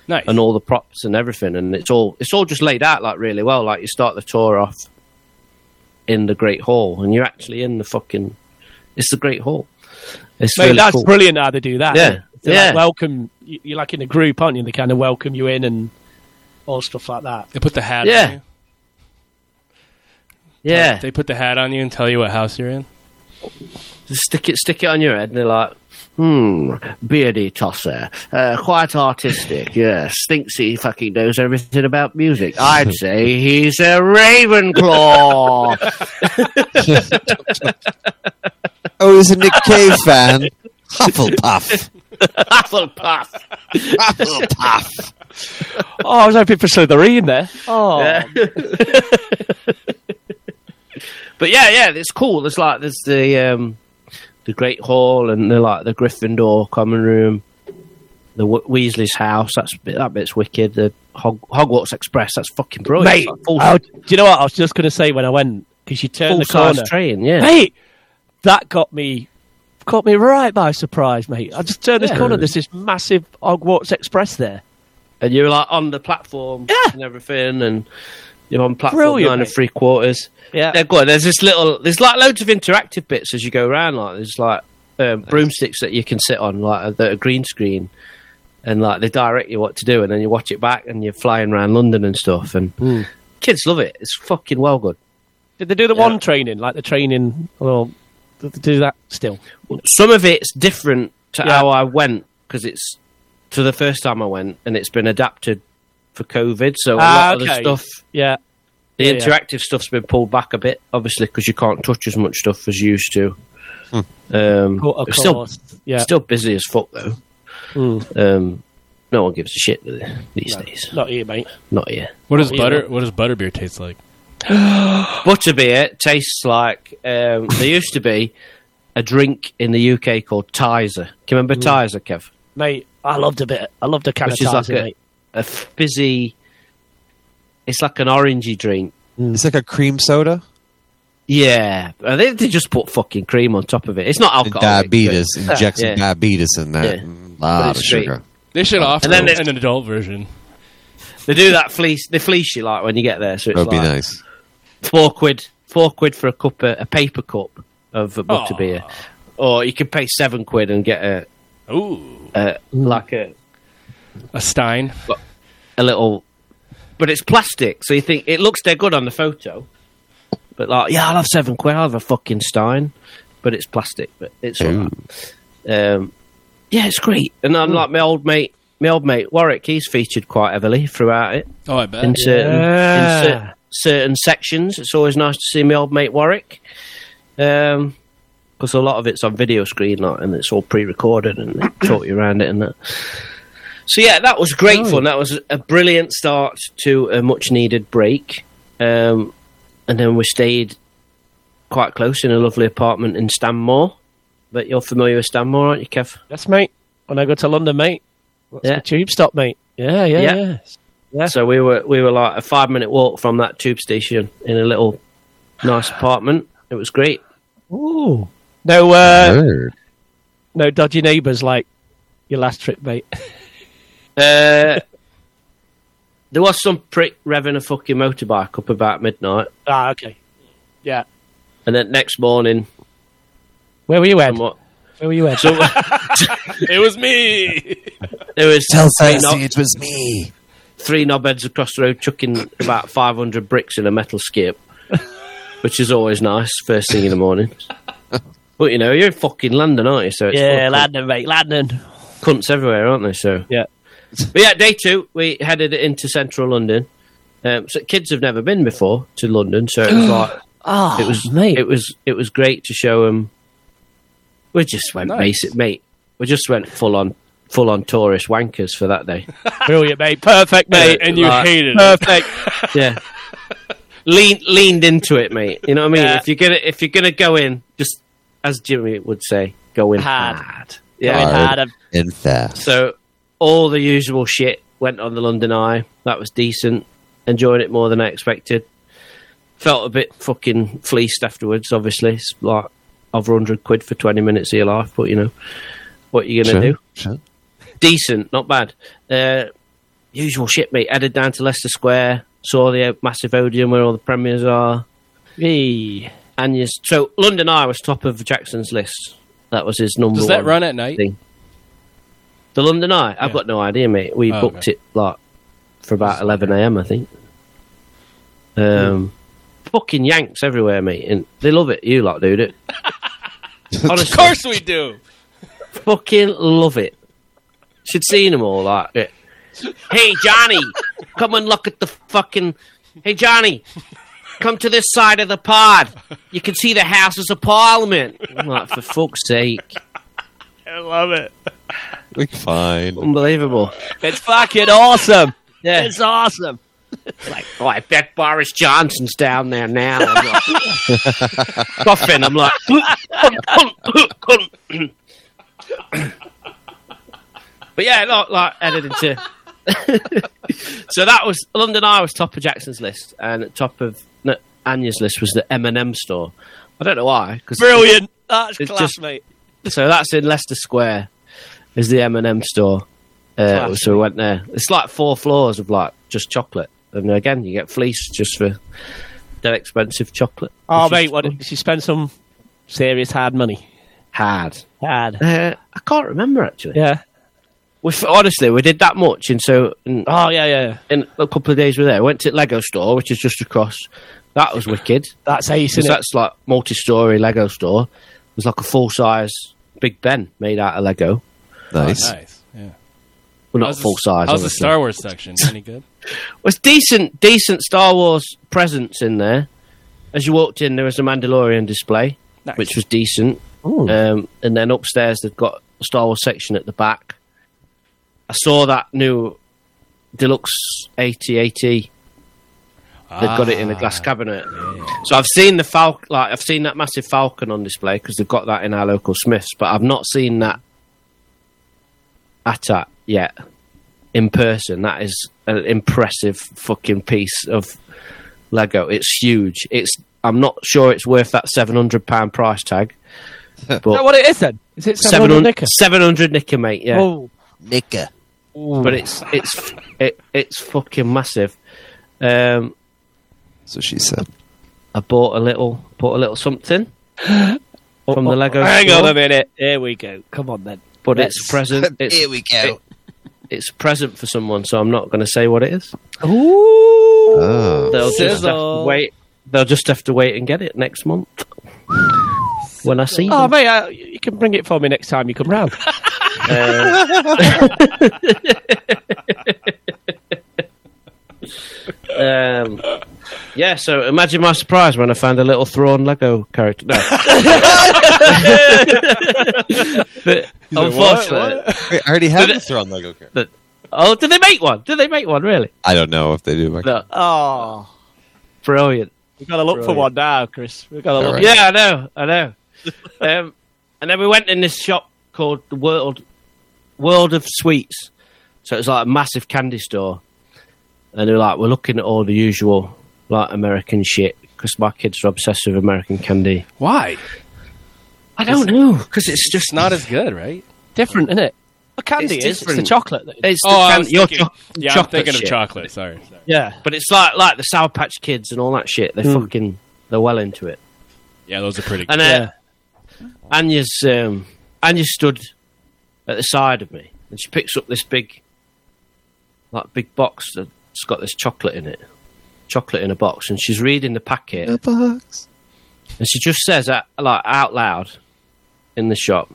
Speaker 7: Nice.
Speaker 8: and all the props and everything, and it's all it's all just laid out like really well. Like you start the tour off in the Great Hall, and you're actually in the fucking it's the Great Hall. It's
Speaker 9: Mate,
Speaker 8: really
Speaker 9: that's
Speaker 8: cool.
Speaker 9: brilliant how they do that.
Speaker 8: Yeah,
Speaker 9: isn't it? They,
Speaker 8: yeah.
Speaker 9: Like welcome. you- You're like in a group, aren't you? And they kind of welcome you in and all stuff like that.
Speaker 7: They put the hat
Speaker 8: Yeah.
Speaker 7: on you.
Speaker 8: yeah.
Speaker 7: They put the hat on you and tell you what house you're in.
Speaker 8: Just stick it stick it on your head and they're like hmm beardy tosser uh, quite artistic yes thinks he fucking knows everything about music i'd say he's a ravenclaw
Speaker 6: Oh, he's a Nick Cave fan. Hufflepuff.
Speaker 8: hufflepuff
Speaker 6: Hufflepuff.
Speaker 9: Oh, I was hoping for Slytherin there. Oh,
Speaker 8: but yeah yeah it's cool there's like there's the um the great hall and the like the gryffindor common room the Wo- Weasley's house, that's that bit's wicked. The Hog- Hogwarts Express, that's fucking brilliant.
Speaker 9: mate.
Speaker 8: It's like full-
Speaker 9: oh, do you know what? I was just going to say when I went because you turned the
Speaker 8: full-size
Speaker 9: corner.
Speaker 8: train, yeah.
Speaker 9: Mate, that got me. Caught me right by surprise, mate. I just turned this
Speaker 8: Yeah.
Speaker 9: corner. There's this massive Hogwarts Express there.
Speaker 8: and you're like on the platform
Speaker 9: Yeah.
Speaker 8: and everything, and you're on platform
Speaker 9: Brilliant,
Speaker 8: nine and
Speaker 9: mate.
Speaker 8: three quarters.
Speaker 9: Yeah.
Speaker 8: they're good. There's this little, there's like loads of interactive bits as you go around. Like there's like um, broomsticks that you can sit on, like uh, that are green screen, and like they direct you what to do, and then you watch it back, and you're flying around London and stuff. And
Speaker 9: Hmm.
Speaker 8: kids love it. It's fucking well good.
Speaker 9: Did they do the one training, like the training? Well, did they do that still?
Speaker 8: some of it's different to
Speaker 9: Yeah.
Speaker 8: how I went because it's to the first time I went and it's been adapted for COVID. So a
Speaker 9: Ah,
Speaker 8: lot
Speaker 9: okay.
Speaker 8: of the stuff,
Speaker 9: Yeah,
Speaker 8: the
Speaker 9: Yeah, yeah.
Speaker 8: interactive stuff's been pulled back a bit, obviously, because you can't touch as much stuff as you used to. Um,
Speaker 9: Co- of
Speaker 8: it's still,
Speaker 9: course. Yeah, Hmm.
Speaker 8: still busy as fuck though. Um, no one gives a shit do they, these days.
Speaker 9: not here, mate.
Speaker 8: Not here.
Speaker 7: What does
Speaker 9: yeah.
Speaker 7: butter? What does butterbeer taste like?
Speaker 8: Butterbeer tastes like um, there used to be a drink in the UK called Tizer. Can you
Speaker 9: Hmm.
Speaker 8: remember Tizer, Kev?
Speaker 9: mate. I loved a bit. I loved a can
Speaker 8: Which
Speaker 9: of
Speaker 8: is like
Speaker 9: Tizer,
Speaker 8: a-
Speaker 9: mate.
Speaker 8: a fizzy. It's like an orangey drink.
Speaker 6: Mm. It's like a cream soda.
Speaker 8: Yeah, Uh, they, they just put fucking cream on top of it. It's not
Speaker 6: And
Speaker 8: alcohol.
Speaker 6: diabetes. Inject some
Speaker 8: Yeah.
Speaker 6: diabetes in that.
Speaker 8: Yeah.
Speaker 6: lot
Speaker 8: it's
Speaker 6: of
Speaker 8: great.
Speaker 6: sugar.
Speaker 7: They should offer
Speaker 8: Oh, And then they-
Speaker 7: an adult version.
Speaker 8: They do that fleece. They fleece you like when you get there. So it's
Speaker 6: That would
Speaker 8: like
Speaker 6: be nice.
Speaker 8: four quid, four quid for a cup, of, a paper cup of uh, butter beer, or you can pay seven quid and get a,
Speaker 7: Ooh,
Speaker 8: a
Speaker 6: Mm.
Speaker 8: like a,
Speaker 7: a Stein.
Speaker 8: a little. But it's plastic, so you think it looks dead good on the photo. But like, yeah, I'll have seven quid. I'll have a fucking stein. But it's plastic. But it's all right.
Speaker 6: Ooh.
Speaker 8: Um, yeah, it's great. And I'm like my old mate my old mate Warwick, he's featured quite heavily throughout it
Speaker 7: Oh, I bet.
Speaker 8: in certain
Speaker 9: Yeah.
Speaker 8: in cer- certain sections. It's always nice to see my old mate Warwick, because a lot of it's on video screen like, and it's all pre-recorded and they talk you around it and that. So yeah, that was great fun. That was a brilliant start to a much-needed break, um, and then we stayed quite close in a lovely apartment in Stanmore. But you're familiar with Stanmore, aren't you, Kev?
Speaker 9: Yes, mate. When I go to London, mate. What's
Speaker 8: Yeah.
Speaker 9: the tube stop, mate? Yeah, yeah,
Speaker 8: Yeah.
Speaker 9: yeah.
Speaker 8: So we were we were like a five minute walk from that tube station in a little nice apartment. It was great.
Speaker 9: Ooh. No, uh,
Speaker 6: Word.
Speaker 9: no dodgy neighbours like your last trip, mate.
Speaker 8: Uh, there was some prick revving a fucking motorbike up about midnight,
Speaker 9: ah, okay. Yeah.
Speaker 8: and then next morning,
Speaker 9: Where were you at?
Speaker 8: somewhat,
Speaker 9: Where were you at?
Speaker 8: some,
Speaker 7: it was me.
Speaker 8: there was
Speaker 6: Tell
Speaker 8: three,
Speaker 6: Stacey
Speaker 8: knob,
Speaker 6: it was me.
Speaker 8: three knobheads across the road chucking about five hundred bricks in a metal skip, which is always nice first thing in the morning. But you know you're in fucking London, aren't you? So it's full
Speaker 9: yeah,
Speaker 8: of
Speaker 9: London, mate. London.
Speaker 8: cunts everywhere, aren't they? So
Speaker 9: Yeah.
Speaker 8: But yeah, day two, we headed into central London. Um, so kids have never been before to London, so it was like
Speaker 9: Oh,
Speaker 8: it was
Speaker 9: mate.
Speaker 8: it was it was great to show them. We just went
Speaker 7: Nice.
Speaker 8: basic, mate. We just went full on full on tourist wankers for that day.
Speaker 9: Brilliant, mate. Perfect, mate.
Speaker 8: And you Right.
Speaker 9: hated Perfect.
Speaker 8: Yeah, leaned leaned into it, mate. You know what I mean?
Speaker 9: Yeah.
Speaker 8: If you're gonna if you're gonna go in, just as Jimmy would say, go in
Speaker 9: Hard.
Speaker 8: hard. Yeah,
Speaker 9: Going hard.
Speaker 6: And fast.
Speaker 8: So all the usual shit went on the London Eye. That was decent. Enjoyed it more than I expected. Felt a bit fucking fleeced afterwards. Obviously, it's like over hundred quid for twenty minutes of your life, but you know what you're gonna do.
Speaker 6: Sure.
Speaker 8: Decent, not bad. Uh, usual shit, mate. Headed down to Leicester Square. Saw the uh, massive Odeon where all the premiers are.
Speaker 9: Hey.
Speaker 8: And you, so London Eye was top of Jackson's list. That was his number
Speaker 7: Does
Speaker 8: one.
Speaker 7: that run at night?
Speaker 8: Thing. The London Eye. I've got no idea, mate. We
Speaker 7: Oh,
Speaker 8: booked
Speaker 7: okay.
Speaker 8: it like for about eleven a.m. I think. Um, fucking Yanks everywhere, mate, and they love it. You lot do it. Honestly,
Speaker 7: Of course we do.
Speaker 8: fucking love it. Should see them all like it. Hey Johnny, come and look at the fucking. Hey Johnny, come to this side of the pod. You can see the Houses of Parliament. I'm like, for fuck's sake,
Speaker 9: I love it.
Speaker 6: Like,
Speaker 8: Oh
Speaker 6: Fine.
Speaker 8: unbelievable.
Speaker 9: It's fucking awesome.
Speaker 8: Yeah.
Speaker 9: It's awesome.
Speaker 8: Oh, I bet Boris Johnson's down there now. I'm like, coughing. I'm like, but yeah, like, like headed into. so that was London Eye was top of Jackson's list, and at top of no, Anya's list was the M&M store. I don't know why. Cause
Speaker 9: Brilliant. That's
Speaker 8: It's
Speaker 9: class,
Speaker 8: just-
Speaker 9: mate.
Speaker 8: so that's in Leicester Square, is the M and M store. Uh,
Speaker 9: Classic.
Speaker 8: so we went there. It's like four floors of like just chocolate, and again you get fleece just for that expensive chocolate.
Speaker 9: Oh,
Speaker 8: Which is
Speaker 9: mate, what did she spend some serious hard money?
Speaker 8: hard?
Speaker 9: Hard.
Speaker 8: Uh, I can't remember actually.
Speaker 9: Yeah.
Speaker 8: We f- honestly we did that much, and so in,
Speaker 9: Oh, yeah, yeah. yeah.
Speaker 8: in a couple of days we were there. Went to Lego store, which is just across. That was wicked.
Speaker 9: That's ace,
Speaker 8: Because
Speaker 9: isn't it?
Speaker 8: that's like multi-story Lego store. It was like a full-size Big Ben made out of Lego.
Speaker 6: Nice.
Speaker 7: Nice. Yeah.
Speaker 8: Well, not
Speaker 7: How's the-
Speaker 8: full size.
Speaker 7: How's the
Speaker 8: obviously.
Speaker 7: Star Wars section? Any good?
Speaker 8: was decent, decent Star Wars presence in there. As you walked in, there was a Mandalorian display, which was decent. Um, and then upstairs, they've got a Star Wars section at the back. I saw that new deluxe 8080. They've got it in a glass cabinet. So I've seen the Falcon, like I've seen that massive Falcon on display because they've got that in our local Smiths, but I've not seen that Atat yet in person. That is an impressive fucking piece of Lego. It's huge. It's I'm not sure it's worth that seven hundred pound price tag.
Speaker 9: Is that what it is then? Is it 700 knicker?
Speaker 8: 700 nicker, mate. Yeah,
Speaker 9: Oh,
Speaker 6: Nicker.
Speaker 8: but it's it's it, it's fucking massive. Um,
Speaker 6: So she said.
Speaker 8: I bought a little bought a little something from the Lego.
Speaker 9: hang
Speaker 8: store,
Speaker 9: on a minute. Here we go. Come on then.
Speaker 8: but it's a present. It's,
Speaker 6: Here we go.
Speaker 8: it's a present for someone, so I'm not going to say what it is.
Speaker 9: Ooh.
Speaker 6: Oh.
Speaker 8: They'll just have to
Speaker 9: Sizzle.
Speaker 8: wait. They'll just have to wait and get it next month when I see
Speaker 9: Oh,
Speaker 8: them.
Speaker 9: mate, uh, you can bring it for me next time you come round.
Speaker 8: Um, yeah, so imagine my surprise when I found a little Thrawn Lego character. No. But unfortunately,
Speaker 6: Wait, I already have a Thrawn Lego character.
Speaker 8: oh, did they make one? Did they make one really?
Speaker 6: I don't know if they do. Mike.
Speaker 8: No,
Speaker 9: Oh,
Speaker 8: brilliant.
Speaker 9: we've got to look for
Speaker 8: Brilliant.
Speaker 9: one now, Chris. We've got to
Speaker 6: All
Speaker 9: look.
Speaker 6: right.
Speaker 8: Yeah, I know, I know. um, and then we went in this shop called the World World of Sweets. So it's like a massive candy store, and they're like, we're looking at all the usual like American shit because my kids are obsessed with American candy.
Speaker 7: Why?
Speaker 8: I don't know because it's just
Speaker 7: It's not as good, right?
Speaker 9: Different, isn't it? Well, candy
Speaker 8: It's
Speaker 9: is. It's the
Speaker 8: different.
Speaker 9: chocolate. That
Speaker 8: It's
Speaker 7: Oh,
Speaker 8: the
Speaker 7: I
Speaker 8: can-
Speaker 7: was
Speaker 8: your
Speaker 7: thinking-
Speaker 8: cho-
Speaker 7: Yeah, I'm
Speaker 8: chocolate
Speaker 7: thinking
Speaker 8: shit.
Speaker 7: of chocolate. Sorry. sorry.
Speaker 9: yeah.
Speaker 8: But it's like like the Sour Patch Kids and all that shit.
Speaker 7: Hmm.
Speaker 8: They fucking they're well into it.
Speaker 7: Yeah, those are pretty. good.
Speaker 8: And uh, Anya's um, Anya stood at the side of me, and she picks up this big, like big box that's got this chocolate in it, chocolate in a box, and she's reading the packet,
Speaker 6: The box.
Speaker 8: and she just says out, like out loud in the shop,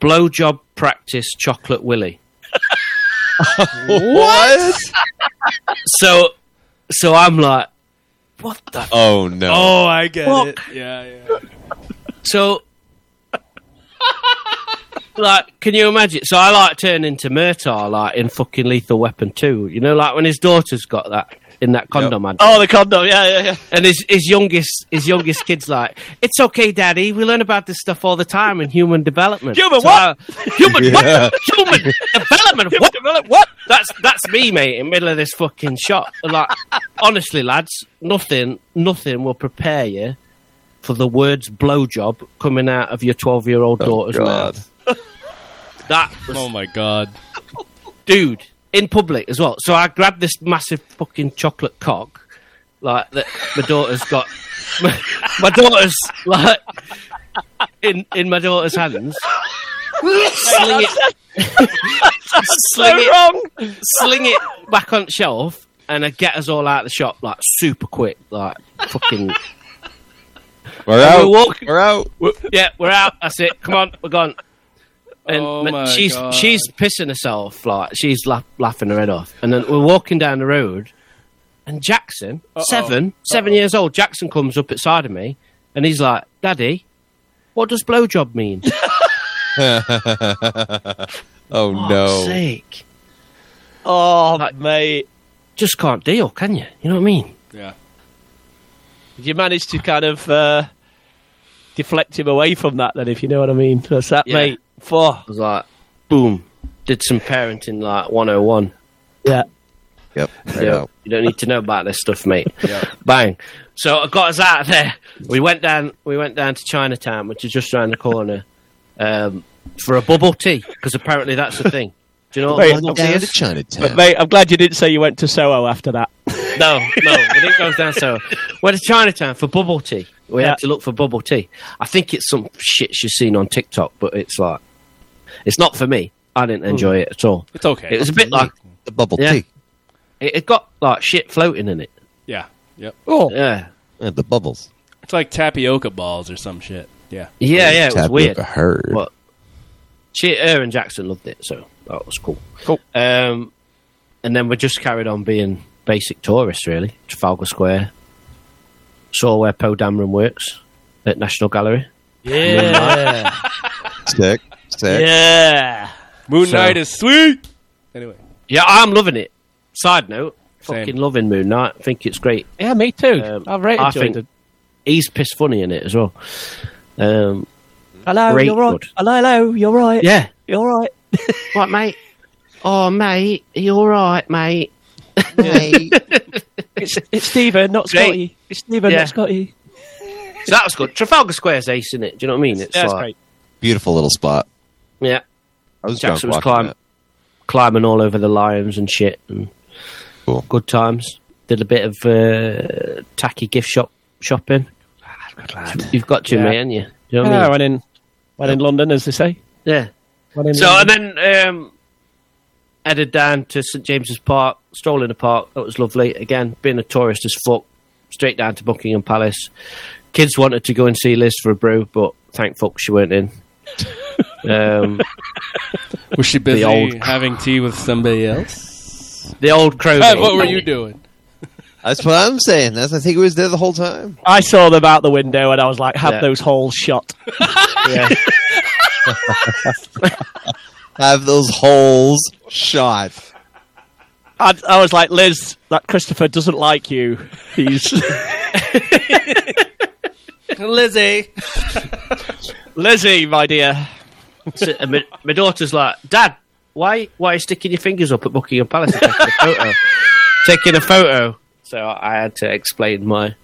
Speaker 8: "Blowjob practice, chocolate Willy."
Speaker 6: What?
Speaker 8: So, so I'm like, "What the
Speaker 6: Oh no.
Speaker 7: Oh, I get
Speaker 8: Fuck.
Speaker 7: it. Yeah, yeah.
Speaker 8: So, like, can you imagine? So I like turn into Murtar, like in fucking Lethal Weapon Two. You know, like when his daughter's got that in that condom ad.
Speaker 9: Oh, the condom. Yeah, yeah, yeah.
Speaker 8: and his his youngest his youngest kid's like, "It's okay, Daddy. We learn about this stuff all the time in human development.
Speaker 9: Human
Speaker 8: So
Speaker 9: what?
Speaker 8: I- human
Speaker 6: Yeah.
Speaker 8: what? Human development? What?
Speaker 9: Develop- What?
Speaker 8: That's that's me, mate. In the middle of this fucking shop, like honestly, lads, nothing, nothing will prepare you for the words "blowjob" coming out of your twelve-year-old Oh, daughter's
Speaker 6: Oh, God.
Speaker 8: mouth. That was,
Speaker 7: Oh my god.
Speaker 8: dude in public as well. So I grabbed this massive fucking chocolate cock, like that my daughter's got. My, my daughter's like in in my daughter's hands. Sling it, sling it
Speaker 9: Wrong.
Speaker 8: sling it back on the shelf and I get us all out of the shop like super quick, like fucking
Speaker 6: We're
Speaker 8: we're
Speaker 6: out.
Speaker 8: walking-
Speaker 6: We're out.
Speaker 8: yeah, we're out. That's it. Come on, we're gone. And
Speaker 7: Oh
Speaker 8: ma-
Speaker 7: my
Speaker 8: she's
Speaker 7: God.
Speaker 8: she's pissing herself, like she's la- laughing her head off. And then we're walking down the road, and Jackson, seven, seven years old, Jackson comes up at side of me, and he's like, "Daddy, what does blowjob mean?"
Speaker 6: Oh
Speaker 8: Fuck's
Speaker 6: no.
Speaker 8: sake,
Speaker 9: Oh,
Speaker 8: Like-
Speaker 9: mate.
Speaker 8: just can't deal, can you? You know what I mean?
Speaker 7: Yeah.
Speaker 9: You managed to kind of uh, deflect him away from that, then, if you know what I mean. That's that,
Speaker 8: Yeah.
Speaker 9: mate. Four.
Speaker 8: I was like, boom, did some parenting like 101.
Speaker 9: Yeah.
Speaker 6: Yep. Right
Speaker 8: Yeah.
Speaker 6: out.
Speaker 8: You don't need to know about this stuff, mate.
Speaker 7: Yeah.
Speaker 8: Bang. So I got us out of there. We went down. We went down to Chinatown, which is just around the corner, um, for a bubble tea because apparently that's the thing. Do you know what
Speaker 9: Wait,
Speaker 8: a bubble
Speaker 6: Down
Speaker 8: tea
Speaker 6: to
Speaker 8: is?
Speaker 6: Chinatown.
Speaker 9: Mate, I'm glad you didn't say you went to Soho after that.
Speaker 8: No, no, we didn't go down so. We're to Chinatown for bubble tea. We
Speaker 9: Yeah.
Speaker 8: had to look for bubble tea. I think it's some shit she's seen on TikTok, but it's like, it's not for me. I didn't enjoy it at all.
Speaker 7: It's okay.
Speaker 8: It was a bit like
Speaker 6: the bubble
Speaker 8: Yeah.
Speaker 6: tea.
Speaker 8: it, it got like shit floating in it.
Speaker 7: yeah. Yep.
Speaker 9: Oh,
Speaker 8: Yeah,
Speaker 6: Yeah, the bubbles.
Speaker 7: It's like tapioca balls or some shit. Yeah.
Speaker 8: yeah, yeah. It was
Speaker 6: Tapioca
Speaker 8: weird.
Speaker 6: Herd.
Speaker 8: But she, her and Jackson loved it, so that was cool.
Speaker 9: Cool.
Speaker 8: Um, and then we just carried on being basic tourists, really. Trafalgar Square. Saw where Poe Dameron works at National Gallery.
Speaker 9: yeah.
Speaker 6: Sick. Sick.
Speaker 9: yeah.
Speaker 7: Moon
Speaker 8: So-
Speaker 7: Knight is sweet. Anyway.
Speaker 8: Yeah, I'm loving it. Side note,
Speaker 7: Same.
Speaker 8: fucking loving Moon Knight. think it's great.
Speaker 9: Yeah, me too.
Speaker 8: Um,
Speaker 9: I've really
Speaker 8: I
Speaker 9: enjoyed
Speaker 8: think-
Speaker 9: it.
Speaker 8: He's piss funny in it as well. Um,
Speaker 9: Hello,
Speaker 8: great
Speaker 9: you're right.
Speaker 8: good.
Speaker 9: Hello, hello, you're right.
Speaker 8: yeah.
Speaker 9: You're right.
Speaker 8: What, mate? Oh, mate, you're right, mate.
Speaker 9: It's, it's Stephen, not
Speaker 8: Great.
Speaker 9: Scotty. It's Stephen,
Speaker 8: Yeah.
Speaker 9: not Scotty.
Speaker 8: So that was good. Trafalgar Square's ace, in it? Do you know what I mean? It's
Speaker 9: Yeah, it's
Speaker 8: like-
Speaker 9: great.
Speaker 6: Beautiful little spot.
Speaker 8: Yeah.
Speaker 6: I was
Speaker 8: Jackson was
Speaker 6: drunk
Speaker 8: climb,
Speaker 6: walking
Speaker 8: climbing all over the lions and shit. And
Speaker 6: Cool.
Speaker 8: Good times. Did a bit of uh, tacky gift shop shopping.
Speaker 7: Ah,
Speaker 8: You've got to,
Speaker 9: Yeah.
Speaker 8: mate, haven't you? Do you know what
Speaker 9: Yeah,
Speaker 8: I mean?
Speaker 9: Ah, when in, when in London, as they say.
Speaker 8: Yeah.
Speaker 9: When in
Speaker 8: So,
Speaker 9: London.
Speaker 8: and then um, headed down to St James's Park, strolled in the park. That was lovely. Again, being a tourist as fuck. Straight down to Buckingham Palace. Kids wanted to go and see Liz for a brew, but thank fuck she weren't in. Um,
Speaker 7: Was she busy
Speaker 8: old-
Speaker 7: having tea with somebody else?
Speaker 8: the old crow.
Speaker 7: what were you doing?
Speaker 6: That's what I'm saying. That's I think it was there the whole time.
Speaker 9: I saw them out the window and I was like, have
Speaker 8: Yeah.
Speaker 9: those holes shot.
Speaker 8: Yeah.
Speaker 6: Have those holes shot.
Speaker 9: I, I was like, Liz, that Christopher doesn't like you. He's
Speaker 7: Lizzie.
Speaker 9: Lizzie, my dear.
Speaker 8: So, and my, my daughter's like, Dad, why why are you sticking your fingers up at Buckingham Palace and taking a photo? taking a photo. So I had to explain my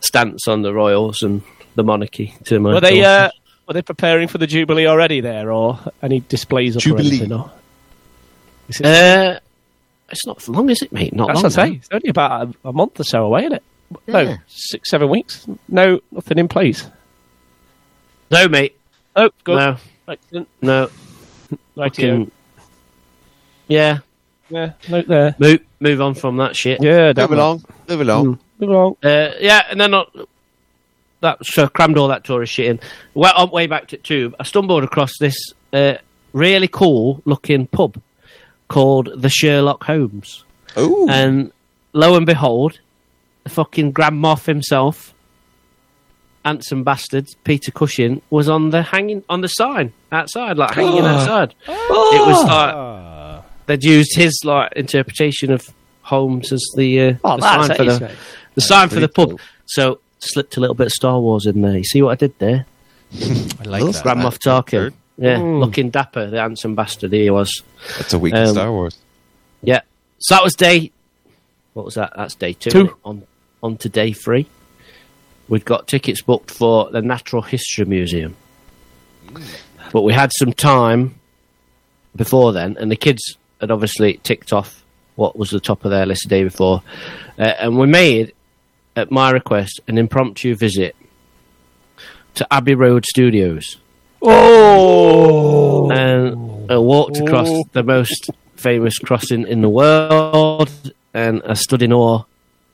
Speaker 8: stance on the royals and the monarchy to my.
Speaker 9: Were they
Speaker 8: daughter.
Speaker 9: uh, were they preparing for the Jubilee already there, or any displays up
Speaker 6: Jubilee.
Speaker 9: or anything? Or?
Speaker 8: Uh, it's not long, is it, mate? Not
Speaker 9: That's
Speaker 8: long.
Speaker 9: what I say.
Speaker 8: man.
Speaker 9: It's only about a, a month or so away, isn't it? No, six, seven weeks. No, nothing in place.
Speaker 8: No, mate.
Speaker 9: Oh, good.
Speaker 8: No,
Speaker 9: Excellent.
Speaker 8: no.
Speaker 9: Rightio.
Speaker 8: Can, yeah,
Speaker 9: Yeah, note there.
Speaker 8: move move on from that shit.
Speaker 9: Yeah,
Speaker 6: Move
Speaker 9: don't mind.
Speaker 6: along. Move along.
Speaker 9: Move along.
Speaker 8: Uh, yeah, and then I, that so I crammed all that tourist shit in. Went on way back to Tube. I stumbled across this uh, really cool looking pub called the Sherlock Holmes,
Speaker 6: Ooh.
Speaker 8: and lo and behold, the fucking Grand Moff himself, handsome bastard Peter Cushing, was on the hanging on the sign outside, like hanging
Speaker 9: Ah.
Speaker 8: outside. It was like they'd used his like interpretation of Holmes as the, uh,
Speaker 9: Oh,
Speaker 8: the
Speaker 9: that's
Speaker 8: sign for
Speaker 9: ace,
Speaker 8: the
Speaker 9: mate.
Speaker 8: the sign for the
Speaker 6: pretty
Speaker 8: pub. So slipped a little bit of Star Wars in there. You see what I did there?
Speaker 6: I
Speaker 8: Grand Moff Tarkin. Yeah,
Speaker 9: Mm.
Speaker 8: looking dapper, the handsome bastard he was.
Speaker 6: That's a week in
Speaker 8: Um,
Speaker 6: Star Wars.
Speaker 8: Yeah. So that was day. What was that? That's day two.
Speaker 9: Two.
Speaker 8: isn't it? On on to day three. We'd got tickets booked for the Natural History Museum, but we had some time before then, and the kids had obviously ticked off what was the top of their list the day before, uh, and we made, at my request, an impromptu visit to Abbey Road Studios
Speaker 9: Oh,
Speaker 8: and I walked across the most famous crossing in the world, and I stood in awe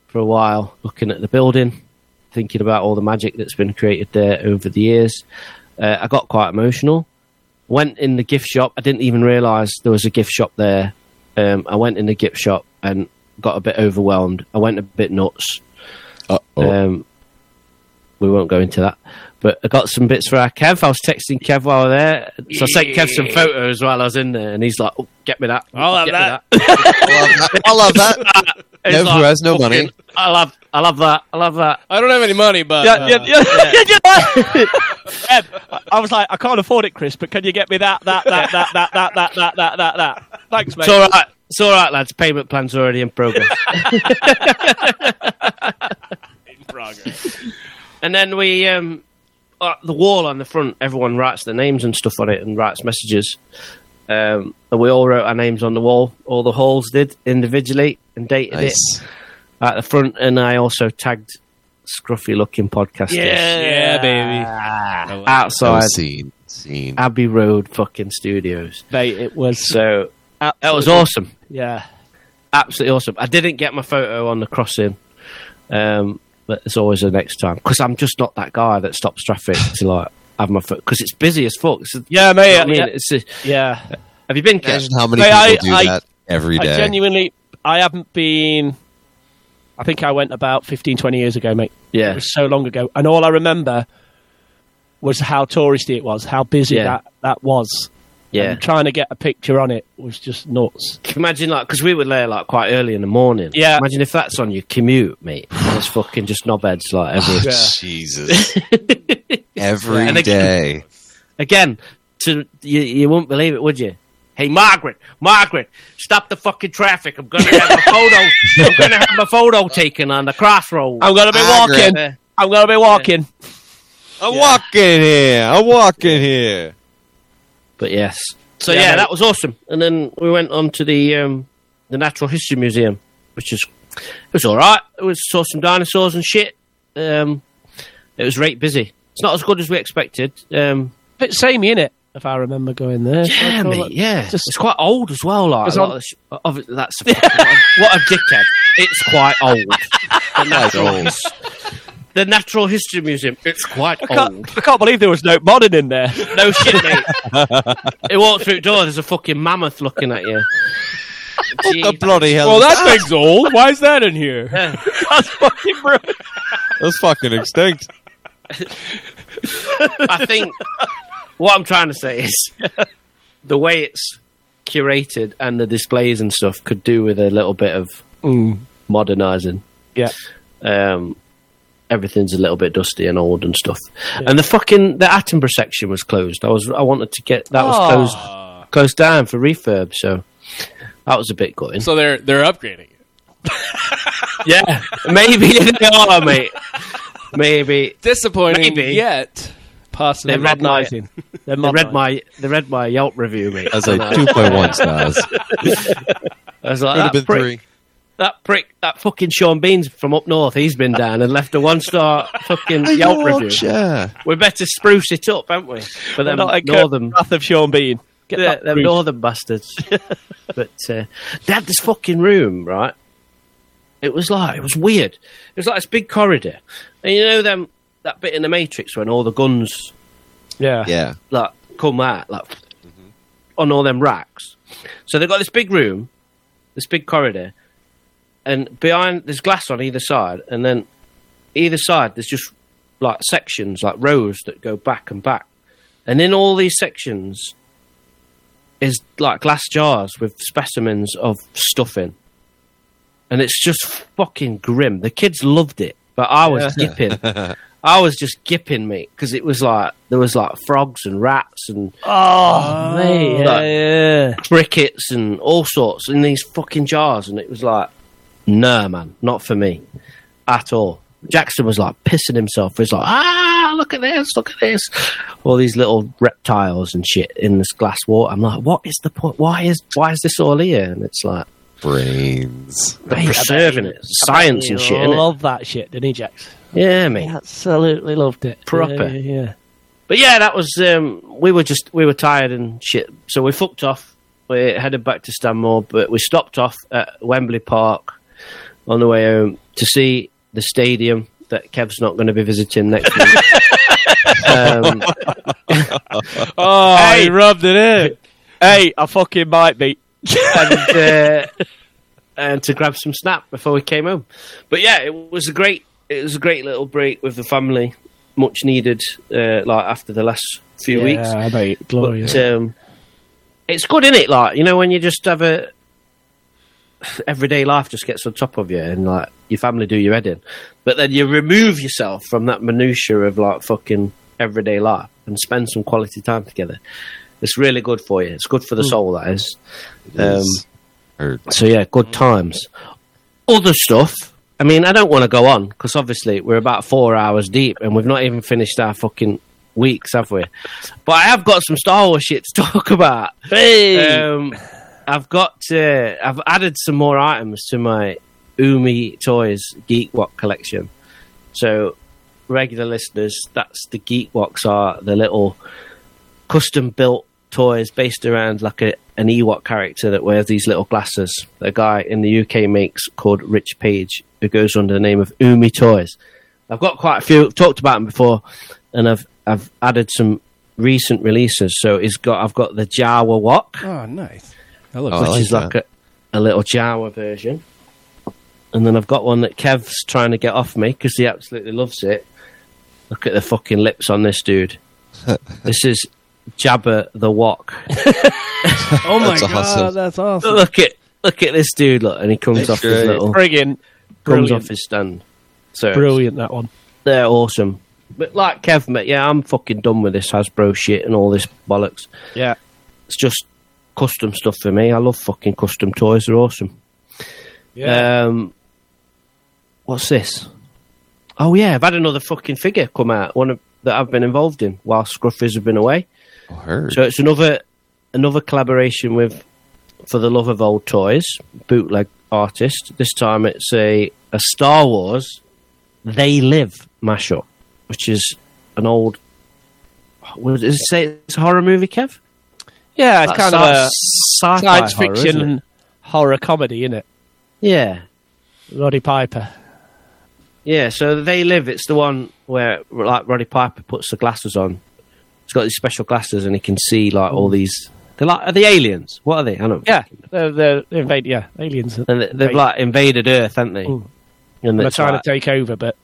Speaker 8: for a while, looking at the building, thinking about all the magic that's been created there over the years. Uh, I got quite emotional. Went in the gift shop. I didn't even realise there was a gift shop there. Um, I went in the gift shop and got a bit overwhelmed. I went a bit nuts.
Speaker 6: Uh-oh.
Speaker 8: Um, we won't go into that. But I got some bits for our Kev. I was texting Kev while I was there. So I sent Kev some photos while I was in there. And he's like, oh, get me that.
Speaker 7: I'll have
Speaker 8: Get me
Speaker 7: that."
Speaker 6: I love that.
Speaker 8: He's
Speaker 6: Kev who
Speaker 8: like,
Speaker 6: has no
Speaker 8: "Fucking,
Speaker 6: money."
Speaker 8: I love, I love that. I love that.
Speaker 7: I don't have any money, but
Speaker 9: yeah,
Speaker 7: uh,
Speaker 9: yeah, yeah, yeah, yeah. Em, I- I was like, I can't afford it, Chris, but can you get me that, that, that, that, that, that, that, that, that, that, that? Thanks, mate.
Speaker 8: It's all right. It's all right, lads. Payment plan's already in progress.
Speaker 7: progress.
Speaker 8: and then we, um, uh, the wall on the front, everyone writes their names and stuff on it and writes messages. Um, and we all wrote our names on the wall. All the halls did individually and dated it.
Speaker 6: Nice.
Speaker 8: at the front, and I also tagged scruffy looking podcasters
Speaker 7: yeah, baby.
Speaker 6: Oh,
Speaker 8: outside
Speaker 6: scene. Scene.
Speaker 8: Abbey Road fucking studios.
Speaker 9: Mate, it was.
Speaker 8: So that was
Speaker 9: absolutely-
Speaker 8: awesome,
Speaker 9: Yeah.
Speaker 8: absolutely awesome. I didn't get my photo on the crossing, um, but there's always the next time because I'm just not that guy that stops traffic to like have my photo because it's busy as fuck. It's,
Speaker 9: Yeah,
Speaker 8: you
Speaker 9: mate.
Speaker 8: know what I mean,
Speaker 9: yeah,
Speaker 8: it's a-
Speaker 9: yeah.
Speaker 8: have you been? Kev?
Speaker 6: Imagine how many
Speaker 9: Mate,
Speaker 6: people
Speaker 9: I-
Speaker 6: do
Speaker 9: I-
Speaker 6: that every
Speaker 9: I
Speaker 6: day.
Speaker 9: genuinely, I haven't been. I think I went about 15, 20 years ago, mate. It
Speaker 8: Yeah,
Speaker 9: was so long ago. And all I remember was how touristy it was, how busy
Speaker 8: Yeah.
Speaker 9: that, that was.
Speaker 8: yeah.
Speaker 9: And trying to get a picture on it was just nuts.
Speaker 8: Imagine like because we were there like quite early in the morning.
Speaker 9: Yeah.
Speaker 8: Imagine if that's on your commute, mate. There's fucking just knobheads like every
Speaker 6: Oh, Jesus. every
Speaker 8: And they-
Speaker 6: day.
Speaker 8: again. To you, you wouldn't believe it, would you? Hey, Margaret, Margaret, stop the fucking traffic! I'm gonna have my photo. I'm gonna have my photo taken on the crossroads.
Speaker 9: I'm going to be
Speaker 6: Margaret.
Speaker 9: walking.
Speaker 8: Uh,
Speaker 9: I'm going to be walking.
Speaker 6: I'm walking here. I'm walking here.
Speaker 8: but yes. So
Speaker 9: Yeah,
Speaker 8: yeah,
Speaker 9: mate.
Speaker 8: that was awesome. And then we went on to the um, the Natural History Museum, which is it was all right. We saw some dinosaurs and shit. Um, it was right busy. It's not as good as we expected. Um,
Speaker 9: Bit samey, innit? If I remember going there.
Speaker 8: yeah,
Speaker 9: So I thought,
Speaker 8: mate. Yeah,
Speaker 9: just-
Speaker 8: it's quite old as well. Like
Speaker 9: It's
Speaker 8: a lot
Speaker 9: on-
Speaker 8: of the sh- of it- that's what, a, what a dickhead. It's quite old. The
Speaker 6: That's
Speaker 8: Natural
Speaker 6: old.
Speaker 8: His- the Natural History Museum. It's quite
Speaker 2: I can't-
Speaker 8: old.
Speaker 2: I can't believe there was no modern in there.
Speaker 8: No shit, mate. it walks through the door. There's a fucking mammoth looking at you.
Speaker 6: The
Speaker 8: Jeez.
Speaker 6: bloody hell.
Speaker 7: Well, that thing's old. Why is that in here?
Speaker 8: Ah. Yeah.
Speaker 2: That's fucking brilliant.
Speaker 6: that's fucking extinct.
Speaker 8: I think what I'm trying to say is the way it's curated and the displays and stuff could do with a little bit of
Speaker 2: Hmm.
Speaker 8: modernizing.
Speaker 2: Yeah.
Speaker 8: Um, everything's a little bit dusty and old and stuff. And the fucking the Attenborough section was closed. I was I wanted to get that was closed closed down for refurb, so that was a bit gutting.
Speaker 7: So they're they're upgrading. it.
Speaker 8: yeah, maybe they are, mate. Maybe
Speaker 7: Disappointing
Speaker 8: Maybe.
Speaker 7: yet possibly.
Speaker 8: They're red light.
Speaker 7: modernizing.
Speaker 8: they read my they read my Yelp review, mate.
Speaker 6: That's like 2.1 stars. Could
Speaker 8: I was like,
Speaker 6: have
Speaker 8: that
Speaker 6: been
Speaker 8: prick-
Speaker 6: three.
Speaker 8: that prick, that fucking Sean Bean's from up north, he's been down and left a one star fucking Yelp review.
Speaker 6: Yeah.
Speaker 8: We better spruce it up, haven't we? For them
Speaker 2: Not a
Speaker 9: uh,
Speaker 8: northern,
Speaker 2: Wrath of Sean Bean. Get
Speaker 8: yeah,
Speaker 2: that
Speaker 8: them
Speaker 2: proof.
Speaker 8: northern bastards. but uh, they had this fucking room, right? It was like it was weird. It was like this big corridor, and you know them that bit in the Matrix when all the guns
Speaker 2: Yeah.
Speaker 6: Yeah.
Speaker 8: like come out like on all them racks. So they've got this big room, this big corridor, and behind there's glass on either side, and then either side there's just like sections, like rows that go back and back, and in all these sections is like glass jars with specimens of stuff in. And it's just fucking grim. The kids loved it, but I was gipping. I was just gipping, mate, because it was like there was like frogs and rats and
Speaker 2: Oh,
Speaker 8: mate,
Speaker 2: yeah,
Speaker 8: like-
Speaker 2: yeah.
Speaker 8: crickets and all sorts in these fucking jars, and it was like, nah, man, not for me at all. Jackson was like pissing himself. He was like, ah, look at this, look at this. All these little reptiles and shit in this glass water. I'm like, what is the point? Why is why is this all here? And it's like
Speaker 6: Brains.
Speaker 8: they're preserving it, science and shit. Innit?
Speaker 2: Love that shit, didn't he, Jax?
Speaker 8: Yeah, mate.
Speaker 2: Absolutely loved it.
Speaker 8: Proper.
Speaker 2: Yeah, yeah, yeah.
Speaker 8: But yeah, that was um, we were just we were tired and shit, so we fucked off. We headed back to Stanmore, but we stopped off at Wembley Park on the way home to see the stadium that Kev's not going to be visiting next week. um,
Speaker 7: Oh,
Speaker 2: Hey.
Speaker 7: he rubbed it in.
Speaker 2: Hey, I fucking might be.
Speaker 8: and, uh, and to grab some snap before we came home. But yeah, it was a great it was a great little break with the family, much needed. Uh, like after the last few weeks,
Speaker 2: mate.
Speaker 8: But um, it's good, is it? Like you know, when you just have a everyday life just gets on top of you, and like your family do your head in, but then you remove yourself from that minutia of like fucking everyday life and spend some quality time together. It's really good for you. It's good for the soul, that is. Um,
Speaker 6: Or-
Speaker 8: so yeah, good times. Other stuff. I mean, I don't want to go on because obviously we're about four hours deep and we've not even finished our fucking weeks, have we? But I have got some Star Wars shit to talk about.
Speaker 2: Hey.
Speaker 8: Um, I've got. Uh, I've added some more items to my Umi Toys Geek Walk collection. So, regular listeners, that's the Geek Walks are the little custom built toys based around like a, an Ewok character that wears these little glasses. A guy in the UK makes called Rich Page, who goes under the name of Umi Toys. I've got quite a few. I've talked about them before, and I've I've added some recent releases. So it's got I've got the Jawa Wok
Speaker 7: Oh, nice. That looks
Speaker 6: Oh,
Speaker 7: like
Speaker 6: I
Speaker 8: which is
Speaker 6: that.
Speaker 8: like a, a little Jawa version. And then I've got one that Kev's trying to get off me because he absolutely loves it. Look at the fucking lips on this dude. this is Jabba the Wok.
Speaker 7: oh my
Speaker 6: That's a
Speaker 7: god,
Speaker 6: hustle.
Speaker 7: that's awesome.
Speaker 8: look at look at this dude. Look, and he comes off his
Speaker 6: great.
Speaker 8: little
Speaker 2: Friggin'
Speaker 8: comes
Speaker 2: brilliant.
Speaker 8: off his stand. So
Speaker 2: Brilliant, that one.
Speaker 8: they're awesome. But like Kev, mate, yeah, I'm fucking done with this Hasbro shit and all this bollocks.
Speaker 2: Yeah.
Speaker 8: It's just custom stuff for me. I love fucking custom toys. They're awesome. Um, what's this? Oh yeah, I've had another fucking figure come out. One of, that I've been involved in while Scruffers have been away.
Speaker 6: Oh, heard.
Speaker 8: So it's another another collaboration with for the love of old toys bootleg artist. This time it's a a Star Wars They Live mashup, which is an old. What does it say? It's a horror movie, Kev.
Speaker 2: Yeah, it's
Speaker 8: Like
Speaker 2: kind of
Speaker 8: sci-
Speaker 2: a
Speaker 8: sci-fi
Speaker 2: science
Speaker 8: horror, isn't
Speaker 2: fiction
Speaker 8: it?
Speaker 2: horror comedy, isn't it?
Speaker 8: Yeah,
Speaker 2: Roddy Piper.
Speaker 8: Yeah, so they live. It's the one where like Roddy Piper puts the glasses on. He's got these special glasses, and he can see like all these. They're like are they aliens? What are they? I don't.
Speaker 9: Yeah, they're, they're they invade. Yeah, aliens.
Speaker 8: and they- they've like invaded Earth, haven't they?
Speaker 9: Mm.
Speaker 8: And
Speaker 9: they're
Speaker 8: it's
Speaker 9: trying
Speaker 8: like-
Speaker 9: to take over, but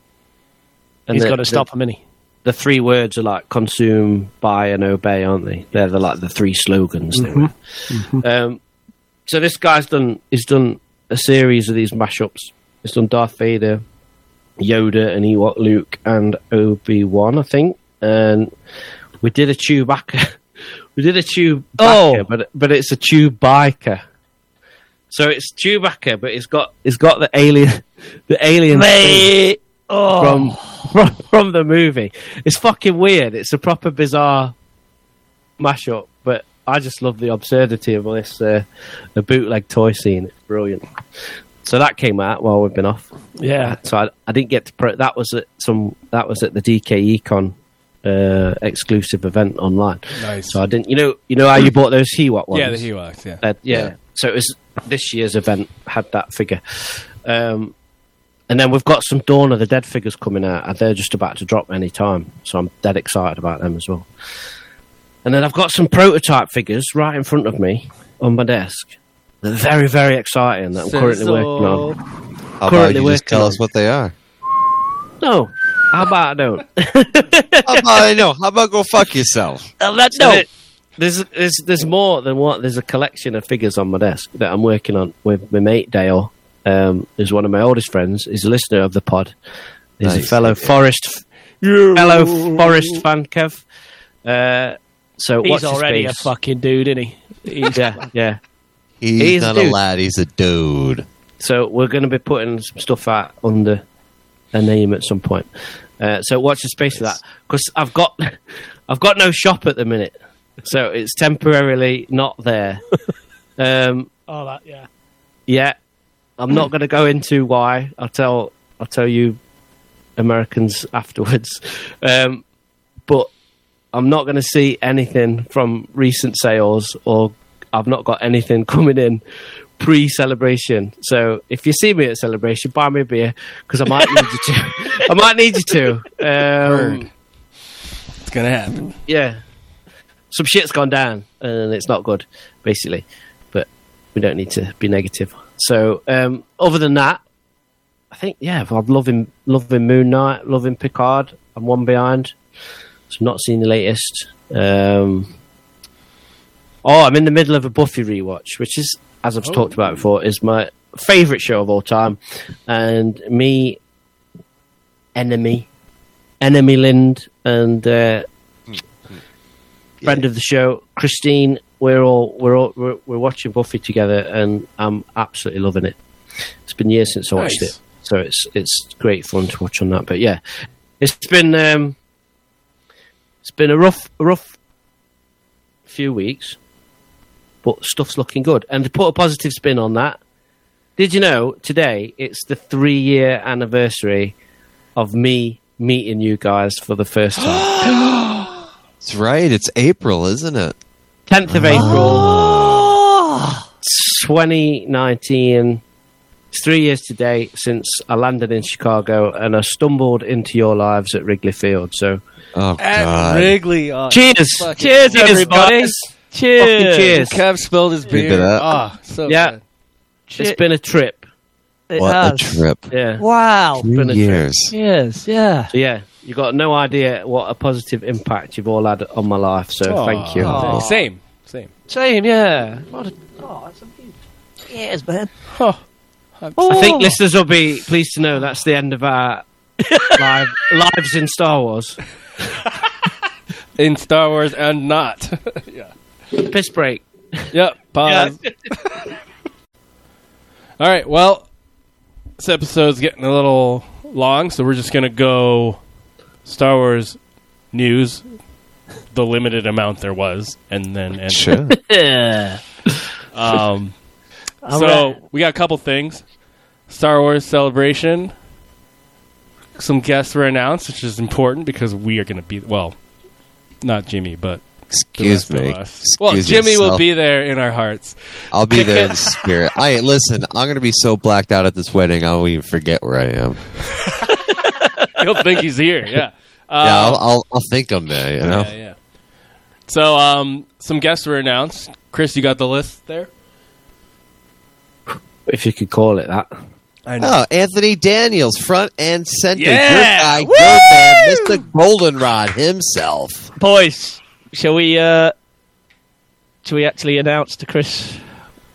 Speaker 8: and
Speaker 9: he's
Speaker 8: the-
Speaker 9: got to
Speaker 8: the-
Speaker 9: stop them. Any?
Speaker 8: The three words are like consume, buy, and obey, aren't they? They're the like the three slogans. They were. Um, so this guy's done. He's done a series of these mashups. He's done Darth Vader, Yoda, and Ewok, Luke, and Obi Wan, I think. And we did a Chewbacca. we did a Chewbacca,
Speaker 9: Oh.
Speaker 8: but but it's a Chewbiker. So it's Chewbacca, but it's got it's got the alien the alien thing from, from from the movie. It's fucking weird. It's a proper bizarre mashup, but I just love the absurdity of this uh, the bootleg toy scene. It's brilliant. So that came out while we've been off.
Speaker 9: Yeah,
Speaker 8: So I, I didn't get to pro- that was at some that was at the DK Econ uh, exclusive event online.
Speaker 7: Nice.
Speaker 8: So I didn't you know you know how you bought those Hewat ones?
Speaker 7: yeah, the Hewoks. Yeah.
Speaker 8: Uh, yeah. So it was this year's event had that figure. Um, and then we've got some Dawn of the Dead figures coming out, and they're just about to drop any time. So I'm dead excited about them as well. And then I've got some prototype figures right in front of me on my desk. They're very, very exciting that I'm currently
Speaker 7: So-
Speaker 8: working on.
Speaker 6: How about
Speaker 8: Currently
Speaker 6: you just
Speaker 8: working
Speaker 6: tell
Speaker 8: on
Speaker 6: us what they are?
Speaker 8: No, how about I don't?
Speaker 6: How about I know? How about go fuck yourself?
Speaker 8: no. there's, there's there's more than what there's a collection of figures on my desk that I'm working on with my mate Dale, um, who's one of my oldest friends. He's a listener of the pod. He's a
Speaker 6: Nice,
Speaker 8: fellow
Speaker 6: okay.
Speaker 8: forest fellow forest fan, Kev. Uh, so watch
Speaker 9: he's
Speaker 8: his
Speaker 9: already a
Speaker 8: space.
Speaker 9: fucking dude, isn't he? He's,
Speaker 8: Yeah, yeah.
Speaker 6: He's,
Speaker 8: He's a
Speaker 6: not a
Speaker 8: dude.
Speaker 6: lad. He's a dude.
Speaker 8: So we're going to be putting some stuff out under a name at some point. Uh, so watch the space for that because I've got I've got no shop at the minute, so it's temporarily not there. um,
Speaker 9: all oh, that. Yeah,
Speaker 8: yeah, I'm not going to go into why. I'll tell I'll tell you Americans afterwards. Um, but I'm not going to see anything from recent sales, or I've not got anything coming in pre-celebration. So if you see me at celebration, buy me a beer because I might need you to. I might need you to. Um,
Speaker 7: Word. It's gonna happen.
Speaker 8: yeah, some shit's gone down and it's not good, basically. But we don't need to be negative. So, um, other than that, I think yeah, I'm loving loving Moon Knight, loving Picard. I'm one behind, so not seen the latest. Um, oh, I'm in the middle of a Buffy rewatch, which is as I've talked about before, is my favorite show of all time, and me enemy. Enemy Lind and uh, friend of the show, Christine. We're all we're all we're, we're watching Buffy together, and I'm absolutely loving it. It's been years since I watched
Speaker 7: Nice.
Speaker 8: it, so it's it's great fun to watch on that. But yeah, it's been um, it's been a rough a rough few weeks, but stuff's looking good. And to put a positive spin on that, did you know today it's the three year anniversary of me meeting you guys for the first time.
Speaker 6: That's right. It's April, isn't it?
Speaker 8: 10th of April 2019. It's three years today since I landed in Chicago and I stumbled into your lives at Wrigley Field. So
Speaker 6: Oh
Speaker 7: At
Speaker 6: god.
Speaker 7: Wrigley. Oh,
Speaker 8: cheers!
Speaker 7: Cheers,
Speaker 8: everybody!
Speaker 9: cheers.
Speaker 8: cheers!
Speaker 7: Kev spilled his
Speaker 6: Keep it
Speaker 7: beer.
Speaker 6: up.
Speaker 7: Ah, so
Speaker 8: Yeah.
Speaker 7: good.
Speaker 8: It's been a trip.
Speaker 9: It
Speaker 6: what
Speaker 9: has.
Speaker 6: a trip.
Speaker 8: Yeah.
Speaker 9: Wow.
Speaker 8: been a
Speaker 6: Three
Speaker 8: trip.
Speaker 6: years.
Speaker 9: Cheers. Yeah.
Speaker 8: So yeah, you got no idea what a positive impact you've all had on my life. So thank you.
Speaker 7: Aw. Oh. Same. Same.
Speaker 9: Same. Yeah. What a, oh, that's a beaut- Cheers, man.
Speaker 8: I think listeners will be pleased to know that's the end of our live, lives in Star Wars.
Speaker 7: In Star Wars and not. yeah.
Speaker 8: Piss break.
Speaker 7: Yep.
Speaker 9: Um,
Speaker 7: Pause. All right. Well, this episode's getting a little long, so we're just gonna go Star Wars news, the limited amount there was, and then and
Speaker 6: Sure.
Speaker 7: Um, so we got a couple things: Star Wars Celebration. Some guests were announced, which is important because we are going to be well, not Jimmy, but the
Speaker 6: Excuse
Speaker 7: rest of
Speaker 6: me.
Speaker 7: us. Well,
Speaker 6: Excuse
Speaker 7: Jimmy will
Speaker 6: yourself.
Speaker 7: be there in our hearts.
Speaker 6: I'll be there in spirit. I listen. I'm gonna be so blacked out at this wedding. I won't even forget where I am.
Speaker 7: He'll think he's here. Yeah. Uh,
Speaker 6: yeah, I'll, I'll, I'll think I'm there, you know?
Speaker 7: yeah, yeah. So, um, some guests were announced. Chris, you got the list there?
Speaker 8: if you could call it that.
Speaker 7: I
Speaker 6: Oh, Anthony Daniels, front and center.
Speaker 7: Yeah!
Speaker 6: Good guy, good man, Mr. Goldenrod himself.
Speaker 9: Boys, shall we? Uh, shall we actually announce to Chris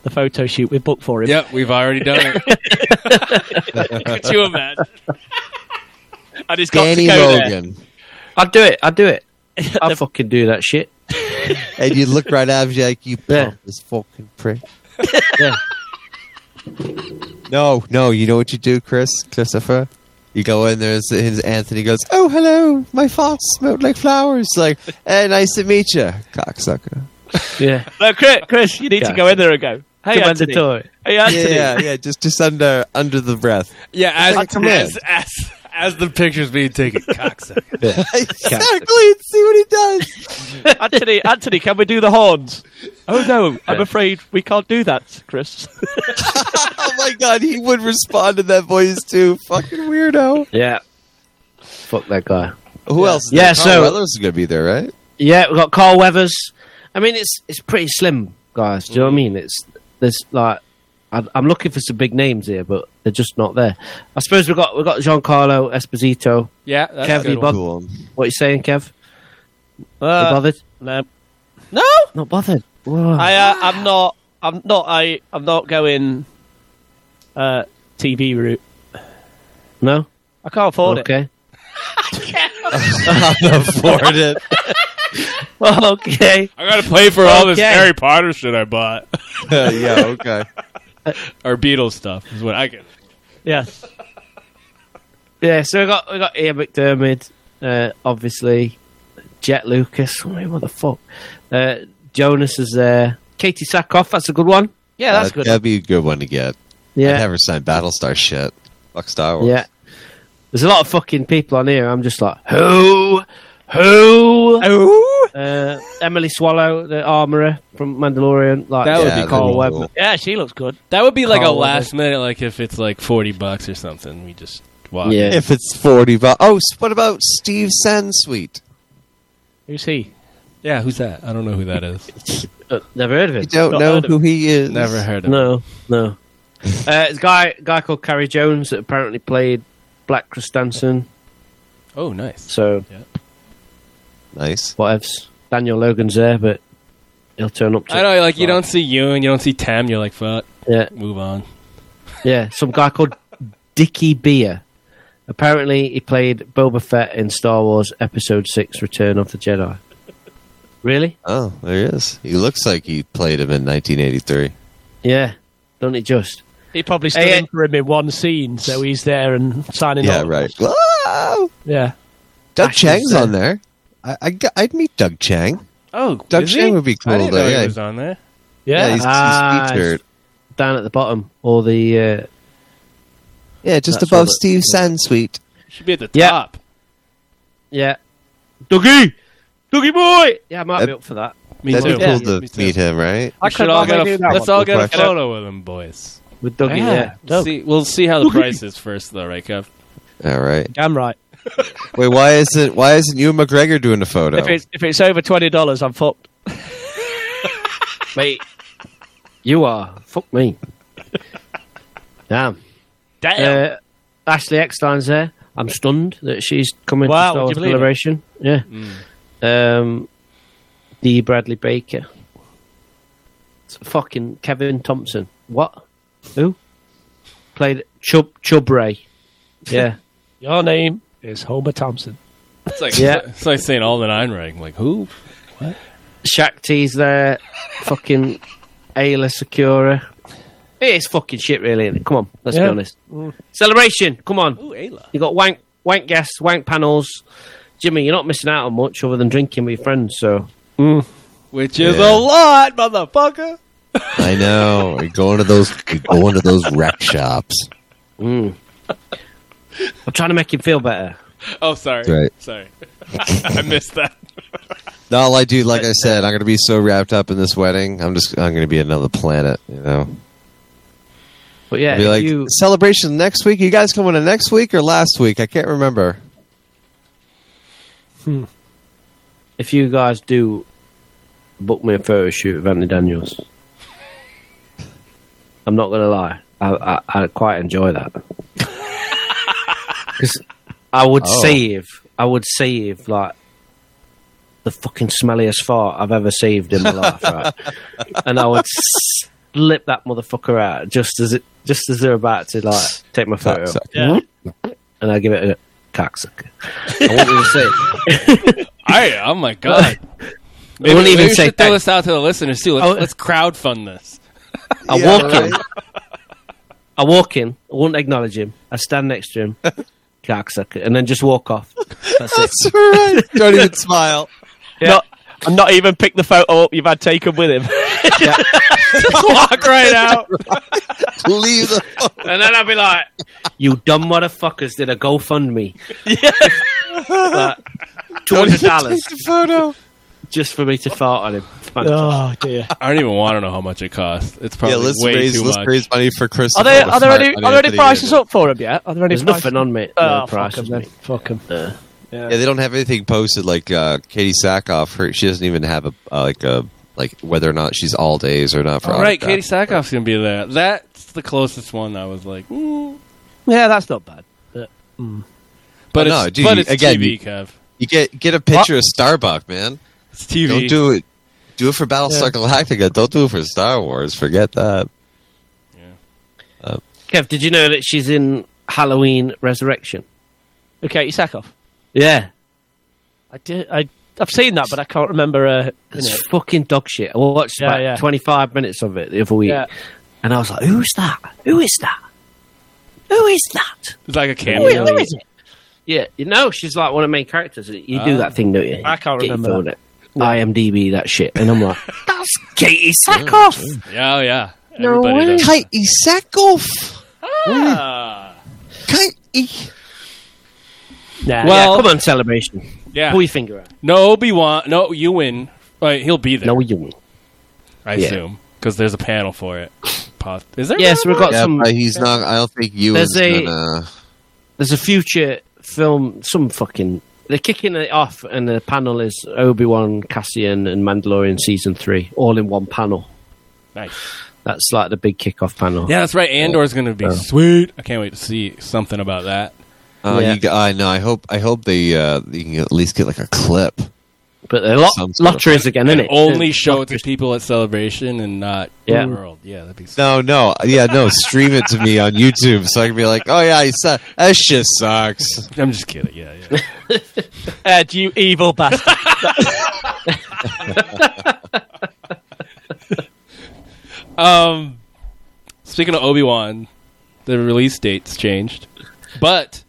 Speaker 9: the photo shoot we booked for him?
Speaker 7: Yep, we've already done it.
Speaker 9: Could you imagine? and he's got
Speaker 6: Danny
Speaker 9: to go there.
Speaker 6: Logan.
Speaker 8: I'd do it. I'd do it. I'd fucking do that shit.
Speaker 6: And you look right at him you're like, you
Speaker 8: Yeah.
Speaker 6: pump this fucking prick.
Speaker 8: Yeah.
Speaker 6: No, no, you know what you do, Chris, Christopher? You go in there, and his Anthony goes, oh, hello, my farts smelled like flowers. Like, hey, nice to meet you, cocksucker.
Speaker 8: Yeah.
Speaker 9: No, Chris, Chris, you need
Speaker 8: Yeah.
Speaker 9: to go in there and go. Hey,
Speaker 8: Come on the
Speaker 9: Anthony.
Speaker 8: toy.
Speaker 9: Hey, Anthony.
Speaker 6: Yeah, yeah, just, just under under the breath.
Speaker 7: yeah, as,
Speaker 6: Come
Speaker 7: as,
Speaker 6: in.
Speaker 7: as, as the picture's being taken, cocksucker.
Speaker 6: exactly, and see what he does.
Speaker 9: Anthony, Anthony, can we do the horns? Oh no, I'm afraid we can't do that, Chris.
Speaker 6: Oh my god, he would respond to that voice too. Fucking weirdo.
Speaker 8: Yeah. Fuck that guy.
Speaker 6: Who else?
Speaker 8: Yeah,
Speaker 6: Carl
Speaker 8: so-
Speaker 6: Weathers is gonna be there, right?
Speaker 8: Yeah, we've got Carl Weathers. I mean, it's it's pretty slim, guys. Do you know
Speaker 9: Mm-hmm.
Speaker 8: what I mean? It's there's like I'm, I'm looking for some big names here, but they're just not there. I suppose we've got we've got Giancarlo Esposito.
Speaker 7: Yeah, that's
Speaker 8: Kev,
Speaker 7: a good
Speaker 8: you
Speaker 7: one.
Speaker 8: bug- What you saying, Kev? you
Speaker 9: Uh,
Speaker 8: bothered?
Speaker 9: no,
Speaker 8: Not bothered. Whoa.
Speaker 9: I, uh, I'm not. I'm not. I, I'm not going uh, TV route.
Speaker 8: no.
Speaker 9: I can't afford it.
Speaker 8: Okay.
Speaker 6: afford it.
Speaker 8: okay.
Speaker 7: I got to play for all this
Speaker 8: Okay.
Speaker 7: Harry Potter shit I bought.
Speaker 6: Uh, yeah, okay.
Speaker 7: or Beatles stuff is what I get.
Speaker 9: Yes.
Speaker 8: Yeah. So we got we got Ian McDermid, uh, obviously. Jet Lucas. I mean, what the fuck? Uh, Jonas is there. Katie Sackhoff. That's a good one.
Speaker 9: Yeah, that's
Speaker 6: Uh,
Speaker 9: good.
Speaker 6: That'd be a good one to get.
Speaker 8: Yeah.
Speaker 6: I never signed Battlestar shit. Fuck Star Wars.
Speaker 8: Yeah. There's a lot of fucking people on here. I'm just like, who? Who?
Speaker 9: Oh.
Speaker 8: Uh, Emily Swallow, the armorer from Mandalorian. Like,
Speaker 7: That would be
Speaker 6: that'd
Speaker 7: Carl
Speaker 8: Webb.
Speaker 6: cool.
Speaker 9: Yeah, she looks good.
Speaker 7: That would be like
Speaker 8: Carl
Speaker 7: a
Speaker 8: Weathers.
Speaker 7: last minute, like if it's like 40 bucks or something, we just watch.
Speaker 8: Yeah.
Speaker 6: If it's forty bucks. Oh, s- what about Steve Sansweet?
Speaker 9: Who's he?
Speaker 7: Yeah, who's that? I don't know who that is.
Speaker 8: Uh, never heard of
Speaker 6: You
Speaker 8: it.
Speaker 6: don't
Speaker 9: Not
Speaker 6: know
Speaker 9: heard of
Speaker 6: who he is.
Speaker 7: Never heard of
Speaker 8: No, no. uh, there's a guy, guy called Carrie Jones that apparently played Black Christensen.
Speaker 7: Oh, nice.
Speaker 8: So,
Speaker 6: Nice.
Speaker 8: whatevs. Daniel Logan's there, but he'll turn up to
Speaker 7: I know, like, you don't see you and you don't see Tam, you're like, fuck,
Speaker 8: Yeah,
Speaker 7: move on.
Speaker 8: yeah. Some guy called Dickie Beer. Apparently, he played Boba Fett in Star Wars Episode 6 Return of the Jedi. Really?
Speaker 6: Oh, there he is. He looks like he played him in 1983.
Speaker 8: Yeah, don't it just?
Speaker 9: He probably stood
Speaker 8: Hey,
Speaker 9: in for him in one scene, so he's there and signing.
Speaker 6: Yeah,
Speaker 9: autographs.
Speaker 6: right. Whoa!
Speaker 9: Yeah.
Speaker 6: Doug
Speaker 8: Ash is
Speaker 6: Chang's
Speaker 8: there.
Speaker 6: on there. I, I, gu- I'd meet Doug Chang.
Speaker 7: Oh,
Speaker 6: Doug
Speaker 7: is
Speaker 6: Chang
Speaker 7: he?
Speaker 6: would be cool,
Speaker 7: I didn't
Speaker 6: though,
Speaker 7: know
Speaker 6: yeah.
Speaker 7: he was on there.
Speaker 9: Yeah.
Speaker 6: he's,
Speaker 8: Ah,
Speaker 6: he's featured.
Speaker 8: Down at the bottom, or the uh,
Speaker 6: Yeah, just
Speaker 8: That's
Speaker 6: above
Speaker 8: what
Speaker 6: Steve
Speaker 8: it-
Speaker 6: Sansweet.
Speaker 7: Should be at the
Speaker 8: Yeah.
Speaker 7: top.
Speaker 8: yeah, Dougie, Dougie boy. Yeah, I might be
Speaker 6: Uh,
Speaker 8: up for that.
Speaker 7: Me
Speaker 6: That'd
Speaker 7: too.
Speaker 6: be cool
Speaker 7: Yeah,
Speaker 6: to
Speaker 7: me too.
Speaker 6: meet him, right?
Speaker 9: I
Speaker 7: We should all get a, let's all get a photo with him, boys.
Speaker 8: With Dougie, yeah.
Speaker 7: We'll see, we'll see how the price is first, though, right, Kev?
Speaker 6: All right.
Speaker 9: I'm right.
Speaker 6: Wait, why isn't why isn't you and McGregor doing the photo?
Speaker 9: If it's if it's over twenty dollars, I'm fucked.
Speaker 8: mate. You are fuck me. Damn.
Speaker 9: Damn.
Speaker 8: Uh, Ashley Eckstein's there. I'm stunned that she's coming to
Speaker 9: Wow,
Speaker 8: Star
Speaker 9: would you
Speaker 8: Wars
Speaker 9: believe it? Hmm.
Speaker 8: Celebration. Yeah. Um, D. Bradley Baker. It's fucking Kevin Thompson. What? Who? Played Chub Chubray. Yeah.
Speaker 9: Your name is Homer Thompson.
Speaker 7: It's like,
Speaker 8: Yeah.
Speaker 7: it's like saying all the nine right. I'm like, who?
Speaker 8: Shakti's there. fucking Ayla Secura. It's fucking shit, really. Isn't it? Come on, let's be
Speaker 9: Yeah.
Speaker 8: honest. Celebration, come on.
Speaker 7: Who, Ayla?
Speaker 8: You got wank wank guests, wank panels. Jimmy, you're not missing out on much other than drinking with your friends. So
Speaker 7: Which is
Speaker 6: Yeah.
Speaker 7: a lot, motherfucker.
Speaker 6: I know. You're going to those you're going to those rec shops.
Speaker 8: I'm trying to make him feel better.
Speaker 7: Oh, sorry.
Speaker 6: Right.
Speaker 7: Sorry. I missed that.
Speaker 6: No, all I do, like I said, I'm gonna be so wrapped up in this wedding. I'm just I'm gonna be another planet, you know.
Speaker 8: But yeah,
Speaker 6: I'll be
Speaker 8: if
Speaker 6: like
Speaker 8: you
Speaker 6: celebration next week. You guys coming to next week or last week? I can't remember.
Speaker 8: If you guys do book me a photo shoot of Anthony Daniels, I'm not going to lie. I, I, I quite enjoy that. 'Cause I would
Speaker 6: Oh.
Speaker 8: save, I would save like the fucking smelliest fart I've ever saved in my life, right? And I would slip that motherfucker out just as it, just as they're about to like take my photo
Speaker 2: Yeah.
Speaker 8: and I give it a cocksucker. I won't even say.
Speaker 7: I, oh my god! Maybe,
Speaker 8: wouldn't even
Speaker 7: maybe we
Speaker 8: say
Speaker 7: should throw
Speaker 8: thank-
Speaker 7: this out to the listeners too. Let's,
Speaker 8: Oh.
Speaker 7: let's crowdfund this.
Speaker 8: I
Speaker 6: Yeah,
Speaker 8: walk in. I walk in. I won't acknowledge him. I stand next to him, cocksucker, and then just walk off. That's it.
Speaker 6: That's right. Don't even smile.
Speaker 2: Not, and not even pick the photo up you've had taken with him.
Speaker 7: Walk right out.
Speaker 6: Leave the phone.
Speaker 8: And then I'll be like, "You dumb motherfuckers did a GoFundMe, two hundred dollars
Speaker 6: Take the photo.
Speaker 8: just for me to fart on him." Thank
Speaker 9: Oh dear.
Speaker 7: I don't even want to know how much it costs. It's
Speaker 6: Yeah,
Speaker 7: probably
Speaker 6: let's
Speaker 7: way
Speaker 6: raise
Speaker 7: too
Speaker 6: let's
Speaker 7: much.
Speaker 6: raise money for Chris.
Speaker 9: Are there are there any are there any prices up for him yet? Are there any?
Speaker 8: There's
Speaker 9: prices?
Speaker 8: nothing on me.
Speaker 9: Oh,
Speaker 8: No
Speaker 9: fuck
Speaker 8: prices,
Speaker 9: him then.
Speaker 8: mate.
Speaker 9: Fuck him.
Speaker 8: Uh,
Speaker 6: Yeah, they don't have anything posted. Like uh, Katie Sackhoff, her, she doesn't even have a uh, like a like whether or not she's all days or not. For
Speaker 7: All right, Katie
Speaker 6: autographs.
Speaker 7: Sackhoff's gonna be there. That's the closest one I was like, mm.
Speaker 9: Yeah, that's not bad.
Speaker 7: but
Speaker 6: Oh, no,
Speaker 7: it's
Speaker 6: dude,
Speaker 7: but it's
Speaker 6: again,
Speaker 7: TV,
Speaker 6: you-
Speaker 7: Kev.
Speaker 6: You get get a picture of Starbuck, man.
Speaker 7: It's TV.
Speaker 6: Don't do it. Do it for Battlestar Galactica. Don't do it for Star Wars. Forget that.
Speaker 8: Kev, did you know that she's in Halloween Resurrection?
Speaker 9: Okay, you sack off.
Speaker 8: Yeah,
Speaker 9: I did. I I've seen that, but I can't remember. Uh, in
Speaker 8: It's
Speaker 9: it.
Speaker 8: fucking dog shit. I watched
Speaker 9: Yeah,
Speaker 8: about
Speaker 9: yeah.
Speaker 8: 25 minutes of it the other week.
Speaker 9: Yeah.
Speaker 8: And I was like, who's that? Who is that? Who is that?
Speaker 7: It's like a
Speaker 8: Who-
Speaker 7: cameo.
Speaker 8: who is it? Yeah, you know, she's like one of the main characters. You do that thing, don't you?
Speaker 9: I can't
Speaker 8: Get your
Speaker 9: remember
Speaker 8: phone out. IMDb, that shit. And I'm like, that's Katie Sackhoff.
Speaker 7: Yeah, oh, yeah. Everybody does.
Speaker 6: Katie Sackhoff.
Speaker 7: Ah.
Speaker 6: Katie.
Speaker 9: Nah,
Speaker 7: Well-
Speaker 8: come on, celebration.
Speaker 7: Yeah.
Speaker 8: Pull your finger out.
Speaker 7: No Obi Wan. No Ewan. Right, he'll be there.
Speaker 8: No, you won't.
Speaker 7: I
Speaker 8: yeah.
Speaker 7: assume because there's a panel for it. Pos- Is there?
Speaker 8: Yes, we've got
Speaker 6: Yeah,
Speaker 8: some.
Speaker 6: but he's not. I don't think you
Speaker 8: There's a-
Speaker 6: gonna.
Speaker 8: There's a future film, some fucking. They're kicking it off, and the panel is Obi Wan, Cassian, and Mandalorian season three, all in one panel.
Speaker 7: Nice.
Speaker 8: That's like the big kickoff panel.
Speaker 7: Yeah, that's right. Andor's gonna be sweet. I can't wait to see something about that.
Speaker 6: Oh,
Speaker 8: Yeah.
Speaker 6: you g- I know. I hope. I hope they. Uh, you can at least get like a clip.
Speaker 8: But they're lot,
Speaker 6: Some sort of-
Speaker 8: lotteries again, isn't it?
Speaker 7: Only show it to people at Celebration and not
Speaker 8: Yeah.
Speaker 7: the world. Yeah, that'd be. Sweet.
Speaker 6: No, no, yeah, no. Stream it to me on YouTube so I can be like, oh yeah, he su- that shit sucks.
Speaker 7: I'm just kidding. Yeah, yeah.
Speaker 9: Ed, you evil bastard.
Speaker 7: um, speaking of Obi Wan, the release date's changed, but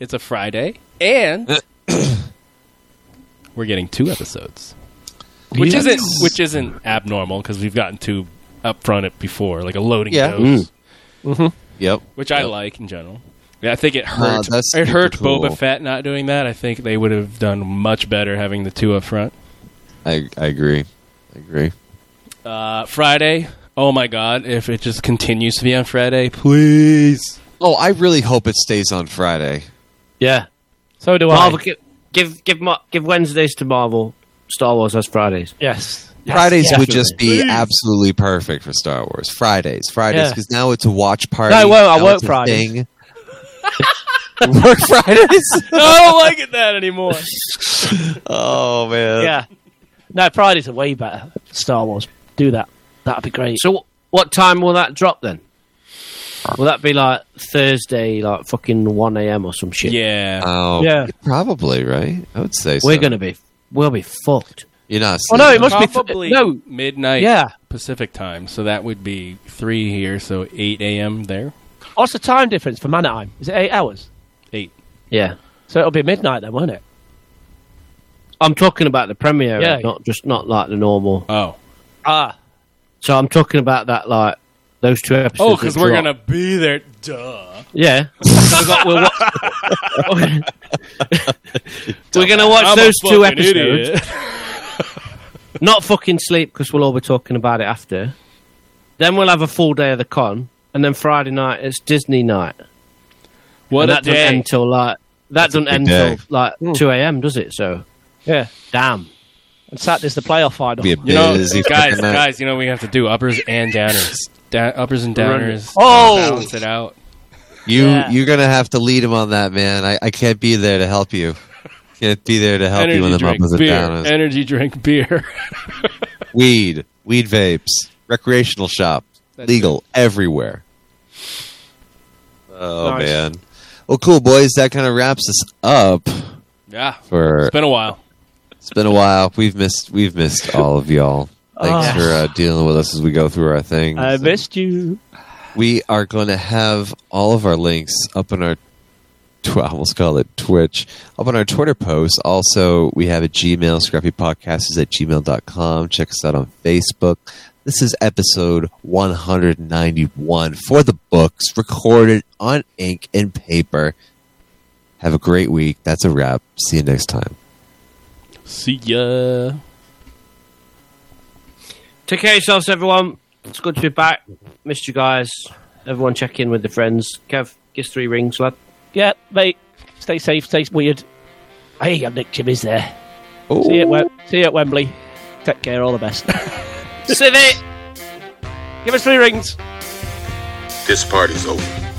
Speaker 7: it's a Friday, and we're getting two episodes, which
Speaker 6: Yes.
Speaker 7: isn't which isn't abnormal because we've gotten two up front it before, like a loading
Speaker 6: Yeah. Mm.
Speaker 7: dose.
Speaker 6: Yep.
Speaker 7: which I like in general. Yeah, I think it hurt.
Speaker 6: that's
Speaker 7: it hurt
Speaker 6: super cool.
Speaker 7: Boba Fett not doing that. I think they would have done much better having the two up front.
Speaker 6: I I agree. I agree.
Speaker 7: Uh, Friday. Oh my God! If it just continues to be on Friday, please.
Speaker 6: Oh, I really hope it stays on Friday.
Speaker 8: Yeah.
Speaker 9: so do
Speaker 8: Marvel,
Speaker 9: I.
Speaker 8: give, give, give, Mar- give Wednesdays to Marvel, Star Wars has Fridays.
Speaker 9: Yes.
Speaker 6: Fridays
Speaker 8: yes,
Speaker 6: would just be absolutely perfect for Star Wars. Fridays, Fridays,
Speaker 9: Yeah.
Speaker 6: because now it's a watch party.
Speaker 9: No, I won't. I
Speaker 6: now
Speaker 9: work
Speaker 6: it's a
Speaker 9: Fridays.
Speaker 6: thing. work Fridays.
Speaker 9: No, I don't like it that anymore.
Speaker 6: Oh man.
Speaker 9: yeah. No, Fridays are way better. for Star Wars. Do that. That'd be great.
Speaker 8: So, wh- what time will that drop then? Will that be like Thursday, like fucking 1 a.m. or some shit?
Speaker 7: Yeah.
Speaker 6: Oh
Speaker 9: Yeah.
Speaker 6: Probably right. I would say
Speaker 8: We're
Speaker 6: so.
Speaker 8: going to be, we'll be fucked.
Speaker 6: You're not.
Speaker 9: Oh, no, it
Speaker 6: sleeping.
Speaker 9: must be th-
Speaker 7: Probably
Speaker 9: no.
Speaker 7: midnight
Speaker 9: Yeah.
Speaker 7: Pacific time, so that would be three here, so eight a.m. there.
Speaker 9: What's the time difference for Manhattan? Is it eight hours?
Speaker 7: Eight.
Speaker 8: Yeah.
Speaker 9: So it'll be midnight then, won't it?
Speaker 8: I'm talking about the premiere,
Speaker 9: Yeah.
Speaker 8: not just not like the normal.
Speaker 7: Oh,
Speaker 9: Ah.
Speaker 8: So I'm talking about that, like those two episodes.
Speaker 7: oh, because
Speaker 8: that
Speaker 7: we're
Speaker 8: drop.
Speaker 7: gonna be there. Duh.
Speaker 8: Yeah. we're gonna- we're wa- we're going to watch
Speaker 7: I'm a
Speaker 8: those two
Speaker 7: fucking
Speaker 8: episodes.
Speaker 7: idiot.
Speaker 8: Not fucking sleep because we'll all be talking about it after. Then we'll have a full day of the con. And then Friday night, it's Disney night.
Speaker 7: What
Speaker 8: and
Speaker 7: a
Speaker 8: that doesn't
Speaker 7: day!
Speaker 8: end till like that doesn't
Speaker 6: big
Speaker 8: end
Speaker 6: day.
Speaker 8: till like two a.m., does it? So
Speaker 9: Yeah.
Speaker 8: damn.
Speaker 9: And Saturday's the playoff final.
Speaker 6: Be a
Speaker 7: You know,
Speaker 6: busy
Speaker 7: guys,
Speaker 6: fucking night.
Speaker 7: guys, you know we have to do uppers and downers, da- uppers and downers.
Speaker 9: Oh!
Speaker 7: balance it out.
Speaker 6: You
Speaker 9: Yeah.
Speaker 6: you're gonna have to lead him on that, man. I, I can't be there to help you. Can't be there to help
Speaker 7: Energy
Speaker 6: you when the
Speaker 7: drink,
Speaker 6: mama's
Speaker 7: beer. eh?
Speaker 6: down. Is.
Speaker 7: Energy drink, beer.
Speaker 6: Weed, weed vapes, recreational shop,
Speaker 7: That's
Speaker 6: legal everywhere. Oh
Speaker 9: Nice.
Speaker 6: man. Well, cool boys. That kind of wraps us up
Speaker 7: yeah,
Speaker 6: for.
Speaker 7: it's been a while.
Speaker 6: It's been a while. We've missed. We've missed all of y'all. Thanks
Speaker 9: Ah.
Speaker 6: for uh, dealing with us as we go through our things.
Speaker 9: I missed you.
Speaker 6: we are going to have all of our links up on our tw- I almost call it Twitch up on our Twitter posts. Also, we have a Gmail, scrappypodcasters at gmail.com. Check us out on Facebook. This is episode 191 for the books, recorded on ink and paper. Have a great week. That's a wrap. See you next time.
Speaker 7: See ya.
Speaker 8: Take care of yourselves, everyone. It's good to be back. Missed you guys. Everyone, check in with the friends. Kev, kiss three rings, lad.
Speaker 9: Yeah, mate. Stay safe. Stay weird. Hey, I'm Nick Jimmy's there.
Speaker 6: Oh.
Speaker 9: See you, at Wem- see you at Wembley. Take care. All the best.
Speaker 8: Civet.
Speaker 9: Give us three rings.
Speaker 10: This party's over.